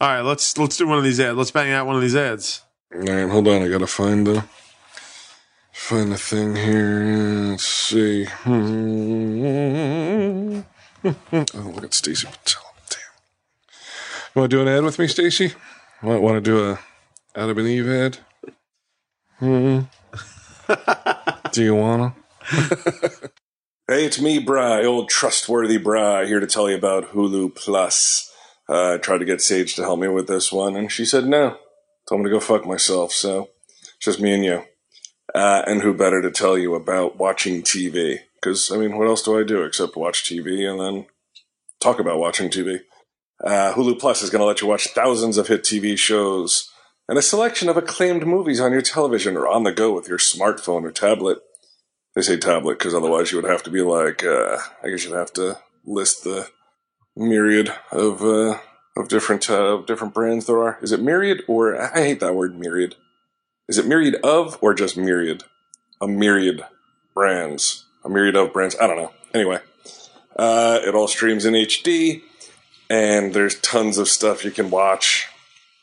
Speaker 5: All right, let's let's do one of these ads. Let's bang out one of these ads.
Speaker 9: All right, hold on. I gotta find the find the thing here. Let's see. [LAUGHS] Oh, look at Stacy Patel. Damn. You want to do an ad with me, Stacy? Might want to do a Adam and Eve ad. Hmm. do you wanna?
Speaker 2: [LAUGHS] Hey, it's me, Bry, old trustworthy Bry, here to tell you about Hulu Plus. Uh, I tried to get Sage to help me with this one, and she said no. Told me to go fuck myself, so it's just me and you. Uh, and who better to tell you about watching TV? Because, I mean, what else do I do except watch TV and then talk about watching TV? Uh, Hulu Plus is going to let you watch thousands of hit TV shows and a selection of acclaimed movies on your television or on the go with your smartphone or tablet. They say tablet because otherwise you would have to be like, uh, I guess you'd have to list the myriad of uh, of different uh, of different brands there are. Is it myriad or I I hate that word myriad? Is it myriad of or just myriad? A myriad brands, a myriad of brands. I don't know. Anyway, uh, it all streams in HD, and there's tons of stuff you can watch.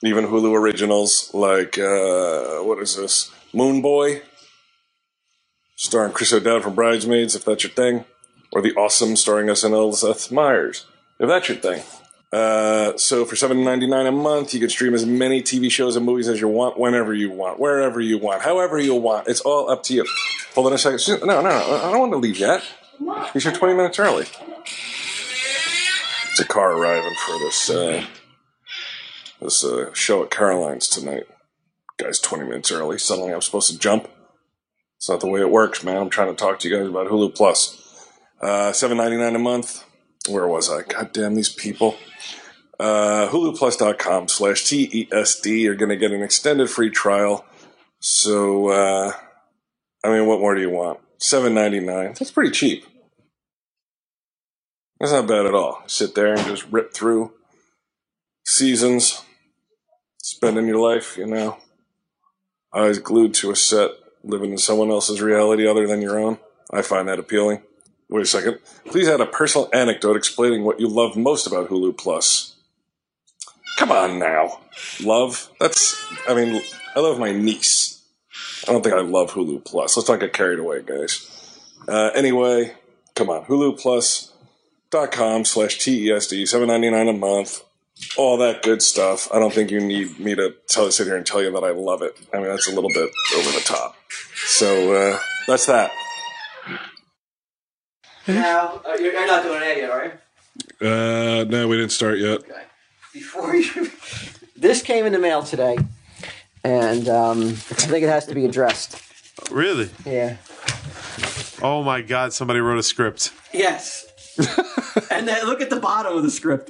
Speaker 2: Even Hulu originals like uh, what is this Moon Boy? starring Chris O'Dowd from Bridesmaids, if that's your thing, or The Awesome starring SNL Seth Meyers, if that's your thing. Uh, so for seven ninety nine a month, you can stream as many TV shows and movies as you want, whenever you want, wherever you want, however you want. It's all up to you. Hold on a second. Susan- No, no, no. I don't want to leave yet. You should twenty minutes early. It's a car arriving for this uh, this uh, show at Caroline's tonight. Guys, twenty minutes early. Suddenly, I'm supposed to jump. It's not the way it works, man. I'm trying to talk to you guys about Hulu Plus. Uh, Seven ninety nine a month. Where was I? God damn these people. Uh, HuluPlus.com slash TESD. You're going to get an extended free trial. So, uh, I mean, what more do you want? Seven ninety nine. That's pretty cheap. That's not bad at all. Sit there and just rip through seasons, spending your life, you know, eyes glued to a set, living in someone else's reality other than your own. I find that appealing. Wait a second. Please add a personal anecdote explaining what you love most about Hulu Plus. Come on now. Love? That's, I mean, I love my niece. I don't think I love Hulu Plus. Let's not get carried away, guys. Uh, anyway, come on. Hulu Plus, dot com slash TESD, seven ninety nine a month, all that good stuff. I don't think you need me to tell sit here and tell you that I love it. I mean that's a little bit over the top. So uh, that's that.
Speaker 4: Now uh, you're, you're not doing it yet, right?
Speaker 9: Uh, no, we didn't start yet.
Speaker 4: Before you, [LAUGHS] this came in the mail today, and um, I think it has to be addressed.
Speaker 5: Really?
Speaker 4: Yeah.
Speaker 5: Oh my God! Somebody wrote a script.
Speaker 9: [LAUGHS]
Speaker 4: Yes. and then look at the bottom of the script.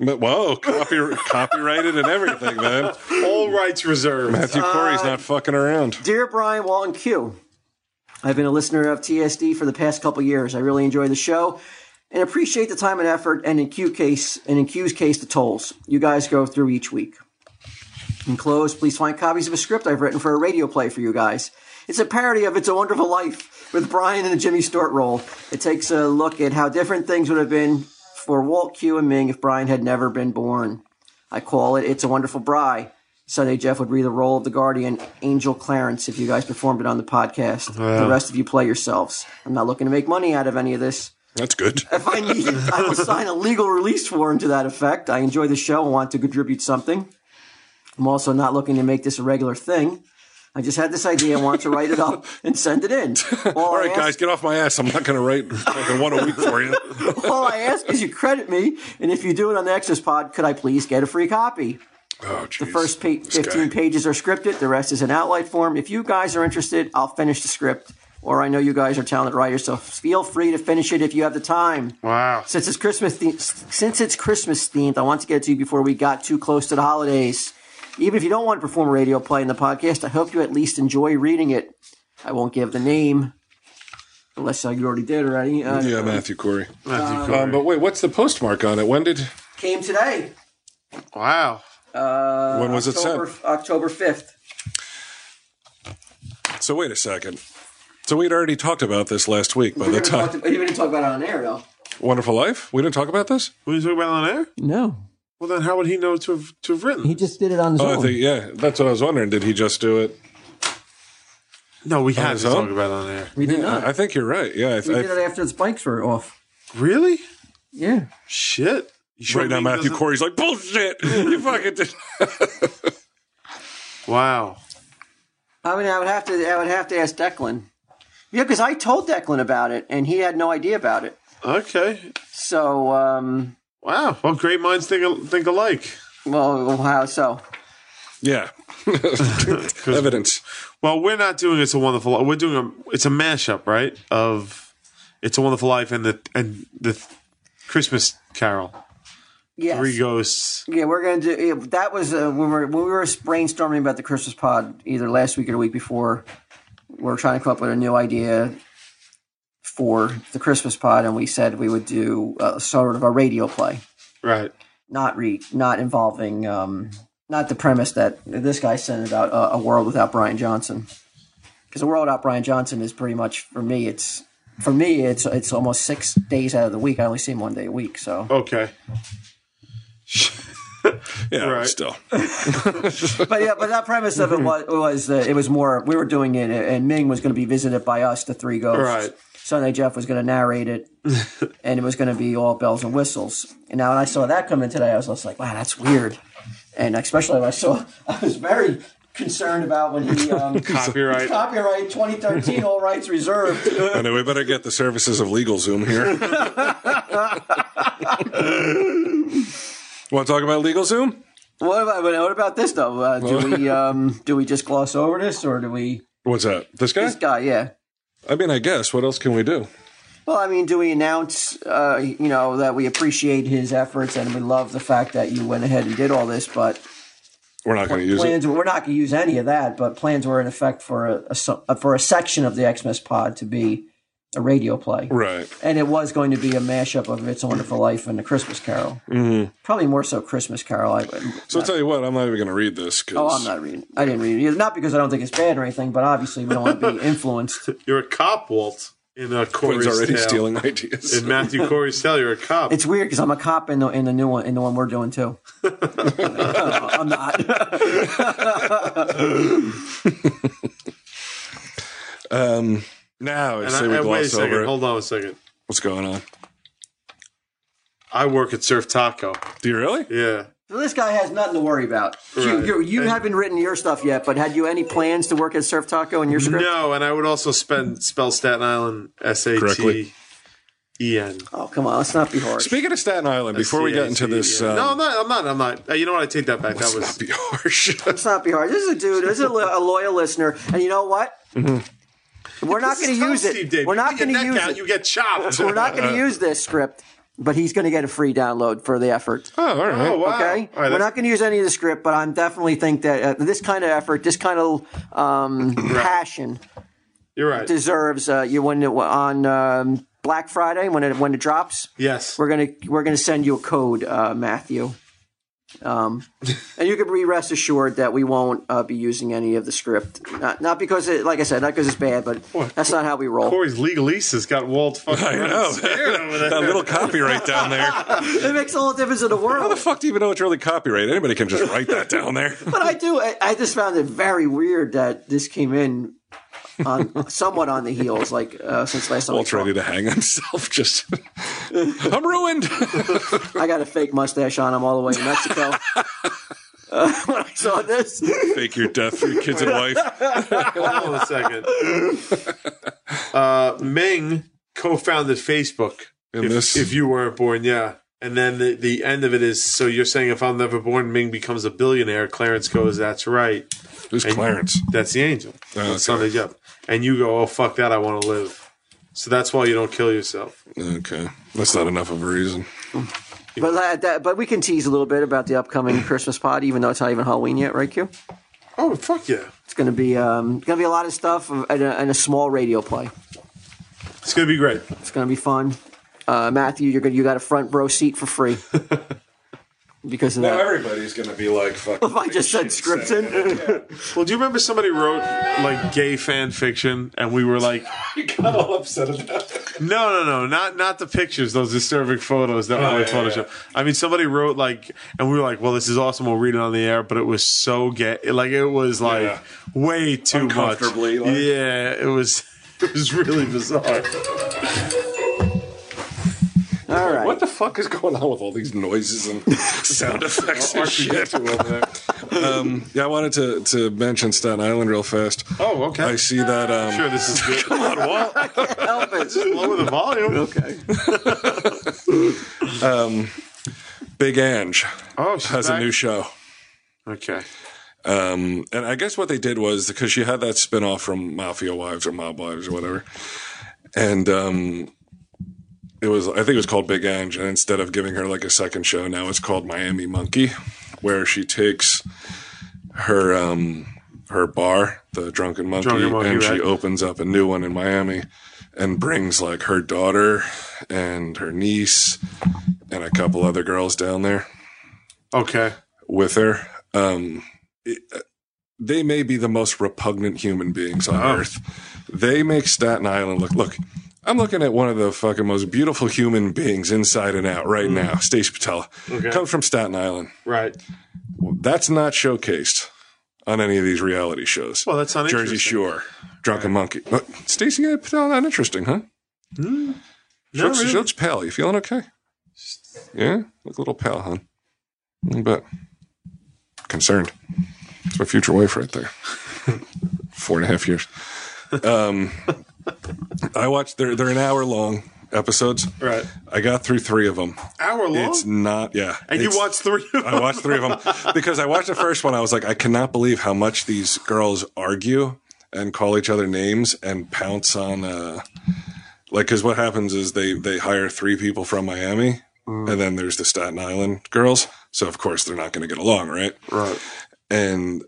Speaker 9: But whoa, copy, copyrighted and everything, man.
Speaker 5: All rights reserved.
Speaker 9: Matthew Corey's not fucking around.
Speaker 4: Dear Brian Walton Q, I've been a listener of TSD for the past couple years. I really enjoy the show and appreciate the time and effort, and in Q case, and in Q's case, the tolls you guys go through each week. Enclosed, please find copies of a script I've written for a radio play for you guys. It's a parody of It's a Wonderful Life with Brian and a Jimmy Stewart role. It takes a look at how different things would have been for Walt, Q, and Ming if Brian had never been born. I call it It's a Wonderful Bri. Sunday Jeff would read the role of the Guardian, Angel Clarence, if you guys performed it on the podcast.
Speaker 9: Wow.
Speaker 4: The rest of you play yourselves. I'm not looking to make money out of any of this.
Speaker 9: That's good.
Speaker 4: [LAUGHS] If I need it, I will sign a legal release form to that effect. I enjoy the show and want to contribute something. I'm also not looking to make this a regular thing. I just had this idea and want to write it up and send it in. All,
Speaker 9: [LAUGHS] All
Speaker 4: I
Speaker 9: right,
Speaker 4: ask-
Speaker 9: guys, get off my ass. I'm not going to write fucking one a week for
Speaker 4: [LAUGHS]
Speaker 9: you.
Speaker 4: All I ask is you credit me, and if you do it on the Exodus Pod, could I please get a free copy? the first pa- 15 pages are scripted, the rest is in outline form. If you guys are interested, I'll finish the script. Or I know you guys are talented writers, so feel free to finish it if you have the time.
Speaker 5: Wow!
Speaker 4: Since it's Christmas, the- since it's Christmas themed, I want to get it to you before we got too close to the holidays. Even if you don't want to perform a radio play in the podcast, I hope you at least enjoy reading it. I won't give the name, unless uh, you already did already. Uh,
Speaker 2: yeah, Matthew Corey.
Speaker 4: Matthew
Speaker 2: Um,
Speaker 4: Corey.
Speaker 2: but wait, what's the postmark on it? When did?
Speaker 4: Came today.
Speaker 5: Wow.
Speaker 4: Uh,
Speaker 2: When was it
Speaker 4: October,
Speaker 2: sent?
Speaker 4: October 5th.
Speaker 2: So wait a second. So we'd already talked about this last week. By
Speaker 4: we
Speaker 2: the
Speaker 4: didn't
Speaker 2: time
Speaker 4: talk to- we didn't talk about it on air, though.
Speaker 2: Wonderful Life, we didn't talk about this.
Speaker 5: We didn't talk about it on air.
Speaker 4: No.
Speaker 5: Well, then how would he know to have to have written? He
Speaker 4: just did it on
Speaker 2: Oh, I think yeah. That's what I was wondering. Did he just do it?
Speaker 5: No, we
Speaker 2: On
Speaker 5: had
Speaker 2: his
Speaker 5: to talk
Speaker 2: own?
Speaker 5: about it on air.
Speaker 4: We did
Speaker 2: Yeah,
Speaker 4: not.
Speaker 2: I think you're right. Yeah, I,
Speaker 4: we
Speaker 2: I-
Speaker 4: did it after the spikes were off.
Speaker 5: Really?
Speaker 4: Yeah.
Speaker 5: Shit.
Speaker 2: right now Matthew Corey's like bullshit. [LAUGHS] you fucking did.
Speaker 5: Wow.
Speaker 4: I mean, I would have to. I would have to ask Declan. Yeah, because I told Declan about it, and he had no idea about it.
Speaker 5: Okay.
Speaker 4: So, um,
Speaker 5: wow. Well, great minds think think alike.
Speaker 4: Well, how so?
Speaker 2: Yeah. Evidence.
Speaker 5: Well, we're not doing it's a wonderful. Li- We're doing a it's a mashup, right? Of it's a wonderful life and the and the th- Christmas Carol.
Speaker 4: Yes.
Speaker 5: Three ghosts.
Speaker 4: Yeah, we're gonna do. yeah, That was uh, when we were when we were brainstorming about the Christmas pod either last week or the week before. We were trying to come up with a new idea for the Christmas pod, and we said we would do uh, sort of a radio play,
Speaker 5: right?
Speaker 4: Not re, not involving, um, not the premise that this guy sent about uh, a world without Brian Johnson, because a world without Brian Johnson is pretty much for me. It's for me, it's it's almost six days out of the week. I only see him one day a week, so
Speaker 5: Okay.
Speaker 2: Yeah. Still.
Speaker 4: but yeah, but that premise of it was, was that it was more we were doing it, and Ming was going to be visited by us, the three ghosts.
Speaker 5: Right.
Speaker 4: Sunday Jeff was going to narrate [LAUGHS] it, and it was going to be all bells and whistles. And now when I saw that come in today, I was just like, wow, that's weird. And especially when I saw, I was very concerned about when [LAUGHS] he um,
Speaker 5: Copyright.
Speaker 4: copyright 2013, all rights reserved.
Speaker 2: I know we better get the services of LegalZoom here. [LAUGHS] Want to talk about LegalZoom?
Speaker 4: What about but what about this though? Uh, do [LAUGHS] we um, do we just gloss over this, or do we?
Speaker 2: What's that? This guy?
Speaker 4: This guy, yeah.
Speaker 2: I mean, I guess. What else can we do?
Speaker 4: Well, I mean, do we announce, uh, you know, that we appreciate his efforts and we love the fact that you went ahead and did all this, but
Speaker 2: We're not going to use it.
Speaker 4: plans we're not going to use any of that. But plans were in effect for a, a so- uh, for a section of the Xmas pod to be a radio play,
Speaker 2: Right.
Speaker 4: and it was going to be a mashup of It's a Wonderful Life and the Christmas Carol,
Speaker 2: Mm-hmm.
Speaker 4: probably more so Christmas Carol. I,
Speaker 2: So I'll tell you what, I'm not even going to read this. 'cause-
Speaker 4: oh, I'm not reading. I didn't read it either. not because I don't think it's bad or anything, but obviously we don't
Speaker 2: [LAUGHS]
Speaker 4: want to be influenced.
Speaker 5: You're a cop, Walt. In uh, Corey's
Speaker 2: already
Speaker 5: tale.
Speaker 2: stealing ideas.
Speaker 5: In Matthew Corey's tale, you're a cop.
Speaker 4: It's weird because I'm a cop in the in the new one in the one we're doing too. I'm not.
Speaker 2: Um, now,
Speaker 5: and
Speaker 2: say
Speaker 5: I,
Speaker 2: we
Speaker 5: and wait a
Speaker 2: gloss
Speaker 5: second.
Speaker 2: over it.
Speaker 5: Hold on a second.
Speaker 2: What's going on?
Speaker 5: I work at Surf Taco.
Speaker 2: Do you really?
Speaker 5: Yeah.
Speaker 4: So this guy has nothing to worry about. You,
Speaker 5: Right.
Speaker 4: you, you
Speaker 5: And-
Speaker 4: haven't written your stuff yet, but had you any plans to work at Surf Taco in your script?
Speaker 5: No, and I would also spend spell Staten Island S A T
Speaker 2: Correctly.
Speaker 5: E N.
Speaker 4: Oh, come on, let's not be hard.
Speaker 2: Speaking of Staten Island, before we get into this, um,
Speaker 5: no, I'm not. I'm not. I'm not. Uh, you know what? I take that back. That
Speaker 2: [LAUGHS]
Speaker 5: was
Speaker 2: be harsh. [LAUGHS]
Speaker 4: Let's not be hard. This is a dude. This is a, lo- a loyal listener, and you know what?
Speaker 5: Mm-hmm.
Speaker 4: We're not going to use
Speaker 5: Steve
Speaker 4: it.
Speaker 5: Dave.
Speaker 4: We're
Speaker 5: You
Speaker 4: not
Speaker 5: get your
Speaker 4: going to
Speaker 5: neck
Speaker 4: use
Speaker 5: out, You
Speaker 4: it.
Speaker 5: get chopped.
Speaker 4: We're not going to use this script, but he's going to get a free download for the effort.
Speaker 2: [LAUGHS] Oh, all right.
Speaker 5: Oh, wow.
Speaker 4: Okay,
Speaker 5: All right,
Speaker 4: we're
Speaker 5: that's-
Speaker 4: not going to use any of the script, but I'm definitely think that uh, this kind of effort, this kind of um, passion,
Speaker 5: You're right.
Speaker 4: deserves uh, you when it, on um, Black Friday when it when it drops.
Speaker 5: Yes.
Speaker 4: We're gonna we're gonna send you a code, uh, Matthew, um, and you can be rest assured that we won't uh, be using any of the script. Not not because it, like I said, not because it's bad, but that's not how we roll.
Speaker 5: Corey's legalese has
Speaker 2: [LAUGHS]
Speaker 5: got Walt fucking
Speaker 2: I
Speaker 5: running
Speaker 2: know.
Speaker 5: scared over
Speaker 2: [LAUGHS]
Speaker 5: there.
Speaker 2: that little copyright down there.
Speaker 4: it makes all the difference in the
Speaker 2: How the [LAUGHS]
Speaker 4: world.
Speaker 2: fuck do you even know it's really copyright? Anybody can just write that down there. [LAUGHS]
Speaker 4: But I do. I, I just found it very weird that this came in on somewhat on the heels, like uh, since last time. we
Speaker 2: Walt's ready to hang himself. [LAUGHS] Just, I'm ruined. [LAUGHS]
Speaker 4: I got a fake mustache on. I'm all the way in Mexico. [LAUGHS] uh, when I saw this,
Speaker 2: Fake your death for your kids and wife.
Speaker 5: Hold on a second.
Speaker 2: [LAUGHS]
Speaker 5: Uh, Meng co-founded Facebook.
Speaker 2: In
Speaker 5: if,
Speaker 2: this-
Speaker 5: if you weren't born, yeah. And then the, the end of it is so you're saying if I'm never born, Ming becomes a billionaire. Clarence goes, that's right.
Speaker 2: Who's
Speaker 5: And-
Speaker 2: Clarence?
Speaker 5: That's the angel.
Speaker 2: Oh,
Speaker 5: that's Sunday Jeff. And you go, oh, fuck that. I want to live. So that's why you don't kill yourself.
Speaker 2: Okay. That's not enough of a reason.
Speaker 4: But that, that, but we can tease a little bit about the upcoming Christmas pod, even though it's not even Halloween yet, right, Q?
Speaker 5: Oh fuck yeah!
Speaker 4: It's gonna be um, gonna be a lot of stuff and a, and a small radio play.
Speaker 5: It's gonna be great.
Speaker 4: It's gonna be fun. Uh, Matthew, you're gonna you got a front row seat for free
Speaker 2: [LAUGHS]
Speaker 4: because of
Speaker 2: Now
Speaker 4: that.
Speaker 2: everybody's going to be like, fuck. [LAUGHS]
Speaker 4: If [LAUGHS] I just said Scripton,
Speaker 5: Well, do you remember somebody wrote like gay fan fiction, and we were like,
Speaker 2: You got all upset about it.
Speaker 5: no, no, no, not not the pictures, those disturbing photos that
Speaker 2: Oh,
Speaker 5: were like
Speaker 2: yeah,
Speaker 5: Photoshop. I mean, somebody wrote like, and we were like, well, this is awesome. We'll read it on the air, but it was so gay, like it was like
Speaker 2: Yeah.
Speaker 5: way too much.
Speaker 2: Uncomfortably, like.
Speaker 5: Yeah, it was. [LAUGHS] It was really bizarre.
Speaker 4: [LAUGHS] All right.
Speaker 2: What the fuck is going on with all these noises [LAUGHS] and sound effects and [LAUGHS] shit? um, yeah, I wanted to, to mention Staten Island real fast.
Speaker 5: Oh, okay.
Speaker 2: I see that. Um,
Speaker 5: [LAUGHS] Sure, this is good.
Speaker 2: Come on, Walt.
Speaker 4: help it.
Speaker 5: Just lower the volume.
Speaker 4: Okay.
Speaker 2: Um, Big Ange
Speaker 5: Oh, she's
Speaker 2: has a
Speaker 5: back.
Speaker 2: new show.
Speaker 5: Okay.
Speaker 2: Um, and I guess what they did was because she had that spinoff from Mafia Wives or Mob Wives or whatever, and um, it was I think it was called Big Ange, and instead of giving her like a second show, now it's called Miami Monkey, where she takes her um, her bar, the Drunken Monkey,
Speaker 5: Drunken Monkey,
Speaker 2: and she
Speaker 5: right.
Speaker 2: opens up a new one in Miami, and brings like her daughter and her niece and a couple other girls down there
Speaker 5: Okay.
Speaker 2: with her. Um, it- uh, they may be the most repugnant human beings on
Speaker 5: Uh-huh.
Speaker 2: earth. They make Staten Island look. Look, I'm looking at one of the fucking most beautiful human beings inside and out right now, Stace Patella.
Speaker 5: Mm-hmm. Okay.
Speaker 2: Comes from Staten Island.
Speaker 5: Right.
Speaker 2: That's not showcased on any of these reality shows.
Speaker 5: Well, that's not
Speaker 2: Jersey
Speaker 5: interesting.
Speaker 2: Shore, Drunken Monkey. But Stacey Patella, not interesting, huh? She
Speaker 5: No,
Speaker 2: looks, she
Speaker 5: really.
Speaker 2: looks pale. You feeling okay? Yeah, look a little pale, hon. A little bit concerned. It's my future wife right there. [LAUGHS] Four and a half years. Um, I watched. They're they're an hour long episodes.
Speaker 5: Right.
Speaker 2: I got through three of them.
Speaker 5: Hour long.
Speaker 2: It's not. Yeah.
Speaker 5: and you
Speaker 2: It's-
Speaker 5: watched three. Of them.
Speaker 2: I watched three of them because I watched the first one. I was like, I cannot believe how much these girls argue and call each other names and pounce on. Uh, like, because what happens is they they hire three people from Miami,
Speaker 5: Mm.
Speaker 2: and then there's the Staten Island girls. So of course they're not going to get along, right?
Speaker 5: Right.
Speaker 2: And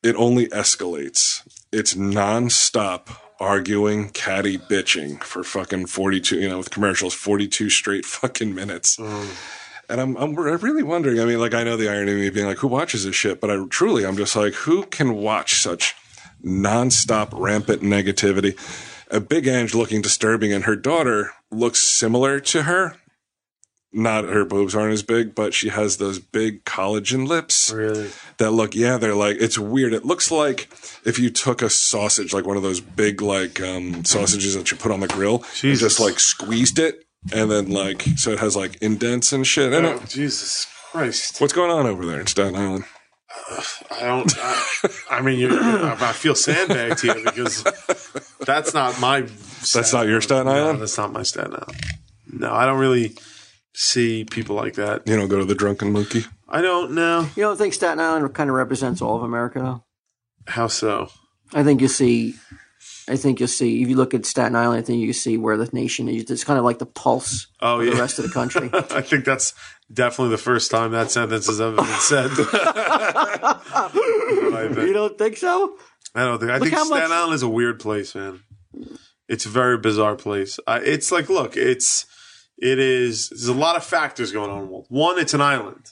Speaker 2: it only escalates. It's nonstop arguing, catty bitching for fucking forty two. You know, with commercials, forty two straight [LAUGHS] fucking minutes. And I'm, I'm re- really wondering. I mean, like, I know the irony of me being like, who watches this shit? But I truly, I'm just like, who can watch such nonstop rampant negativity? A big Ange looking disturbing, and her daughter looks similar to her. Not her boobs aren't as big, but she has those big collagen lips
Speaker 5: Really.
Speaker 2: that look, yeah, they're like, it's weird. It looks like if you took a sausage, like one of those big, like, um, sausages that you put on the grill, and
Speaker 5: Mm-hmm. Jesus.
Speaker 2: just like squeezed it. And then, like, so it has like indents and shit in it.
Speaker 5: Oh, Jesus Christ.
Speaker 2: What's going on over there in Staten Island?
Speaker 5: I don't. I, I mean, you I feel sandbagged here because that's not my.
Speaker 2: That's not your Staten
Speaker 5: No,
Speaker 2: Island.
Speaker 5: that's not my Staten Island. No, I don't really see people like that.
Speaker 2: You don't go to the Drunken Monkey.
Speaker 5: I don't know
Speaker 4: You don't think Staten Island kind of represents all of America though?
Speaker 5: how so.
Speaker 4: I think you see. I think you'll see if you look at Staten Island. I think you see where the nation is. It's kind of like the pulse
Speaker 5: Oh,
Speaker 4: of the
Speaker 5: yeah.
Speaker 4: rest of the
Speaker 2: [LAUGHS]
Speaker 4: country.
Speaker 5: I think that's definitely the first time that sentence has ever been said. [LAUGHS] I,
Speaker 4: you
Speaker 5: think,
Speaker 4: don't think so?
Speaker 5: I don't think. I think
Speaker 4: how
Speaker 5: Staten
Speaker 4: much-
Speaker 5: Island is a weird place, man. It's a very bizarre place. I, it's like, look, it's it is. There's a lot of factors going on. in the world. One, it's an island,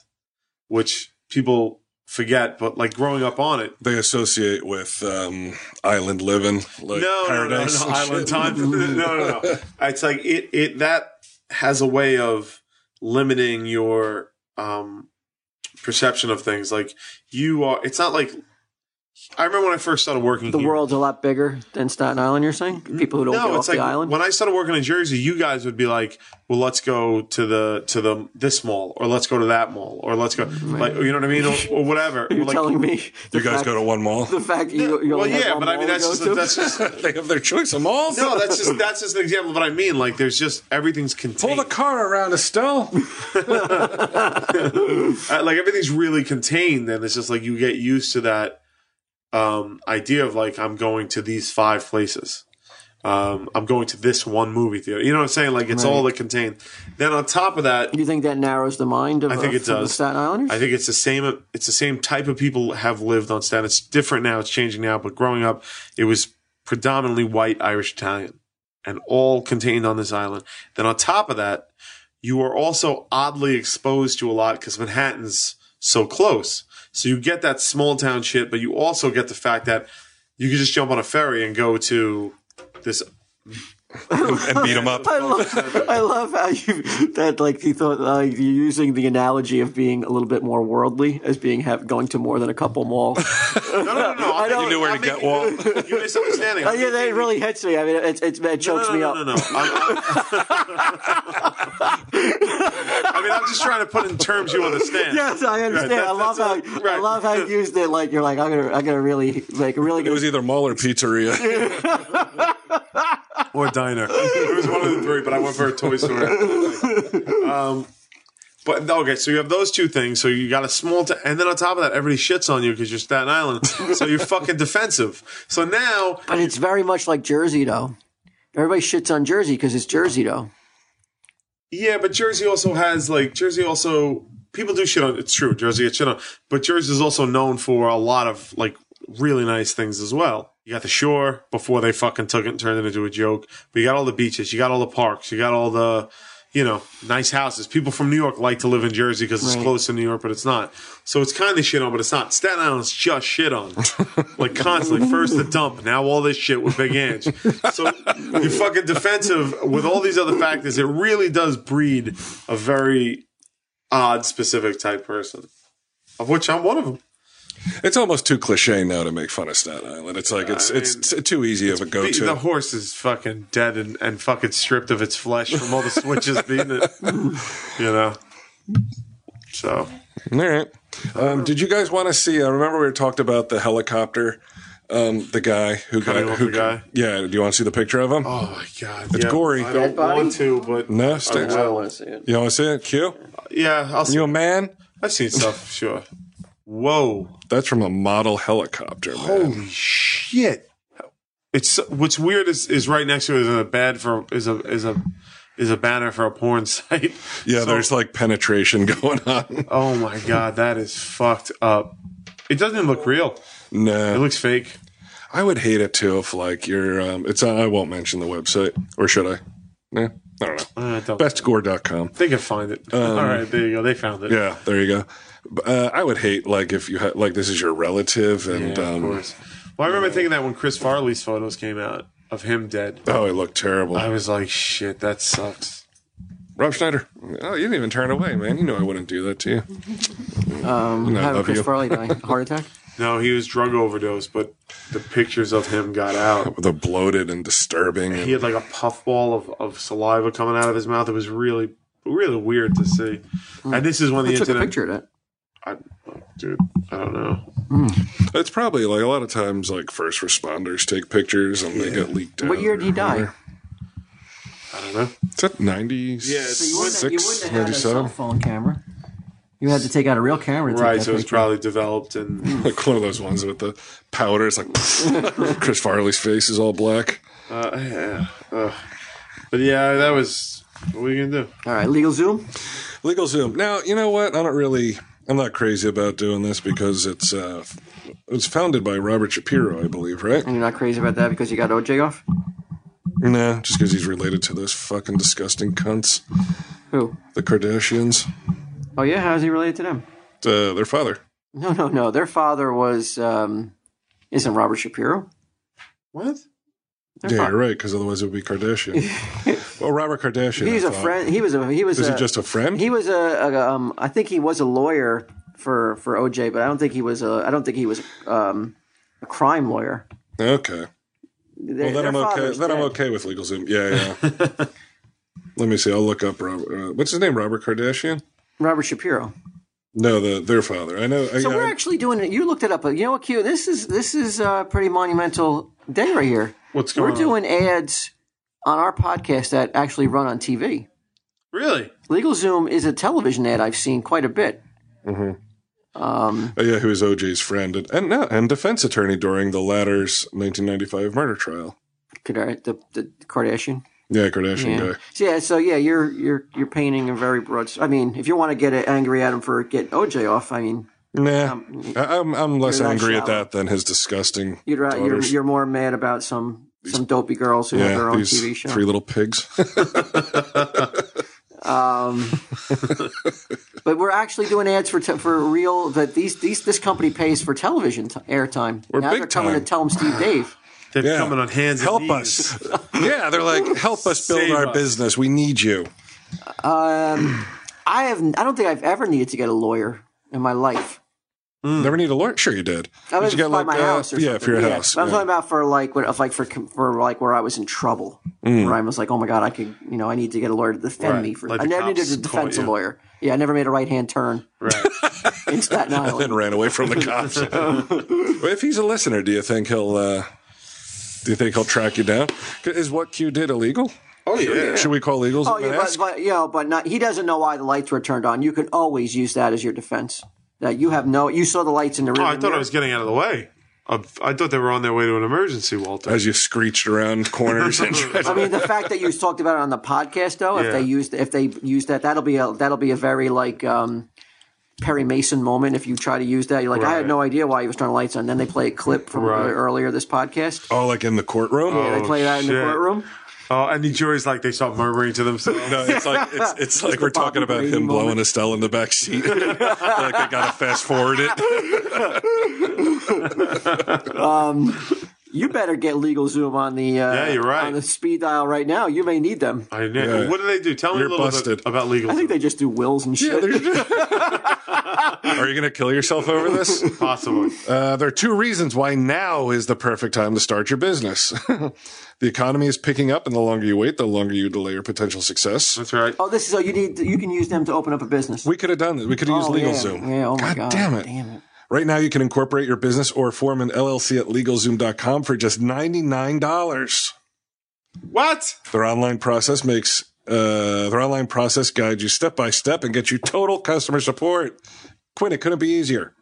Speaker 5: which people forget, but like growing up on it,
Speaker 2: They associate with um, island living, like
Speaker 5: no, no, no,
Speaker 2: paradise.
Speaker 5: no,
Speaker 2: and
Speaker 5: island
Speaker 2: shit.
Speaker 5: time. [LAUGHS] no, no,
Speaker 2: [LAUGHS]
Speaker 5: no. It's like it, it that has a way of limiting your um, perception of things. Like you are, it's not like I remember when I first started working
Speaker 4: The
Speaker 5: here.
Speaker 4: world's a lot bigger than Staten Island. You're saying people who don't get off
Speaker 5: like
Speaker 4: the island.
Speaker 5: when I started working in Jersey, you guys would be like, "Well, let's go to the to the this mall, or let's go to that mall, or let's go like you know what I mean, or, or whatever."
Speaker 4: Mm, [LAUGHS] You're
Speaker 5: Like-
Speaker 4: telling me the
Speaker 2: You guys
Speaker 4: fact-
Speaker 2: go to one mall.
Speaker 4: The fact that you, you
Speaker 5: well,
Speaker 4: only have
Speaker 5: yeah,
Speaker 4: one
Speaker 5: but I mean
Speaker 4: mall to
Speaker 5: that's just,
Speaker 4: go to?
Speaker 5: that's
Speaker 2: [LAUGHS]
Speaker 5: just
Speaker 2: they have their choice of malls.
Speaker 5: No, that's just that's just an example. But I mean, like, there's just everything's contained.
Speaker 2: Pull the car around, Estelle.
Speaker 5: [LAUGHS]
Speaker 2: [LAUGHS]
Speaker 5: Uh, like everything's really contained and it's just like you get used to that um idea of like i'm going to these five places um i'm going to this one movie theater you know what i'm saying like it's all
Speaker 4: Right.
Speaker 5: that contained then on top of that
Speaker 4: you think that narrows the mind of
Speaker 5: I think
Speaker 4: of-
Speaker 5: it
Speaker 4: of the
Speaker 5: does.
Speaker 4: Staten Islanders.
Speaker 5: i think it's the same it's the same type of people have lived on staten it's different now it's changing now but growing up it was predominantly white irish italian and all contained on this island then on top of that you are also oddly exposed to a lot because Manhattan's so close. So you get that small town shit, but you also get the fact that you can just jump on a ferry and go to this.
Speaker 2: and beat them up.
Speaker 4: I love, I love how you that like you thought uh, you're using the analogy of being a little bit more worldly as being have going to more than a couple
Speaker 5: [LAUGHS]
Speaker 4: Uh, malls.
Speaker 5: No, no, no, no. I
Speaker 2: You knew where to get one.
Speaker 5: You're misunderstanding.
Speaker 4: Oh, yeah, that really hits me. I mean, it, it, it chokes
Speaker 5: no,
Speaker 4: me
Speaker 5: no,
Speaker 4: up.
Speaker 5: No, no, no. I'm, I'm- I mean, I'm just trying to put in terms you understand.
Speaker 4: Yes, I understand.
Speaker 5: Right, that-
Speaker 4: I love how
Speaker 5: that's-
Speaker 4: I love how
Speaker 5: [LAUGHS]
Speaker 4: you used it. Like you're like I'm gonna I'm gonna really like really.
Speaker 2: It was either mall or pizzeria.
Speaker 5: or diner. It was one of the three, but I went for a toy store. Um, but okay, so you have those two things. So you got a small, t- and then on top of that, everybody shits on you because you're Staten Island, so you're fucking defensive. So now,
Speaker 4: But it's very much like Jersey, though. Everybody shits on Jersey because it's Jersey, though.
Speaker 5: yeah, but Jersey also has like Jersey also people do shit on. It's true, Jersey gets shit on, but Jersey is also known for a lot of like really nice things as well. You got the shore before they fucking took it and turned it into a joke. But you got all the beaches, you got all the parks, you got all the you know, nice houses. People from New York like to live in Jersey because it's
Speaker 4: Right.
Speaker 5: close to New York, but it's not. So it's kind of shit on, but it's not. Staten Island's just shit on, like constantly. First the dump, now all this shit with Big Ange. So you're fucking defensive with all these other factors. It really does breed a very odd, specific type person, of which I'm one of them.
Speaker 2: It's almost too cliche now to make fun of Staten Island. It's like it's it's t- too easy of a go
Speaker 5: The
Speaker 2: to.
Speaker 5: horse is fucking dead and, and fucking stripped of its flesh from all the switches beating it. You know. So.
Speaker 2: All right. Um, did you guys want to see? Uh, remember we talked about the helicopter, um, the guy who got
Speaker 5: Cutting off
Speaker 2: who
Speaker 5: the guy?
Speaker 2: Yeah. Do you want to see the picture of him?
Speaker 5: Oh my god,
Speaker 2: It's gory.
Speaker 4: Dead
Speaker 5: I don't
Speaker 4: body?
Speaker 5: want to, but
Speaker 2: no,
Speaker 5: I
Speaker 2: sticks.
Speaker 5: will.
Speaker 4: to see it.
Speaker 2: You want to see it? Q.
Speaker 5: Yeah, I'll see.
Speaker 2: You a man? [LAUGHS]
Speaker 5: I've seen stuff. Sure. Whoa!
Speaker 2: That's from a model helicopter. Man.
Speaker 5: Holy shit! It's what's weird is, is right next to it is a bad for is a is a is a banner for a porn [LAUGHS] site.
Speaker 2: yeah,
Speaker 5: So-
Speaker 2: there's like penetration [LAUGHS] going on.
Speaker 5: Oh my god, that is fucked up. It doesn't even look real. It
Speaker 2: no,
Speaker 5: looks fake.
Speaker 2: I would hate it too if like you're. Um, it's. On, I won't mention the website, or should I? Yeah, I don't know.
Speaker 5: Uh, don't-
Speaker 2: bestgore.com.
Speaker 5: They can find it. All right, there you go. They found it.
Speaker 2: Um, Yeah, there you go. B- Uh, I would hate like if you had like this is your relative and
Speaker 5: Yeah, of
Speaker 2: um,
Speaker 5: course. Well, I remember thinking that when Chris Farley's photos came out of him dead.
Speaker 2: oh, it looked terrible.
Speaker 5: I was like, shit, that sucks.
Speaker 2: Rob Schneider. Oh, you didn't even turn away, man. You know I wouldn't do that to you.
Speaker 4: Um,
Speaker 2: I
Speaker 4: how did
Speaker 2: love
Speaker 4: Chris
Speaker 2: you.
Speaker 4: Farley die? Heart
Speaker 2: [LAUGHS]
Speaker 4: attack.
Speaker 5: No, he was drug overdose, but the pictures of him got out.
Speaker 2: The bloated and disturbing.
Speaker 5: He had like a puffball of, of saliva coming out of his mouth. It was really, really weird to see. And this is when the
Speaker 4: I took Hmm. a
Speaker 5: internet,
Speaker 4: picture of it.
Speaker 5: I, dude, I don't know.
Speaker 2: it's probably like a lot of times like first responders take pictures and they get leaked out.
Speaker 4: What year did he
Speaker 2: or
Speaker 4: die?
Speaker 2: whatever.
Speaker 5: I don't know.
Speaker 2: Is that 96,
Speaker 5: Yeah, it's- So
Speaker 4: You wouldn't, you wouldn't have had a cell
Speaker 2: 97?
Speaker 4: phone camera. You had to take out a real camera. To
Speaker 5: Right,
Speaker 4: take Hmm.
Speaker 5: so it was probably developed and
Speaker 2: Like one of those ones with the powder. It's like [LAUGHS] Chris Farley's face is all black.
Speaker 5: uh, yeah, uh, but yeah, that was what are you gonna do?
Speaker 4: All right, legal zoom.
Speaker 2: Legal Zoom. Now, you know what? I don't really. I'm not crazy about doing this because it's uh, it was founded by Robert Shapiro, I believe, right?
Speaker 4: And you're not crazy about that because you got OJ off.
Speaker 2: No, uh, just because he's related to those fucking disgusting cunts,
Speaker 4: Who?
Speaker 2: the Kardashians,
Speaker 4: Oh yeah, how's he related to them?
Speaker 2: uh, their father.
Speaker 4: No, no, no. Their father was um, isn't Robert Shapiro.
Speaker 5: What?
Speaker 4: Their
Speaker 2: yeah,
Speaker 4: fa-
Speaker 2: you're right, because otherwise it would be
Speaker 5: [LAUGHS]
Speaker 2: Kardashian. well, Robert Kardashian.
Speaker 4: He's
Speaker 2: I
Speaker 4: a
Speaker 2: thought.
Speaker 4: friend. He was a he was.
Speaker 2: Is
Speaker 4: a,
Speaker 2: he just a friend?
Speaker 4: He was a, a um, I think he was a lawyer for for OJ, but I don't think he was a. I don't think he was um, a crime lawyer.
Speaker 2: Okay.
Speaker 4: Their-
Speaker 2: well,
Speaker 4: their
Speaker 2: then I'm okay.
Speaker 4: father's
Speaker 2: Then I'm
Speaker 4: dead.
Speaker 2: okay with LegalZoom. Yeah, [LAUGHS] yeah. Let me see. I'll look up Robert. Uh, what's his name? Robert Kardashian?
Speaker 4: Robert Shapiro.
Speaker 2: No, the their father. I know. I,
Speaker 4: So
Speaker 2: I-
Speaker 4: we're actually doing it. You looked it up, but you know what, Q? This is this is a pretty monumental day right here.
Speaker 5: What's
Speaker 4: we're
Speaker 5: going on?
Speaker 4: doing ads on our podcast that actually run on TV.
Speaker 5: Really?
Speaker 4: LegalZoom is a television ad I've seen quite a bit.
Speaker 2: Mhm.
Speaker 4: Um,
Speaker 2: oh, yeah, who is OJ's friend and and, no, and defense attorney during the latter's 1995 murder trial.
Speaker 4: Kardar- the, the Kardashian.
Speaker 2: Yeah, Kardashian
Speaker 4: Yeah.
Speaker 2: guy.
Speaker 4: So, yeah. So yeah, you're you're you're painting a very broad. I mean, if you want to get angry at him for getting OJ off, I mean,
Speaker 2: Nah, I, I'm I'm less
Speaker 4: Um, you're that
Speaker 2: angry at
Speaker 4: shallow.
Speaker 2: that than his disgusting.
Speaker 4: you'd ra- you're
Speaker 2: daughters.
Speaker 4: you're more mad about some some dopey girls who have their
Speaker 2: yeah,
Speaker 4: own
Speaker 2: these
Speaker 4: TV show.
Speaker 2: three little pigs. [LAUGHS]
Speaker 4: Um, but we're actually doing ads for te- for real. That these these this company pays for television t- airtime.
Speaker 2: We're
Speaker 4: now
Speaker 2: big
Speaker 4: they're coming
Speaker 2: time.
Speaker 4: to tell them Steve Dave.
Speaker 5: They're
Speaker 2: Yeah.
Speaker 5: coming on hands.
Speaker 2: Help
Speaker 5: and knees.
Speaker 2: us. yeah, they're like, help us build
Speaker 5: Save
Speaker 2: our
Speaker 5: us.
Speaker 2: business. We need you.
Speaker 4: Um, I have I don't think I've ever needed to get a lawyer in my life.
Speaker 2: Never need a lawyer. Sure, you did.
Speaker 4: Hmm. I
Speaker 2: Did
Speaker 4: was
Speaker 2: you get,
Speaker 4: by my
Speaker 2: uh,
Speaker 4: house. Or
Speaker 2: yeah, for your
Speaker 4: something.
Speaker 2: house.
Speaker 4: But I'm
Speaker 2: yeah.
Speaker 4: talking about for like what if like for com- for like where I was in trouble.
Speaker 2: Mm.
Speaker 4: Where I was like, oh my god, I could you know I need to get a lawyer to defend
Speaker 5: Right.
Speaker 4: me for.
Speaker 5: Like
Speaker 4: I
Speaker 5: the
Speaker 4: never needed
Speaker 5: cops
Speaker 4: to defend
Speaker 5: caught
Speaker 4: a
Speaker 5: you.
Speaker 4: lawyer. Yeah, I never made a right hand turn
Speaker 5: Right.
Speaker 2: [LAUGHS]
Speaker 4: in Staten
Speaker 2: and
Speaker 4: Island.
Speaker 2: then ran away from the
Speaker 5: [LAUGHS]
Speaker 2: cops. Well, if he's a listener, do you think he'll? Uh, do you think he'll track you down? 'Cause Is what Q did illegal?
Speaker 5: Oh yeah.
Speaker 2: Should we call legals?
Speaker 4: Oh
Speaker 2: and
Speaker 4: yeah, but,
Speaker 2: ask?
Speaker 4: but you know, but not he doesn't know why the lights were turned on. You can always use that as your defense. That you have no, you saw the lights in the room.
Speaker 5: Oh, I thought I was getting out of the way. I, I thought they were on their way to an emergency, Walter.
Speaker 2: As you screeched around corners
Speaker 4: [LAUGHS]
Speaker 2: and tried
Speaker 4: I mean,
Speaker 5: [LAUGHS]
Speaker 4: the fact that you talked about it on the podcast, though, if
Speaker 5: Yeah.
Speaker 4: they used, if they used that, that'll be a that'll be a very like um, Perry Mason moment. If you try to use that, you're like, I had
Speaker 5: Right.
Speaker 4: no idea why he was turning the lights on. Then they play a clip from
Speaker 5: Right.
Speaker 4: earlier this podcast.
Speaker 2: oh, like in the courtroom.
Speaker 4: Yeah, they play that in the
Speaker 5: shit.
Speaker 4: courtroom.
Speaker 5: Oh, and the jury's like they start murmuring to themselves.
Speaker 2: No, Uh, it's like
Speaker 4: [LAUGHS]
Speaker 2: it's, it's like we're talking about
Speaker 4: Brady
Speaker 2: him blowing
Speaker 4: moment.
Speaker 2: Estelle in the back seat. [LAUGHS] like they gotta fast forward it.
Speaker 4: You better get legal zoom on the uh,
Speaker 5: Yeah, you're right.
Speaker 4: on the speed dial right now. You may need them.
Speaker 5: I know.
Speaker 2: Yeah.
Speaker 5: What do they do? Tell me
Speaker 2: You're
Speaker 5: a little
Speaker 2: busted.
Speaker 5: bit about legal.
Speaker 4: I think they just do wills and shit. [LAUGHS]
Speaker 2: Are you gonna kill yourself over this?
Speaker 5: possibly.
Speaker 2: Uh, there are two reasons why now is the perfect time to start your business. [LAUGHS] the economy is picking up, and the longer you wait, the longer you delay your potential success.
Speaker 5: That's right.
Speaker 4: oh, this is so you need you can use them to open up a business.
Speaker 2: We could have done this. We could have
Speaker 4: Oh,
Speaker 2: used
Speaker 4: yeah.
Speaker 2: LegalZoom.
Speaker 4: Yeah, oh my God.
Speaker 2: damn it.
Speaker 4: Damn it.
Speaker 2: Right now, you can incorporate your business or form an LLC at LegalZoom.com for just $99.
Speaker 5: What?
Speaker 2: Their online process makes uh, their online process guides you step by step and gets you total customer support. Quinn, it couldn't be easier.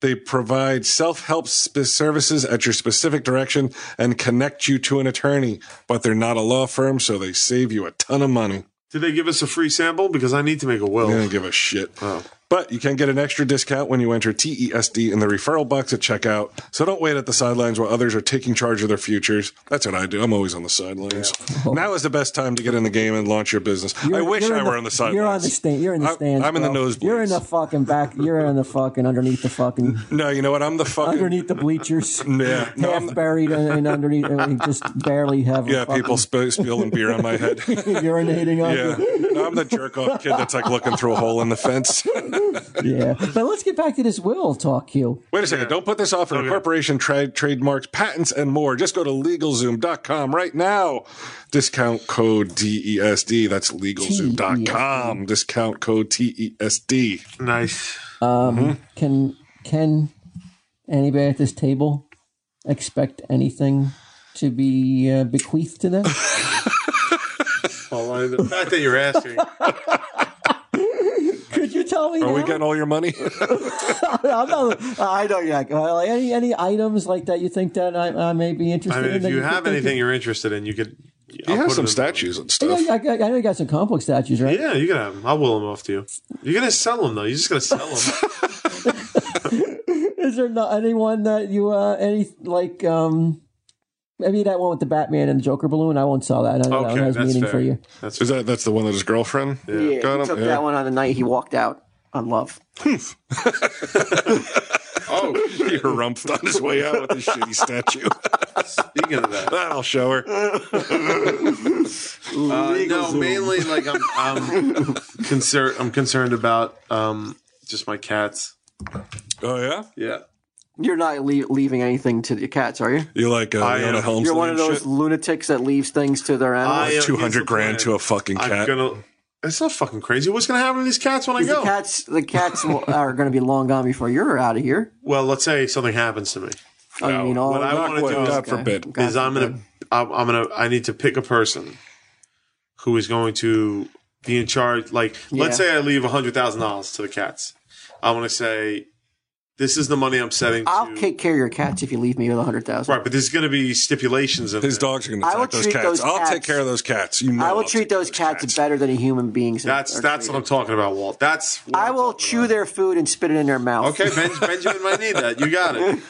Speaker 2: They provide self help sp- services at your specific direction and connect you to an attorney, but they're not a law firm, so they save you a ton of money.
Speaker 5: Did they give us a free sample? Because I need to make a
Speaker 2: They
Speaker 5: will.
Speaker 2: don't give a shit.
Speaker 5: Oh.
Speaker 2: But you can get an extra discount when you enter TESD in the referral box at checkout. So don't wait at the sidelines while others are taking charge of their futures. That's what I do. I'm always on the sidelines. Now is the best time to get in the game and launch your business. I
Speaker 12: You're-
Speaker 2: wish
Speaker 12: you're
Speaker 2: I
Speaker 12: in
Speaker 2: were on the sidelines.
Speaker 12: You're on the stand. You're in the
Speaker 2: I-
Speaker 12: stands.
Speaker 2: I'm in the
Speaker 12: bro.
Speaker 2: nosebleeds.
Speaker 12: You're in the fucking back. You're in the fucking underneath the
Speaker 2: [LAUGHS]
Speaker 12: fucking
Speaker 2: no, you know what? I'm the fucking.
Speaker 12: underneath the bleachers.
Speaker 2: [LAUGHS] Yeah. No,
Speaker 12: half
Speaker 2: I'm-
Speaker 12: buried and, and underneath, and we just barely have.
Speaker 2: yeah,
Speaker 12: a fucking,
Speaker 2: people sp- spilling beer on my
Speaker 12: [LAUGHS]
Speaker 2: head.
Speaker 12: urinating on.
Speaker 2: yeah.
Speaker 12: you.
Speaker 2: No, I'm the jerk off kid that's like looking through a hole in the fence.
Speaker 12: yeah. But let's get back to this will talk, Q.
Speaker 2: Wait a second. Don't put this off for corporation tra- trademarks, patents, and more. Just go to legalzoom.com right now. Discount code DESD. That's legalzoom.com. Discount code E TESD. [LAUGHS]
Speaker 5: Nice.
Speaker 12: Um, Can can anybody at this table expect anything to be uh, bequeathed to them?
Speaker 5: Well, I- the fact that
Speaker 4: [LAUGHS]
Speaker 5: you're asking.
Speaker 12: Could you tell me?
Speaker 2: Are we
Speaker 12: now?
Speaker 2: getting all your money?
Speaker 12: [LAUGHS] I'm not, I don't like well, any any items like that you think that I, I may be
Speaker 5: I
Speaker 12: interested
Speaker 5: mean,
Speaker 12: in.
Speaker 5: if
Speaker 12: that
Speaker 5: you
Speaker 12: could
Speaker 5: have
Speaker 12: think of?
Speaker 5: anything you're interested in, you could.
Speaker 2: He
Speaker 5: I'll
Speaker 2: has
Speaker 5: put
Speaker 2: some
Speaker 5: it in-
Speaker 2: statues and
Speaker 12: Yeah,
Speaker 2: stuff.
Speaker 12: yeah, I, got- I know you got some complex statues, right?
Speaker 5: Yeah, you can have them. I'll will them off to you. You're gonna sell them though. You're just gonna sell
Speaker 2: [LAUGHS]
Speaker 5: them.
Speaker 12: Is there not anyone that you uh any like um maybe that one with the Batman and the Joker balloon? I won't sell that. I know that
Speaker 5: Okay,
Speaker 12: one has
Speaker 5: that's
Speaker 12: meaning
Speaker 5: fair.
Speaker 12: for you.
Speaker 5: That's
Speaker 2: Is that that's the one that his girlfriend?
Speaker 4: Yeah,
Speaker 2: Got
Speaker 4: he
Speaker 2: him,
Speaker 4: took
Speaker 2: yeah.
Speaker 4: that one on the night he walked out on love.
Speaker 2: Oh, he harumphed on his way out with his shitty statue.
Speaker 5: speaking of that.
Speaker 2: That'll show
Speaker 5: [LAUGHS]
Speaker 2: her.
Speaker 5: Uh, no, mainly like I'm,
Speaker 2: [LAUGHS]
Speaker 5: I'm concerned. I'm concerned about um, just my cats.
Speaker 2: Oh yeah.
Speaker 5: Yeah,
Speaker 4: You're not le- leaving anything to the cats, are you?
Speaker 2: You're like uh, Leona Helmsley.
Speaker 4: You're one of
Speaker 2: and
Speaker 4: those
Speaker 2: shit.
Speaker 4: lunatics that leaves things to their
Speaker 5: uh,
Speaker 4: animals.
Speaker 2: Two hundred grand to a fucking
Speaker 5: I'm
Speaker 2: cat.
Speaker 5: gonna. It's not fucking crazy. What's gonna happen to these cats when I
Speaker 4: 'Cause
Speaker 5: go?
Speaker 4: The cats, the cats will- are going to be long gone before you're out of here.
Speaker 5: Well, let's say something happens to me.
Speaker 4: Oh, you mean all-
Speaker 5: what I
Speaker 4: Knock
Speaker 5: want to
Speaker 4: wood,
Speaker 5: do
Speaker 4: God forbid.
Speaker 5: is
Speaker 4: God
Speaker 5: I'm gonna I'm, I'm gonna I need to pick a person who is going to be in charge. Like, let's
Speaker 4: Yeah.
Speaker 5: say I leave hundred thousand dollars to the cats. I'm gonna say this is the money I'm setting.
Speaker 4: I'll take care of your cats if you leave me with a hundred thousand.
Speaker 5: Right, but there's going to be stipulations. In His
Speaker 2: dogs are going
Speaker 4: to I attack will those treat cats. those I'll take cats- care
Speaker 2: of those cats. You
Speaker 4: I will treat those cats, better than a human beings.
Speaker 5: That's that's what I'm talking about, Walt. That's
Speaker 4: I will chew their food and spit it in their mouth.
Speaker 5: okay. Ben, Benjamin might need that. You got it.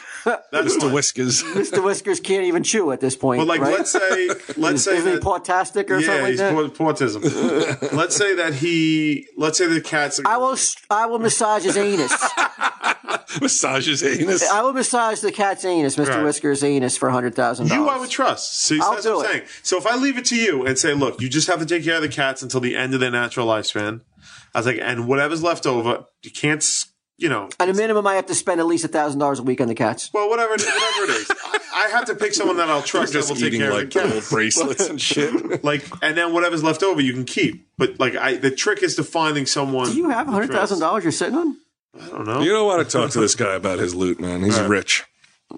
Speaker 5: That's
Speaker 2: Mr. Whiskers.
Speaker 4: Mr. Whiskers can't even chew at this point.
Speaker 5: But
Speaker 4: [LAUGHS]
Speaker 5: like,
Speaker 4: right?
Speaker 5: let's say, let's say
Speaker 4: Is he
Speaker 5: that,
Speaker 4: portastic or something
Speaker 5: yeah,
Speaker 4: like
Speaker 5: he's
Speaker 4: that?
Speaker 5: port-
Speaker 2: [LAUGHS]
Speaker 5: portism. let's say that he, let's say the cats.
Speaker 4: I will. st- I will massage his
Speaker 5: [LAUGHS]
Speaker 4: anus.
Speaker 2: Massages anus.
Speaker 4: I will massage the cat's anus, Mister
Speaker 5: Right.
Speaker 4: Whiskers' anus, for hundred thousand
Speaker 5: You, I
Speaker 4: dollars.
Speaker 5: would trust. See, so
Speaker 4: I'll
Speaker 5: that's
Speaker 4: do
Speaker 5: what I'm
Speaker 4: it.
Speaker 5: saying. So if I leave it to you and say, look, you just have to take care of the cats until the end of their natural lifespan. I was like, and whatever's left over, you can't, s- you know,
Speaker 4: At a minimum, I have to spend at least thousand dollars a week on the cats.
Speaker 5: well, whatever, it is- whatever it is.
Speaker 4: [LAUGHS]
Speaker 5: I, I have to pick someone that I'll trust.
Speaker 2: You're just
Speaker 5: that will take
Speaker 2: eating,
Speaker 5: care
Speaker 2: like,
Speaker 5: of the cats.
Speaker 2: gold bracelets and shit.
Speaker 5: [LAUGHS] like, and then whatever's left over, you can keep. But like, I the trick is to finding someone.
Speaker 4: Do you have
Speaker 5: to
Speaker 4: hundred thousand dollars you're sitting on?
Speaker 5: trust. I don't know.
Speaker 2: You don't want to talk to this guy about his loot, man. He's rich.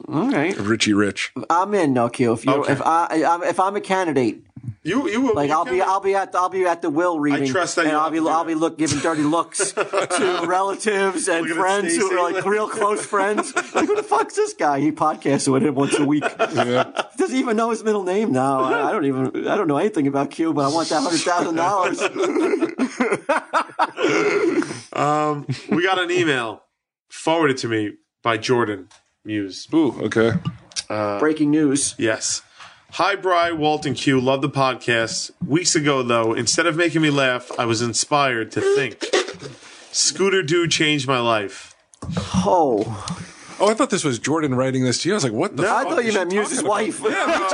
Speaker 4: All right,
Speaker 2: Richie Rich.
Speaker 4: I'm in, no Q. If you,
Speaker 2: Okay.
Speaker 4: if I, I'm, if I'm a candidate,
Speaker 5: you, you will
Speaker 4: like, I'll be, I'll be at, I'll be at the will reading.
Speaker 5: trust that
Speaker 4: and
Speaker 5: you'll
Speaker 4: I'll be, I'll be look giving
Speaker 2: [LAUGHS]
Speaker 4: dirty looks to relatives and
Speaker 5: Looking at
Speaker 4: friends who
Speaker 5: Stacey.
Speaker 4: are like real close friends. Like, who the fuck's this guy? He podcasts with him once a week. He doesn't even know his middle name now. I, I don't even, I don't know anything about Q, but I want that hundred thousand
Speaker 2: [LAUGHS]
Speaker 4: dollars.
Speaker 5: Um, we got an email forwarded to me by Jordan Muse.
Speaker 2: Ooh, okay.
Speaker 5: Uh,
Speaker 4: Breaking news.
Speaker 5: Yes. Hi, Bry, Walt, and Q. Love the podcast. Weeks ago, though, instead of making me laugh, I was inspired to think. Scooter Doo changed my life.
Speaker 4: Oh.
Speaker 2: Oh, I thought this was Jordan writing this to you. I was like, what the
Speaker 5: No, I
Speaker 2: fuck
Speaker 5: thought
Speaker 2: is
Speaker 5: you
Speaker 2: she
Speaker 5: meant Muse's
Speaker 2: talking about?
Speaker 4: wife.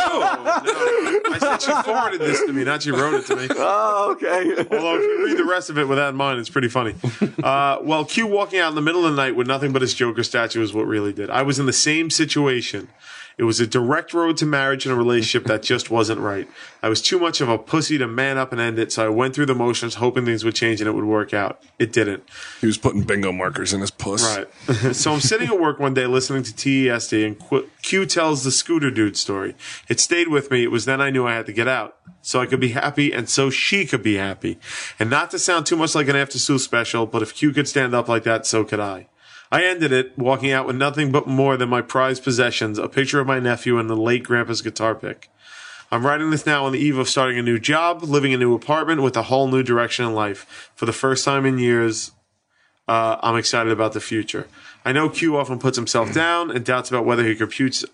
Speaker 5: Oh, I said she forwarded this to me, not she wrote it to me.
Speaker 4: Oh, okay.
Speaker 2: [LAUGHS]
Speaker 5: Although, if you read the rest of it with that in mind, it's pretty funny. Uh, well, Q walking out in the middle of the night with nothing but his Joker statue is what really did. I was in the same situation. It was a direct road to marriage and a relationship that just wasn't right. I was too much of a pussy to man up and end it, so I went through the motions hoping things would change and it would work out. It didn't.
Speaker 2: He was putting bingo markers in his puss.
Speaker 5: Right. [LAUGHS] so I'm sitting at work one day listening to TESD, and Qu- Q tells the scooter dude story. It stayed with me. It was then I knew I had to get out. So I could be happy, and so she could be happy. And not to sound too much like an after school special, but if Q could stand up like that, so could I. I ended it walking out with nothing but more than my prized possessions, a picture of my nephew and the late grandpa's guitar pick. I'm writing this now on the eve of starting a new job, living in a new apartment with a whole new direction in life. For the first time in years, uh, I'm excited about the future. I know Q often puts
Speaker 4: Hmm.
Speaker 5: himself down and doubts about whether he computes,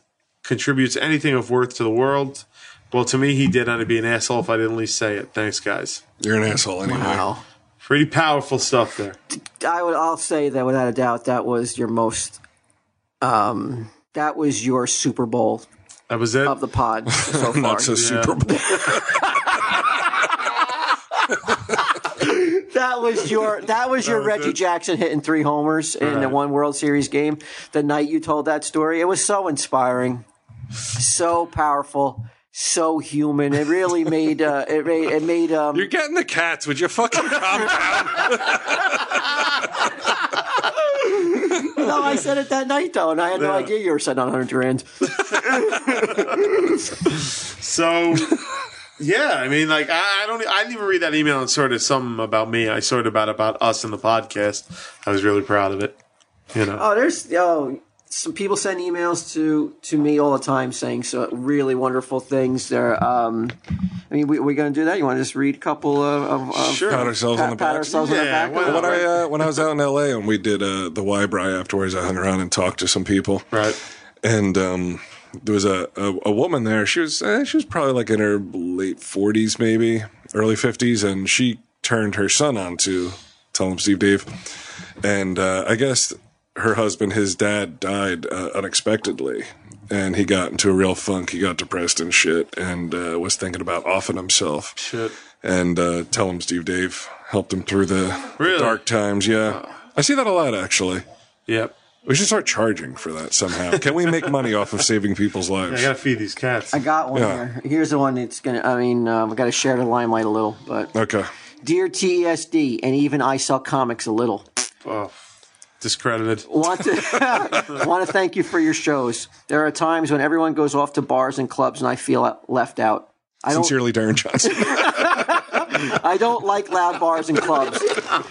Speaker 5: contributes anything of worth to the world. Well, to me, he did, and I'd be an asshole if I didn't at least say it. Thanks, guys.
Speaker 2: You're an asshole anyway.
Speaker 4: Wow.
Speaker 5: Pretty powerful stuff there.
Speaker 4: I would. I'll say that without a doubt, that was your most. Um, that was your Super Bowl.
Speaker 5: That was it
Speaker 4: of the pod so far.
Speaker 2: Not so Super Bowl.
Speaker 4: That was your.
Speaker 2: [LAUGHS]
Speaker 4: That was your Reggie Jackson hitting three homers in the
Speaker 5: Right.
Speaker 4: one World Series game. The night you told that story, it was so inspiring, so powerful, so human. It really made. Uh, it made. It made. Um,
Speaker 2: You're getting the cats. Would you fucking [LAUGHS] calm down?
Speaker 4: [LAUGHS] no, I said it that night though, and I had no idea you were sitting on hundred grand.
Speaker 5: So,
Speaker 4: [LAUGHS]
Speaker 5: yeah, I mean, like, I, I don't, e, I didn't even read that email and sort of something about me. I sort of about about us in the podcast. I was really proud of it. You know,
Speaker 4: Oh, there's oh, some people send emails to to me all the time saying so really wonderful things. There, um, I mean, we, we're going to do that. You want to just read a couple of, of of-
Speaker 2: Pat ourselves on the
Speaker 4: pat
Speaker 2: back.
Speaker 4: ourselves on the back. a
Speaker 2: Well,
Speaker 4: little
Speaker 2: when
Speaker 4: bit?
Speaker 2: I uh, when I was out in L.A. and we did uh, the Y Bry afterwards, I hung around and talked to some people.
Speaker 5: Right.
Speaker 2: And um, there was a, a a woman there. She was eh, she was probably like in her late forties, maybe early fifties, and she turned her son on to Tell Him Steve Dave. And uh, I guess her husband, his dad, died uh, unexpectedly. And he got into a real funk. He got depressed and shit, and uh, was thinking about offing himself.
Speaker 5: Shit.
Speaker 2: and uh, tell him Steve Dave helped him through the
Speaker 5: Really?
Speaker 2: dark times. Yeah, I see that a lot actually.
Speaker 5: Yep.
Speaker 2: We should start charging for that somehow. Can we make money off of saving people's lives?
Speaker 5: I gotta feed these cats.
Speaker 4: I got one
Speaker 2: Yeah.
Speaker 4: here. Here's the one that's gonna. I mean, um, I got to share the limelight a little, but
Speaker 2: okay.
Speaker 4: Dear TESD, and even I sell comics a little.
Speaker 5: Oh, discredited.
Speaker 4: Want to [LAUGHS] want to thank you for your shows. There are times when everyone goes off to bars and clubs, and I feel left out. I don't,
Speaker 2: Sincerely, Darren Johnson.
Speaker 4: I don't like loud bars and clubs.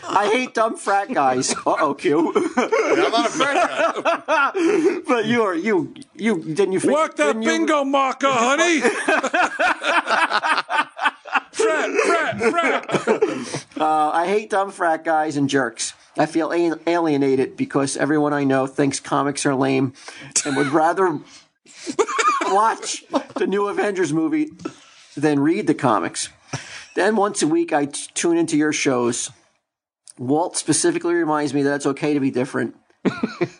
Speaker 4: I hate dumb frat guys. Uh oh, Q. [LAUGHS] I'm not a frat guy. but you are you you didn't you
Speaker 2: Work that bingo [LAUGHS] marker, honey.
Speaker 4: frat, frat, frat. uh, I hate dumb frat guys and jerks. I feel a- alienated because everyone I know thinks comics are lame and would rather [LAUGHS] watch the new Avengers movie than read the comics. Then once a week, I t- tune into your shows. Walt specifically reminds me that it's okay to be different. [LAUGHS]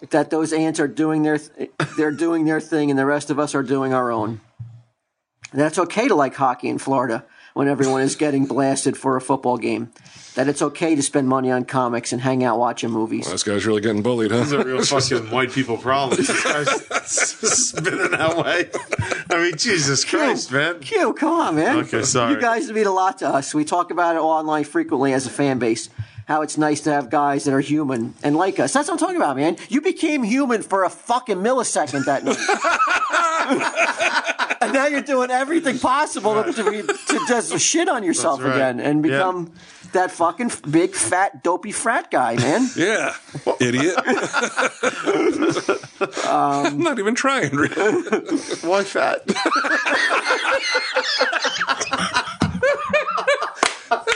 Speaker 4: that those ants are doing their th- they're doing their thing, and the rest of us are doing our own. That it's okay to like hockey in Florida when everyone is getting blasted for a football game. That it's okay to spend money on comics and hang out watching movies.
Speaker 2: this guy's really getting bullied, huh?
Speaker 5: These are [LAUGHS] real fucking white people [LAUGHS] problems. This guy's spinning that way. I mean, Jesus Christ, man.
Speaker 4: Q, come on, man.
Speaker 5: Okay, sorry.
Speaker 4: You guys mean a lot to us. We talk about it online frequently as a fan base. How it's nice to have guys that are human and like us. That's what I'm talking about, man. You became human for a fucking millisecond that
Speaker 5: [LAUGHS]
Speaker 4: night. and now you're doing everything possible to, be, to just shit on yourself
Speaker 5: right.
Speaker 4: again and
Speaker 5: Yeah.
Speaker 4: become that fucking f- big, fat, dopey frat guy,
Speaker 5: [LAUGHS]
Speaker 4: man.
Speaker 2: Yeah, idiot.
Speaker 4: Um,
Speaker 2: I'm [LAUGHS] not even trying. really.
Speaker 5: Why fat? [LAUGHS]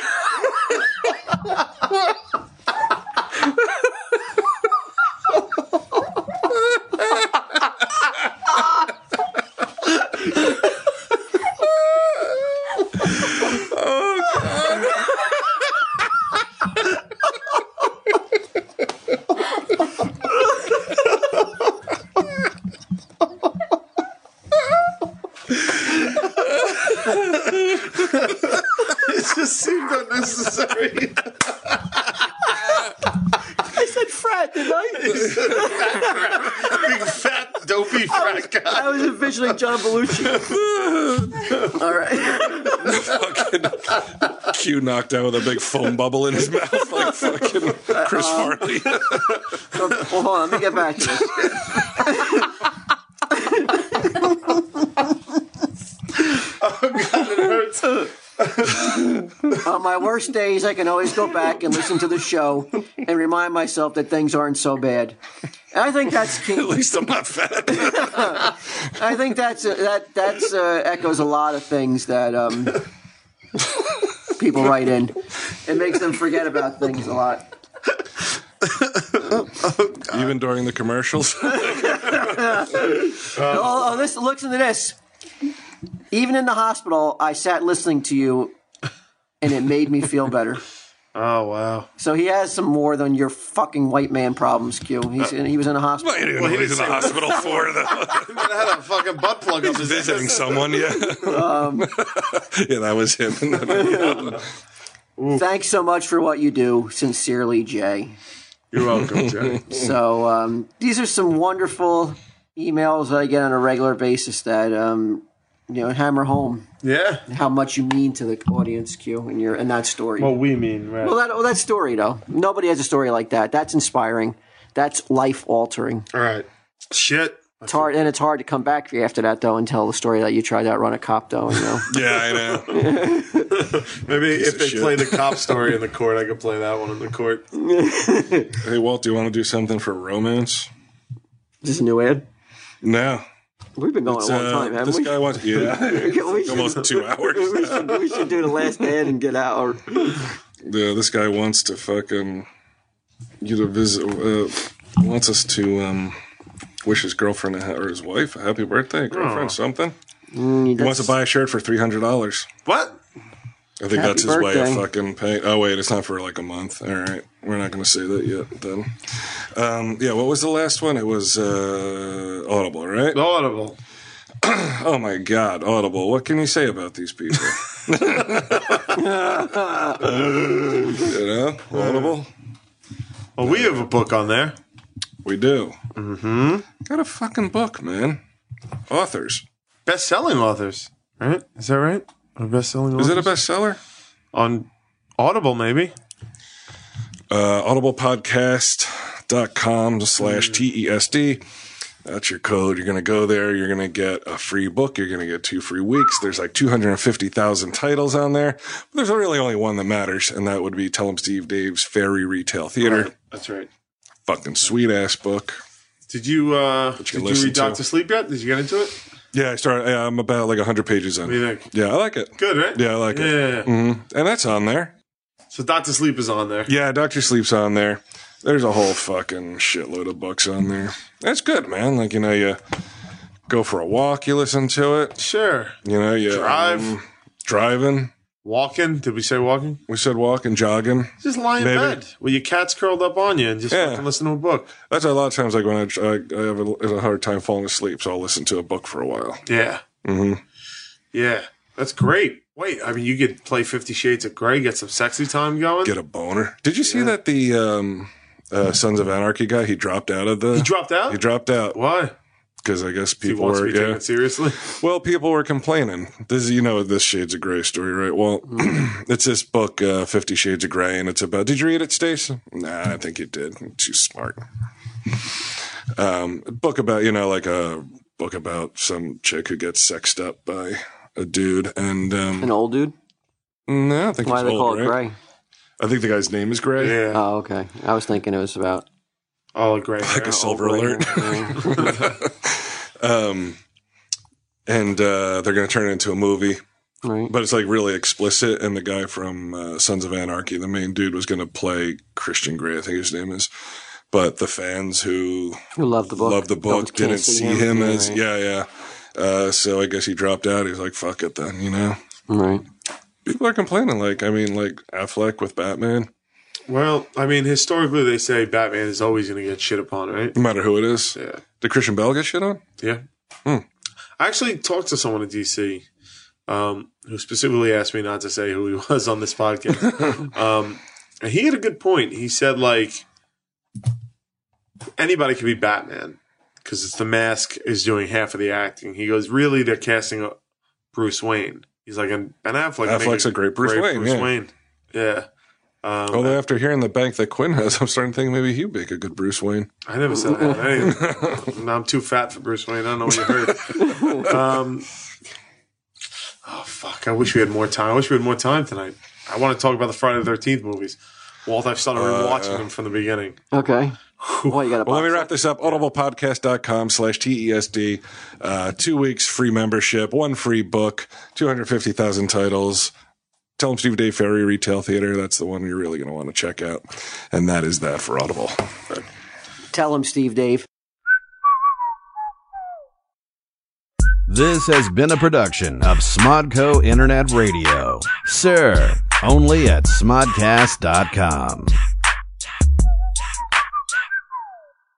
Speaker 5: it just seemed unnecessary.
Speaker 4: I said frat, didn't
Speaker 5: [LAUGHS]
Speaker 4: I?
Speaker 5: Big fat [LAUGHS] dopey frat guy.
Speaker 4: I was envisioning John Belushi. All right.
Speaker 2: Q knocked out with a big foam bubble in [LAUGHS] his mouth, like fucking Chris Farley.
Speaker 4: Hold on, let me get back to this.
Speaker 2: Oh,
Speaker 4: On my worst days, I can always go back and listen to the show and remind myself that things aren't so bad. And I think that's key. At
Speaker 2: least I'm not fat.
Speaker 4: I think that's that that's uh, echoes a lot of things that um, people write in. It makes them forget about things a lot.
Speaker 2: Even during the [LAUGHS] commercials.
Speaker 4: oh, oh, this listen to this. Even in the hospital, I sat listening to you, and it made me feel better.
Speaker 5: Oh wow!
Speaker 4: So he has some more than your fucking white man problems, Q. He's in, he was in a hospital.
Speaker 2: I didn't know he's in the hospital for [LAUGHS] the
Speaker 5: I had a fucking butt plug up his
Speaker 2: visiting someone. Yeah, [LAUGHS]
Speaker 4: Um,
Speaker 2: yeah, that was him. [LAUGHS]
Speaker 4: Thanks so much for what you do. Sincerely, Jay.
Speaker 5: You're welcome, Jay.
Speaker 4: So um, these are some wonderful emails that I get on a regular basis that um, you know hammer home
Speaker 5: Yeah.
Speaker 4: how much you mean to the audience, Q, and your and that story.
Speaker 5: Well, we mean, right?
Speaker 4: Well, that well, that story though. Nobody has a story like that. That's inspiring. That's life altering.
Speaker 5: All right. Shit.
Speaker 4: It's hard, and it's hard to come back after that though and tell the story that you tried to outrun a cop though. You know.
Speaker 2: Yeah, I know.
Speaker 5: Maybe
Speaker 2: Piece
Speaker 5: if
Speaker 2: of
Speaker 5: they
Speaker 2: shit.
Speaker 5: play the cop story in the court, I could play that one in the court.
Speaker 2: Hey, Walt, do you want to do something for romance?
Speaker 4: Is this a new ad?
Speaker 2: No.
Speaker 4: We've been going
Speaker 2: It's,
Speaker 4: a long
Speaker 2: uh,
Speaker 4: time, haven't
Speaker 2: this
Speaker 4: we?
Speaker 2: guy wants- yeah.
Speaker 4: [LAUGHS]
Speaker 2: [LAUGHS]
Speaker 4: We should-
Speaker 2: Almost two hours.
Speaker 4: we, should, [LAUGHS] we should do the last ad and get out. Or,
Speaker 2: Yeah, this guy wants to fucking you to visit. Uh, wants us to um, wish his girlfriend a ha- or his wife a happy birthday, girlfriend,
Speaker 5: Oh.
Speaker 2: something.
Speaker 4: Mm,
Speaker 2: He wants
Speaker 4: that's-
Speaker 2: to buy a shirt for three hundred dollars.
Speaker 5: What?
Speaker 2: I think
Speaker 4: Happy
Speaker 2: that's his way
Speaker 4: birthday.
Speaker 2: of fucking paying. Oh wait, it's not for like a month. All right, we're not going to say that yet. Then, um, yeah, what was the last one? It was uh, Audible, right?
Speaker 5: Audible.
Speaker 2: oh my God, Audible! What can you say about these people? [LAUGHS] you know, Audible.
Speaker 5: Well, we have a book on there.
Speaker 9: We do. Mm-hmm. Got a fucking book, man. Authors.
Speaker 5: Best selling authors, right? Is that right? Or best selling
Speaker 9: Is it a bestseller?
Speaker 5: On Audible, maybe.
Speaker 9: Uh, audiblepodcast.com slash TESD. That's your code. You're going to go there. You're going to get a free book. You're going to get two free weeks. There's like 250,000 titles on there. But there's really only one that matters, and that would be Tell 'em Steve Dave's Fairy Retail Theater.
Speaker 5: Right, That's right.
Speaker 9: Fucking sweet ass book.
Speaker 5: Did you uh
Speaker 9: you can
Speaker 5: did you
Speaker 9: listen
Speaker 5: read
Speaker 9: to.
Speaker 5: Doctor Sleep yet? Did you get into it?
Speaker 9: Yeah, I started. yeah, I'm about like 100 pages in.
Speaker 5: What do you think?
Speaker 9: Yeah, I like it.
Speaker 5: Good, right?
Speaker 9: Yeah, I like it.
Speaker 5: Yeah.
Speaker 9: Mhm. And that's on there.
Speaker 5: So Doctor Sleep is on there.
Speaker 9: Yeah, Doctor Sleep's on there. There's a whole fucking shitload of books on there. That's good, man. Like you know, you go for a walk, you listen to it.
Speaker 5: Sure.
Speaker 9: You know, you um,
Speaker 5: Drive.
Speaker 9: driving,
Speaker 5: walking. Did we say walking?
Speaker 9: We said walking, jogging.
Speaker 5: Just lie in
Speaker 9: Maybe.
Speaker 5: bed with your cats curled up on you and just
Speaker 9: Yeah.
Speaker 5: fucking listen to a book.
Speaker 9: That's a lot of times like when I, I, I have a, a hard time falling asleep, so I'll listen to a book for a while.
Speaker 5: Yeah.
Speaker 9: hmm
Speaker 5: Yeah. That's great. Wait, I mean you could play Fifty Shades of Grey, get some sexy time going.
Speaker 9: Get a boner. Did you see that the um, uh, Sons of Anarchy guy? He dropped out of the.
Speaker 5: he dropped out?
Speaker 9: He dropped out
Speaker 5: Why?
Speaker 9: because I guess
Speaker 5: He
Speaker 9: people
Speaker 5: wants to
Speaker 9: were
Speaker 5: be taken
Speaker 9: yeah. [LAUGHS]
Speaker 5: seriously.
Speaker 9: Well, people were complaining. This is, you know, this Shades of Grey story, right? Well,
Speaker 5: Mm-hmm.
Speaker 9: [CLEARS THROAT] it's this book, uh, Fifty Shades of Grey, and it's about. Did you read it, Stace? Nah, I think you did. I'm too smart. Um, book about, you know, like a book about some chick who gets sexed up by a dude, and um,
Speaker 4: An old dude?
Speaker 9: no, I think
Speaker 4: Why
Speaker 9: it's
Speaker 4: they
Speaker 9: old,
Speaker 4: call it
Speaker 9: right?
Speaker 4: gray?
Speaker 9: I think the guy's name is Gray.
Speaker 5: Yeah.
Speaker 4: Oh, okay. I was thinking it was about
Speaker 5: All gray.
Speaker 9: like a
Speaker 5: hair.
Speaker 9: silver
Speaker 4: gray [LAUGHS]
Speaker 9: alert. [LAUGHS] um, and uh, they're going to turn it into a movie,
Speaker 4: right?
Speaker 9: but it's like really explicit. And the guy from uh, Sons of Anarchy, the main dude, was going to play Christian Grey, I think his name is. But the fans who
Speaker 4: Who loved the book?
Speaker 9: loved the
Speaker 4: That was
Speaker 9: book didn't
Speaker 4: canceling
Speaker 9: see him,
Speaker 4: Yeah,
Speaker 9: as
Speaker 4: right.
Speaker 9: yeah, yeah. Uh, so I guess he dropped out. He was like, "Fuck it, then," you know.
Speaker 4: Right.
Speaker 9: People are complaining. Like, I mean, like Affleck with Batman.
Speaker 5: Well, I mean, historically they say Batman is always going to get shit upon, right?
Speaker 9: No matter who it is.
Speaker 5: Yeah.
Speaker 9: Did Christian Bell get shit on?
Speaker 5: Yeah.
Speaker 9: Hmm.
Speaker 5: I actually talked to someone in DC um, who specifically asked me not to say who he [LAUGHS] was on this
Speaker 9: [LAUGHS]
Speaker 5: podcast. um, and he had a good point. He said, like, anybody could be Batman because it's the mask is doing half of the acting. He goes, really, they're casting a Bruce Wayne. He's like, and Ben Affleck. make
Speaker 9: Affleck's a great Bruce Wayne, yeah.
Speaker 5: Yeah. Um,
Speaker 9: Although after hearing the bank that Quinn has, [LAUGHS] I'm starting to think maybe he'd make a good Bruce Wayne.
Speaker 5: I never said that. I ain't- no, I'm too fat for Bruce Wayne. I don't know what you heard. um, oh fuck! I wish we had more time. I wish we had more time tonight. I want to talk about the Friday the Thirteenth movies. Walt, I've started rewatching them from the beginning.
Speaker 4: Okay. Well, you got a
Speaker 9: Well,
Speaker 4: box.
Speaker 9: let me wrap this up. AudiblePodcast.com slash TESD. Uh, two weeks free membership, one free book, 250,000 titles. Tell them Steve Dave Ferry Retail Theater. That's the one you're really going to want to check out. And that is that for Audible.
Speaker 4: Tell him, Steve Dave.
Speaker 1: This has been a production of Smodco Internet Radio. Sir, only at smodcast.com.